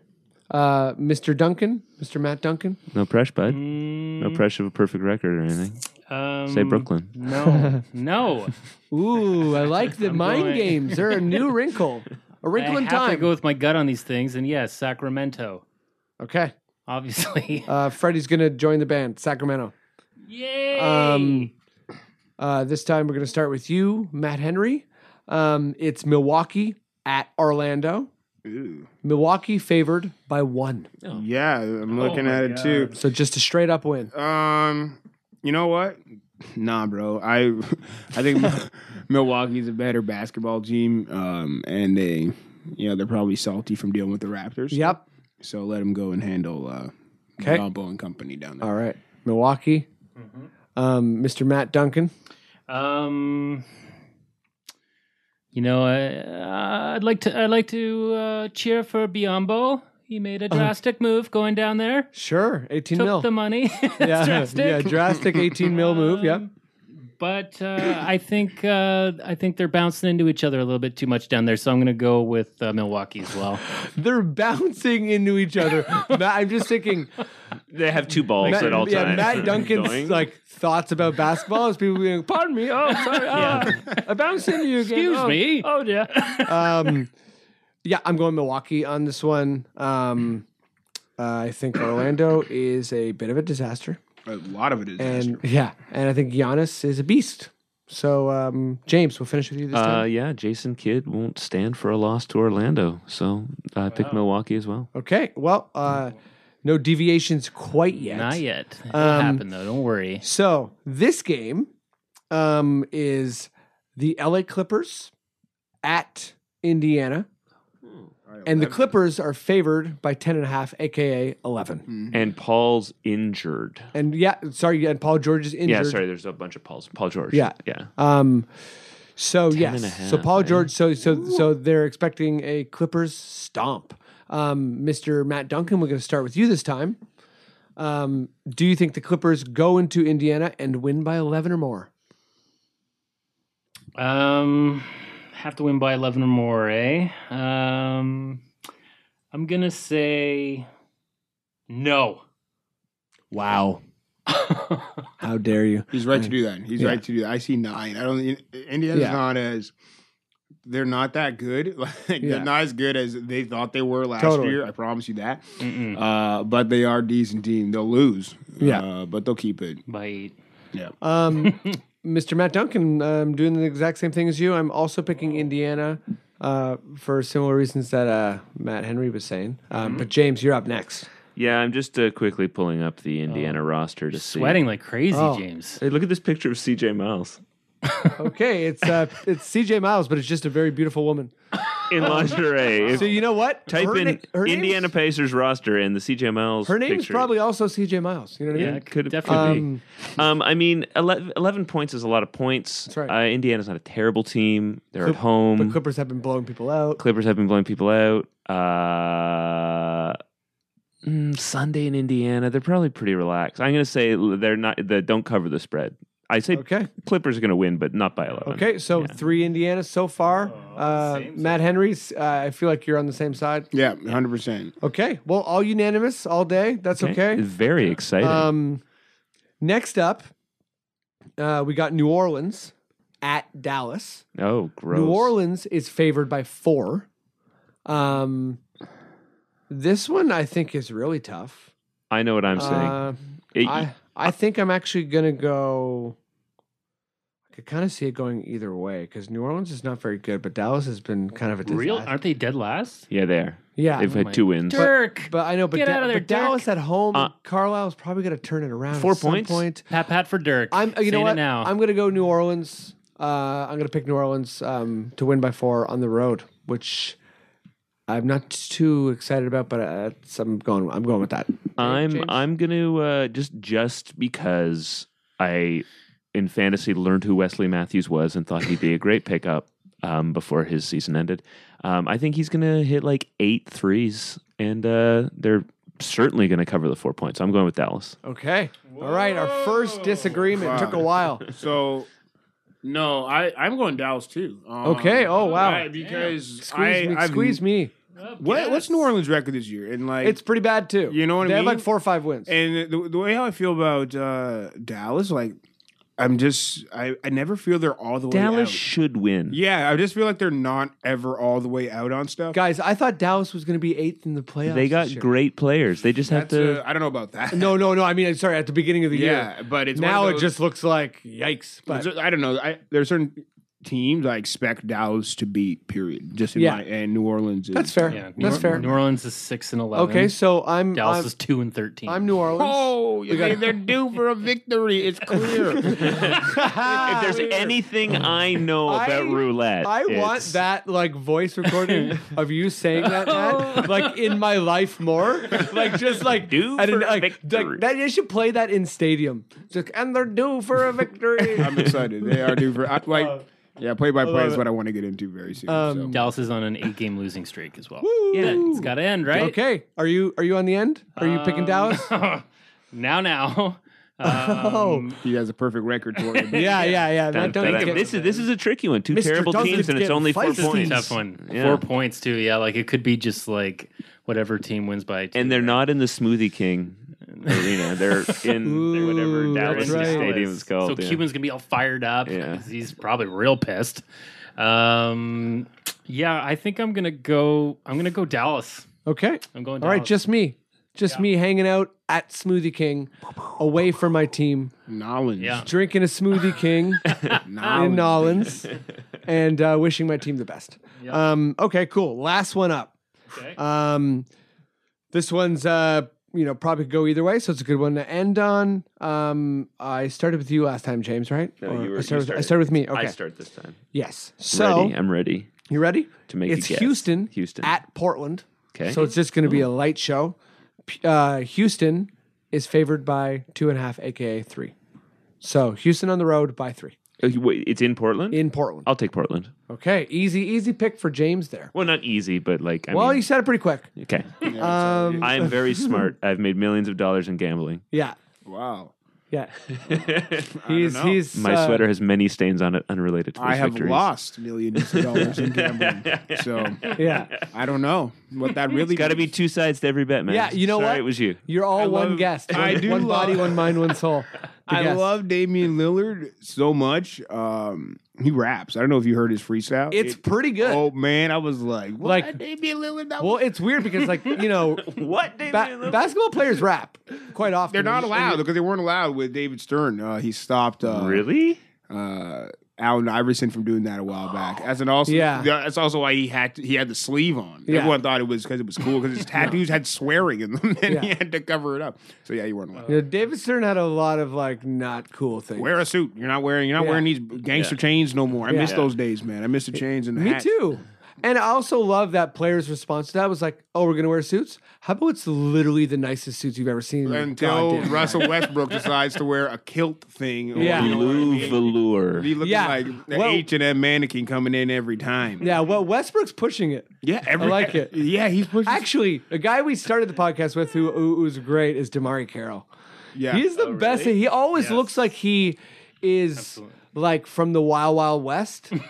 Speaker 3: Uh, Mr. Duncan, Mr. Matt Duncan.
Speaker 7: No pressure, bud. No
Speaker 3: Mm.
Speaker 7: pressure of a perfect record or anything.
Speaker 1: Um,
Speaker 7: Say Brooklyn.
Speaker 1: No, no.
Speaker 3: Ooh, I like
Speaker 1: *laughs*
Speaker 3: the mind
Speaker 1: going-
Speaker 3: games. They're a
Speaker 1: *laughs*
Speaker 3: new wrinkle, a
Speaker 1: I
Speaker 3: wrinkle in
Speaker 1: have to
Speaker 3: time.
Speaker 1: go with my gut on these things, and yes, Sacramento,
Speaker 3: okay. *laughs*
Speaker 1: obviously.
Speaker 3: Uh, Freddie's gonna join the band, Sacramento.
Speaker 1: Yay!
Speaker 3: Um, uh, this time we're going to start with you, Matt Henry. Um, it's Milwaukee at Orlando.
Speaker 6: Ooh.
Speaker 3: Milwaukee favored by one.
Speaker 6: Yeah, I'm looking
Speaker 3: Oh
Speaker 1: my
Speaker 6: at it too.
Speaker 3: So just a straight up win.
Speaker 6: Um, you know what? Nah, bro. I I
Speaker 3: *laughs*
Speaker 6: think Mil- Milwaukee's a better basketball team. Um, and they, you know, they're probably salty from dealing with the Raptors.
Speaker 3: Yep.
Speaker 6: So let them go and handle uh,
Speaker 3: 'Kay.
Speaker 6: Gumbo and company down there.
Speaker 3: All right. Milwaukee. Um, Mr. Matt Duncan.
Speaker 1: Um, you know, I, I'd like to I'd like to uh, cheer for Biombo. He made
Speaker 3: Uh-huh.
Speaker 1: a drastic move going down there.
Speaker 3: Sure. 18
Speaker 1: Took
Speaker 3: mil.
Speaker 1: the money. *laughs* It's
Speaker 3: yeah,
Speaker 1: drastic.
Speaker 3: yeah, drastic 18 mil move. Yeah.
Speaker 1: But uh, I think uh, I think they're bouncing into each other a little bit too much down there, so I'm going to go with uh, Milwaukee as
Speaker 3: *laughs*
Speaker 1: well.
Speaker 3: They're bouncing into each
Speaker 1: *laughs*
Speaker 3: other. Matt, I'm just thinking,
Speaker 7: They have two balls
Speaker 3: Matt,
Speaker 7: at all
Speaker 3: yeah,
Speaker 7: times. *laughs*
Speaker 3: Matt Duncan's
Speaker 7: Going.
Speaker 3: like thoughts about basketball is people being, pardon me. Oh, sorry. ah, I bounced into you again.
Speaker 1: Excuse
Speaker 3: Oh,
Speaker 1: me. Oh yeah.
Speaker 3: um, yeah, I'm going Milwaukee on this one. Um, I think Orlando is a bit of a disaster,
Speaker 6: A lot of it is.
Speaker 3: and yeah, and I think Giannis is a beast. So um, James, we'll finish with you this
Speaker 7: Uh,
Speaker 3: time.
Speaker 7: yeah, Jason Kidd won't stand for a loss to Orlando, so I pick Milwaukee as well.
Speaker 3: Okay, well, uh, no deviations quite yet.
Speaker 1: Not yet. It'll
Speaker 3: Um,
Speaker 1: happen though. Don't worry.
Speaker 3: So this game um, is the LA Clippers at Indiana, and the Clippers are favored by ten and a half, aka eleven.
Speaker 6: Mm-hmm.
Speaker 7: And Paul's injured.
Speaker 3: And yeah, sorry, and Paul George is injured.
Speaker 7: Yeah, sorry. There's a bunch of Pauls. Paul George.
Speaker 3: Yeah.
Speaker 7: yeah.
Speaker 3: Um, so yes,
Speaker 7: and a
Speaker 3: so
Speaker 7: half,
Speaker 3: Paul
Speaker 7: eh?
Speaker 3: George, so so so they're expecting a Clippers stomp. Um, Mr. Matt Duncan, we're going to start with you this time. Um, do you think the Clippers go into Indiana and win by eleven or more?
Speaker 1: Um, have to win by eleven or more, eh? Um, I'm gonna say no. *laughs*
Speaker 3: Wow, how dare you?
Speaker 6: He's right to do that. He's
Speaker 3: Mm. Yeah.
Speaker 6: right to do that. I see nine. I don't. Indiana's
Speaker 3: Yeah.
Speaker 6: not as. They're not that good. *laughs* Like,
Speaker 3: Yeah.
Speaker 6: They're not as good as they thought they were last
Speaker 3: Totally.
Speaker 6: year. I promise you that. Uh, but they are a decent team. They'll lose.
Speaker 3: Yeah.
Speaker 6: Uh, but they'll keep it.
Speaker 1: By eight.
Speaker 6: Yeah.
Speaker 3: Um, *laughs* Mr. Matt Duncan, I'm doing the exact same thing as you. I'm also picking Indiana uh, for similar reasons that uh, Matt Henry was saying. Um,
Speaker 7: Mm-hmm.
Speaker 3: But James, you're up next.
Speaker 7: Yeah, I'm just uh, quickly pulling up the Indiana roster to see.
Speaker 1: Sweating like crazy,
Speaker 3: Oh.
Speaker 1: James.
Speaker 7: Hey, look at this picture of C.J. Miles
Speaker 3: Okay, it's uh, it's C.J. Miles, but it's just a very beautiful woman.
Speaker 7: in
Speaker 3: Oh, *laughs*
Speaker 7: lingerie. If-
Speaker 3: So you know what?
Speaker 7: type
Speaker 3: Her
Speaker 7: in
Speaker 3: na- her name's-
Speaker 7: Indiana Pacers roster and the C.J. Miles.
Speaker 3: Her name's
Speaker 7: picture.
Speaker 3: probably also C.J. Miles. You know what I
Speaker 7: Yeah,
Speaker 3: mean?
Speaker 7: could
Speaker 1: definitely.
Speaker 7: definitely. Um, um, I mean, 11, 11 points is a lot of points.
Speaker 3: That's right.
Speaker 7: Uh, Indiana's not a terrible team. They're
Speaker 3: Clip-
Speaker 7: at home.
Speaker 3: But Clippers have been blowing people out.
Speaker 7: Clippers have been blowing people out. Uh, mm, Sunday in Indiana, they're probably pretty relaxed. I'm going to say l- they're not. They don't cover the spread. I say
Speaker 3: Okay.
Speaker 7: Clippers are going to win, but not by 11.
Speaker 3: Okay, so three Indiana so far. Uh, Matt Henry's. Uh, I feel like you're on the same side.
Speaker 6: Yeah. Hundred percent.
Speaker 3: Okay, well, all unanimous all day. That's okay.
Speaker 7: It's very exciting.
Speaker 3: Um, next up, uh, we got New Orleans at Dallas.
Speaker 7: oh, gross.
Speaker 3: New Orleans is favored by four. Um, this one I think is really tough.
Speaker 7: I know what I'm saying.
Speaker 3: Uh,
Speaker 7: It-
Speaker 3: I I think I'm actually gonna go. could kind of see it going either way because New Orleans is not very good, but Dallas has been kind of a disaster.
Speaker 1: Real? Aren't they dead last?
Speaker 7: Yeah, there.
Speaker 3: Yeah,
Speaker 7: They've
Speaker 1: my-
Speaker 7: had two wins.
Speaker 1: Dirk.
Speaker 3: but I know, but,
Speaker 1: Get
Speaker 3: Da-
Speaker 1: out of there,
Speaker 3: but Dallas at home,
Speaker 7: Uh,
Speaker 3: Carlisle's probably going to turn it around. at
Speaker 7: Four
Speaker 3: some
Speaker 7: points?
Speaker 3: Point.
Speaker 1: pat pat for Dirk.
Speaker 3: I'm. You know
Speaker 1: Saying it
Speaker 3: what?
Speaker 1: Now.
Speaker 3: I'm going to go New Orleans. Uh, I'm going to pick New Orleans um, to win by four on the road, which I'm not too excited about, but uh, it's- I'm going. I'm going with that.
Speaker 7: I'm
Speaker 3: James?
Speaker 7: I'm gonna uh, just just because I in fantasy learned who Wesley Matthews was and thought he'd be a great pickup um, before his season ended. Um, I think he's gonna hit like eight threes, and uh, they're certainly gonna cover the four points. I'm going with Dallas.
Speaker 3: Okay. All right. Our first disagreement took a
Speaker 6: Wow.
Speaker 7: *laughs*
Speaker 3: while.
Speaker 6: So no, I I'm going Dallas too. Um,
Speaker 3: Okay, oh, wow.
Speaker 6: I- because
Speaker 3: Squeeze
Speaker 6: I
Speaker 3: me.
Speaker 6: I've-
Speaker 3: squeeze me.
Speaker 6: What, What's New Orleans' record this year? And like
Speaker 3: It's pretty bad too.
Speaker 6: You know what I
Speaker 3: they They
Speaker 6: mean?
Speaker 3: have like four or five wins.
Speaker 6: And the, the way how I feel about uh, Dallas, like I'm just I, I never feel they're all the way
Speaker 7: Dallas
Speaker 6: out.
Speaker 7: should win.
Speaker 6: yeah, I just feel like they're not ever all the way out on stuff.
Speaker 3: Guys, I thought Dallas was going to be eighth in the playoffs.
Speaker 7: they
Speaker 3: this
Speaker 7: got
Speaker 3: year.
Speaker 7: great players. They just have
Speaker 6: That's
Speaker 7: to.
Speaker 6: uh, I don't know about that. *laughs*
Speaker 3: No, no, no. I mean, sorry, at the beginning of the
Speaker 6: yeah,
Speaker 3: year.
Speaker 6: but it's one
Speaker 3: Now
Speaker 6: of
Speaker 3: it
Speaker 6: those-
Speaker 3: just looks like yikes. But
Speaker 6: I don't know. I, there are certain teams I expect Dallas to beat. Period. Just in
Speaker 3: Yeah.
Speaker 6: my and New Orleans. Is,
Speaker 3: that's fair.
Speaker 1: Yeah, New
Speaker 3: that's
Speaker 1: Or-
Speaker 3: fair.
Speaker 1: New Orleans is six and eleven.
Speaker 3: Okay, so I'm
Speaker 1: Dallas
Speaker 3: I'm,
Speaker 1: is two and thirteen.
Speaker 3: I'm New Orleans.
Speaker 6: Oh, they, they're due for a victory.
Speaker 3: *laughs*
Speaker 6: It's clear.
Speaker 7: if there's anything I know
Speaker 3: I-
Speaker 7: about roulette,
Speaker 3: *laughs* I want
Speaker 7: it's-
Speaker 3: that like voice recording of you saying that,
Speaker 6: *laughs*
Speaker 3: Matt, like in my life more, like just like
Speaker 7: Due
Speaker 3: at an-
Speaker 7: for
Speaker 3: like,
Speaker 7: victory.
Speaker 3: like that. You should play that in stadium. It's like, and they're due for a
Speaker 6: *laughs*
Speaker 3: victory.
Speaker 6: I'm excited. They are due for. I, like, yeah, play by play is what I want to get into very soon. so.
Speaker 3: Um,
Speaker 1: Dallas is on an eight-game losing streak as well.
Speaker 7: Yeah,
Speaker 1: It's got to end, right? um,
Speaker 3: okay, are you are you on the end? Are you picking Dallas?
Speaker 1: *laughs* Now, now.
Speaker 3: oh,
Speaker 6: He has a perfect record
Speaker 3: *laughs*
Speaker 6: for it.
Speaker 3: yeah, yeah, yeah.
Speaker 7: Dun,
Speaker 3: Matt, don't
Speaker 7: dun,
Speaker 3: you
Speaker 7: dun.
Speaker 3: get-
Speaker 7: this is this is a tricky one. Two
Speaker 3: Mr.
Speaker 7: terrible
Speaker 3: Duncan's
Speaker 7: teams, and it's
Speaker 3: getting
Speaker 7: only four
Speaker 3: feisty.
Speaker 7: points.
Speaker 1: Tough one.
Speaker 7: Yeah.
Speaker 1: Four points too. Yeah, like it could be just like whatever team wins by. Two.
Speaker 7: and they're not in the Smoothie
Speaker 3: *laughs*
Speaker 7: King arena. They're in
Speaker 3: Ooh,
Speaker 7: whatever Dallas
Speaker 3: that's right.
Speaker 7: Stadium is called.
Speaker 1: So
Speaker 7: yeah.
Speaker 1: Cuban's gonna be all fired up.
Speaker 7: Yeah.
Speaker 1: 'cause *laughs* he's probably real pissed. Um, yeah, I think I'm gonna go. I'm gonna go Dallas.
Speaker 3: okay.
Speaker 1: I'm going.
Speaker 3: All right,
Speaker 1: Dallas.
Speaker 3: just me. Just me hanging out at Smoothie King, away from my team,
Speaker 6: Nolans.
Speaker 1: Yeah.
Speaker 3: drinking a Smoothie King
Speaker 7: *laughs*
Speaker 3: in Nolans, and uh, wishing my team the best. Um, okay, cool. Last one up.
Speaker 1: Okay.
Speaker 3: Um, this one's uh, you know probably could go either way, so it's a good one to end on. Um, I started with you last time, James, right?
Speaker 7: No,
Speaker 3: Or
Speaker 7: you were-
Speaker 3: I
Speaker 7: you
Speaker 3: started, with, I
Speaker 7: started.
Speaker 3: started with me. Okay.
Speaker 7: I start this time.
Speaker 3: Yes. So
Speaker 7: ready. I'm ready
Speaker 3: you ready?
Speaker 7: to make
Speaker 3: it's
Speaker 7: a guess.
Speaker 3: Houston,
Speaker 7: Houston.
Speaker 3: at Portland.
Speaker 7: okay.
Speaker 3: So it's just going to be a light show. P- Uh, Houston is favored by two and a half, aka three. So Houston on the road by three
Speaker 7: Oh, you- wait, it's in Portland.
Speaker 3: in Portland.
Speaker 7: I'll take Portland.
Speaker 3: Okay, easy, easy pick for James there.
Speaker 7: Well, not easy, but like I
Speaker 3: Well, you
Speaker 7: mean,
Speaker 3: said it pretty quick. *laughs*
Speaker 7: okay.
Speaker 3: Um,
Speaker 7: I am
Speaker 3: *laughs*
Speaker 7: very smart. I've made millions of dollars in gambling.
Speaker 3: yeah,
Speaker 6: Wow. *laughs*
Speaker 3: yeah. he's
Speaker 6: know.
Speaker 3: he's
Speaker 7: My
Speaker 3: uh,
Speaker 7: sweater has many stains on it unrelated to
Speaker 6: I
Speaker 7: those
Speaker 6: have
Speaker 7: victories.
Speaker 6: lost millions of dollars in gambling. So
Speaker 3: Yeah,
Speaker 6: *laughs* I don't know what that really
Speaker 7: It's got to be two sides to every bet, man.
Speaker 3: Yeah, you know
Speaker 7: Sorry
Speaker 3: what?
Speaker 7: It was you.
Speaker 3: you're all
Speaker 6: I
Speaker 3: one
Speaker 6: love-
Speaker 3: guest. One,
Speaker 6: I do
Speaker 3: one body,
Speaker 6: love-
Speaker 3: one mind, one soul. The
Speaker 6: *laughs* I
Speaker 3: guest.
Speaker 6: love Damian Lillard so much. Um, he raps. I don't know if you heard his freestyle.
Speaker 3: It's
Speaker 6: It-
Speaker 3: pretty good.
Speaker 6: Oh man, I was like, what?
Speaker 3: Like-
Speaker 6: Damian Lillard? That
Speaker 3: Well,
Speaker 6: was-
Speaker 3: it's weird because like you
Speaker 6: *laughs*
Speaker 3: know,
Speaker 7: What, Damian?
Speaker 3: ba- basketball players rap quite often.
Speaker 6: they're not
Speaker 3: And-
Speaker 6: allowed because they weren't allowed with David Stern. Uh, he stopped. Uh,
Speaker 7: really?
Speaker 6: Uh, Allen Iverson from doing that a while back. As an also,
Speaker 3: Yeah.
Speaker 6: that's also why he had he had the sleeve on.
Speaker 3: Yeah.
Speaker 6: Everyone thought it was because it was cool because
Speaker 3: *laughs*
Speaker 6: his tattoos had swearing in them, and he
Speaker 3: Yeah.
Speaker 6: had to cover it up. So yeah, you weren't allowed.
Speaker 3: You know, David Stern had a lot of like not cool things.
Speaker 6: Wear a suit. You're not wearing. You're not
Speaker 3: Yeah.
Speaker 6: wearing these gangster
Speaker 7: Yeah.
Speaker 6: chains no more. I miss
Speaker 7: Yeah.
Speaker 6: those days, man. I miss the chains and the
Speaker 3: Me
Speaker 6: hats.
Speaker 3: too. And I also love that player's response to that was like, "Oh, we're gonna wear suits. How about it's literally the nicest suits you've ever seen?" in your
Speaker 6: Until
Speaker 3: goddamn life?" *laughs*
Speaker 6: Russell Westbrook decides to wear a kilt thing. Or,
Speaker 3: Yeah.
Speaker 6: you know,
Speaker 7: Blue velour.
Speaker 6: he looking
Speaker 3: Yeah.
Speaker 6: like the
Speaker 3: Well-
Speaker 6: H and M mannequin coming in every time.
Speaker 3: Yeah, well, Westbrook's pushing it.
Speaker 6: yeah. Every,
Speaker 3: like it.
Speaker 6: Yeah, he's pushing.
Speaker 3: Actually, a guy we started the podcast with who, who who's great is Damari Carroll.
Speaker 6: yeah.
Speaker 3: He's the best. He always
Speaker 1: Oh, Yes.
Speaker 3: looks like he is like from the Wild Wild
Speaker 1: *laughs*
Speaker 3: West.
Speaker 7: and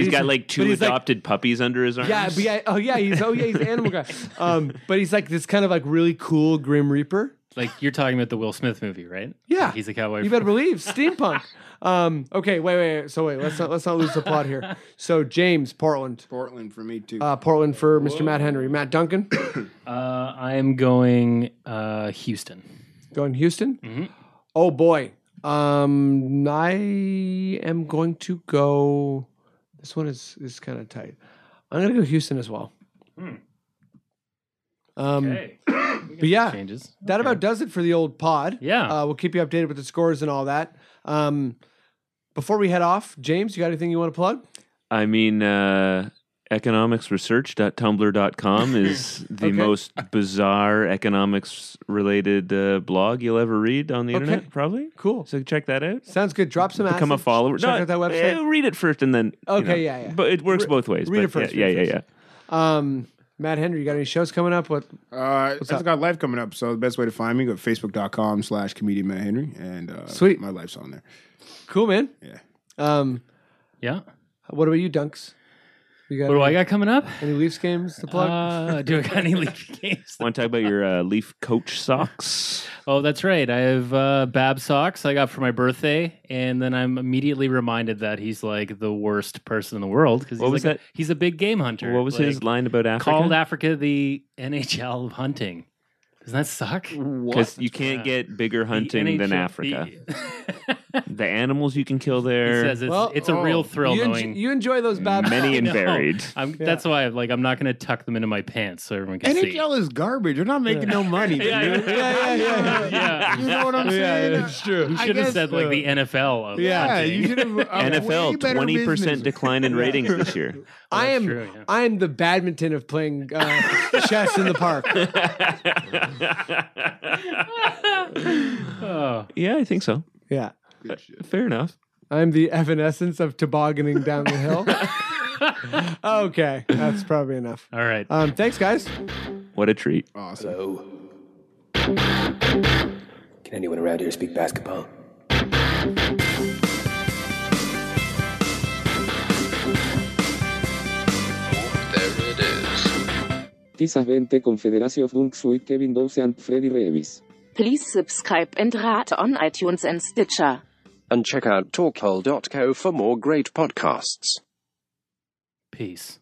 Speaker 7: he's got like
Speaker 3: but
Speaker 7: two
Speaker 3: he's like-
Speaker 7: adopted puppies under his arms.
Speaker 3: yeah, but yeah, oh yeah, he's oh yeah, he's animal guy. Um, but he's like this kind of like really cool Grim Reaper.
Speaker 1: like you're talking about the Will Smith movie, right?
Speaker 3: Yeah,
Speaker 1: Like, he's a cowboy.
Speaker 3: You better believe steampunk. Um, okay, wait, wait, wait. So wait, let's not let's not lose the plot here. So James Portland,
Speaker 6: Portland for me too.
Speaker 3: uh, Portland for Mr. Matt Henry, Matt Duncan,
Speaker 1: Uh, I am going uh, Houston. Mm-hmm.
Speaker 3: going Houston. Oh boy, Um, I am going to go. This one is is kind of tight. I'm going to go Houston as well. Um,
Speaker 1: Hmm. Okay.
Speaker 3: but yeah,
Speaker 1: Changes.
Speaker 3: that about does it for the old pod.
Speaker 1: Yeah.
Speaker 3: Uh, we'll keep you updated with the scores and all that. Um, before we head off, James, you got anything you want to plug?
Speaker 7: I mean, uh,
Speaker 3: *laughs*
Speaker 7: economicsresearch.tumblr.com is the
Speaker 3: Okay.
Speaker 7: most bizarre economics related uh, blog you'll ever read on the
Speaker 3: Okay.
Speaker 7: internet, probably.
Speaker 3: Cool.
Speaker 7: So check that out.
Speaker 3: Sounds good. Drop some
Speaker 7: Become a
Speaker 3: acid.
Speaker 7: follower.
Speaker 3: Check out that website.
Speaker 7: eh, read it first and then. you
Speaker 3: Okay,
Speaker 7: know.
Speaker 3: yeah, yeah.
Speaker 7: But it works both ways.
Speaker 3: read
Speaker 7: but
Speaker 3: it first,
Speaker 7: Yeah,
Speaker 3: read it
Speaker 7: yeah, yeah.
Speaker 3: first. Um, Matt Henry, you got any shows coming up? What?
Speaker 6: Uh, I've
Speaker 3: up?
Speaker 6: got live coming up, so the best way to find me go to facebook.com slash comedian Matt Henry, and uh,
Speaker 3: Sweet.
Speaker 6: my life's on there.
Speaker 3: Cool, man.
Speaker 6: Yeah.
Speaker 3: Um,
Speaker 1: Yeah.
Speaker 3: what about you, Dunks? You got
Speaker 1: What do
Speaker 3: any,
Speaker 1: I got coming up?
Speaker 3: any Leafs games to plug?
Speaker 1: Uh, do I got any league *laughs* games?
Speaker 7: Want to talk about your uh, Leaf coach
Speaker 1: *laughs*
Speaker 7: socks?
Speaker 1: Oh, that's right. I have uh, Bab socks I got for my birthday, and then I'm immediately reminded that he's like the worst person in the world because he's
Speaker 7: What was
Speaker 1: like a-
Speaker 7: that?
Speaker 1: he's a big game hunter.
Speaker 7: What was
Speaker 1: Like,
Speaker 7: his line about Africa?
Speaker 1: Called Africa the NHL of hunting. Doesn't that suck?
Speaker 7: Because you can't get bigger *laughs* hunting
Speaker 1: The
Speaker 7: than
Speaker 1: NHL
Speaker 7: Africa. *laughs*
Speaker 1: The,
Speaker 7: The animals you can kill
Speaker 1: he
Speaker 7: there.
Speaker 1: says it's,
Speaker 3: Well,
Speaker 1: it's a
Speaker 6: oh,
Speaker 1: real thrill
Speaker 3: you, en-
Speaker 1: knowing.
Speaker 3: you enjoy those bad *laughs*
Speaker 7: Many and
Speaker 1: *laughs* No,
Speaker 7: varied.
Speaker 1: I'm, That's why, like, I'm not going to tuck them into my pants so everyone can *laughs* see.
Speaker 6: NHL is garbage. You're not making no money. dude.
Speaker 3: yeah, yeah,
Speaker 1: yeah.
Speaker 6: You know what I'm saying?
Speaker 3: it's true.
Speaker 1: You
Speaker 6: I
Speaker 1: should have
Speaker 6: guess,
Speaker 1: said like
Speaker 6: uh,
Speaker 1: the NFL. Of
Speaker 6: Yeah,
Speaker 1: hunting.
Speaker 6: you should have a way
Speaker 7: NFL
Speaker 6: better
Speaker 7: twenty percent
Speaker 6: business.
Speaker 7: decline
Speaker 6: *laughs*
Speaker 7: in ratings this year.
Speaker 3: I
Speaker 1: That's
Speaker 3: am.
Speaker 1: true, yeah.
Speaker 3: I am the badminton of playing uh, *laughs* chess in the
Speaker 6: *laughs*
Speaker 3: park.
Speaker 1: Oh.
Speaker 7: Yeah, I think so.
Speaker 3: Yeah,
Speaker 7: Fair enough.
Speaker 3: I'm the evanescence of tobogganing down the
Speaker 1: *laughs*
Speaker 3: hill. okay, that's probably enough.
Speaker 1: *laughs* All right.
Speaker 3: Um, thanks, guys.
Speaker 7: What a treat.
Speaker 6: Awesome.
Speaker 4: Hello. Can anyone around here speak basketball?
Speaker 5: There it is.
Speaker 2: Tisas 20 Confederacio Funk Sui Kevin Dose and Freddy Revis.
Speaker 8: Please subscribe and rate on iTunes and Stitcher.
Speaker 9: and check out talkhole.co for more great podcasts.
Speaker 1: Peace.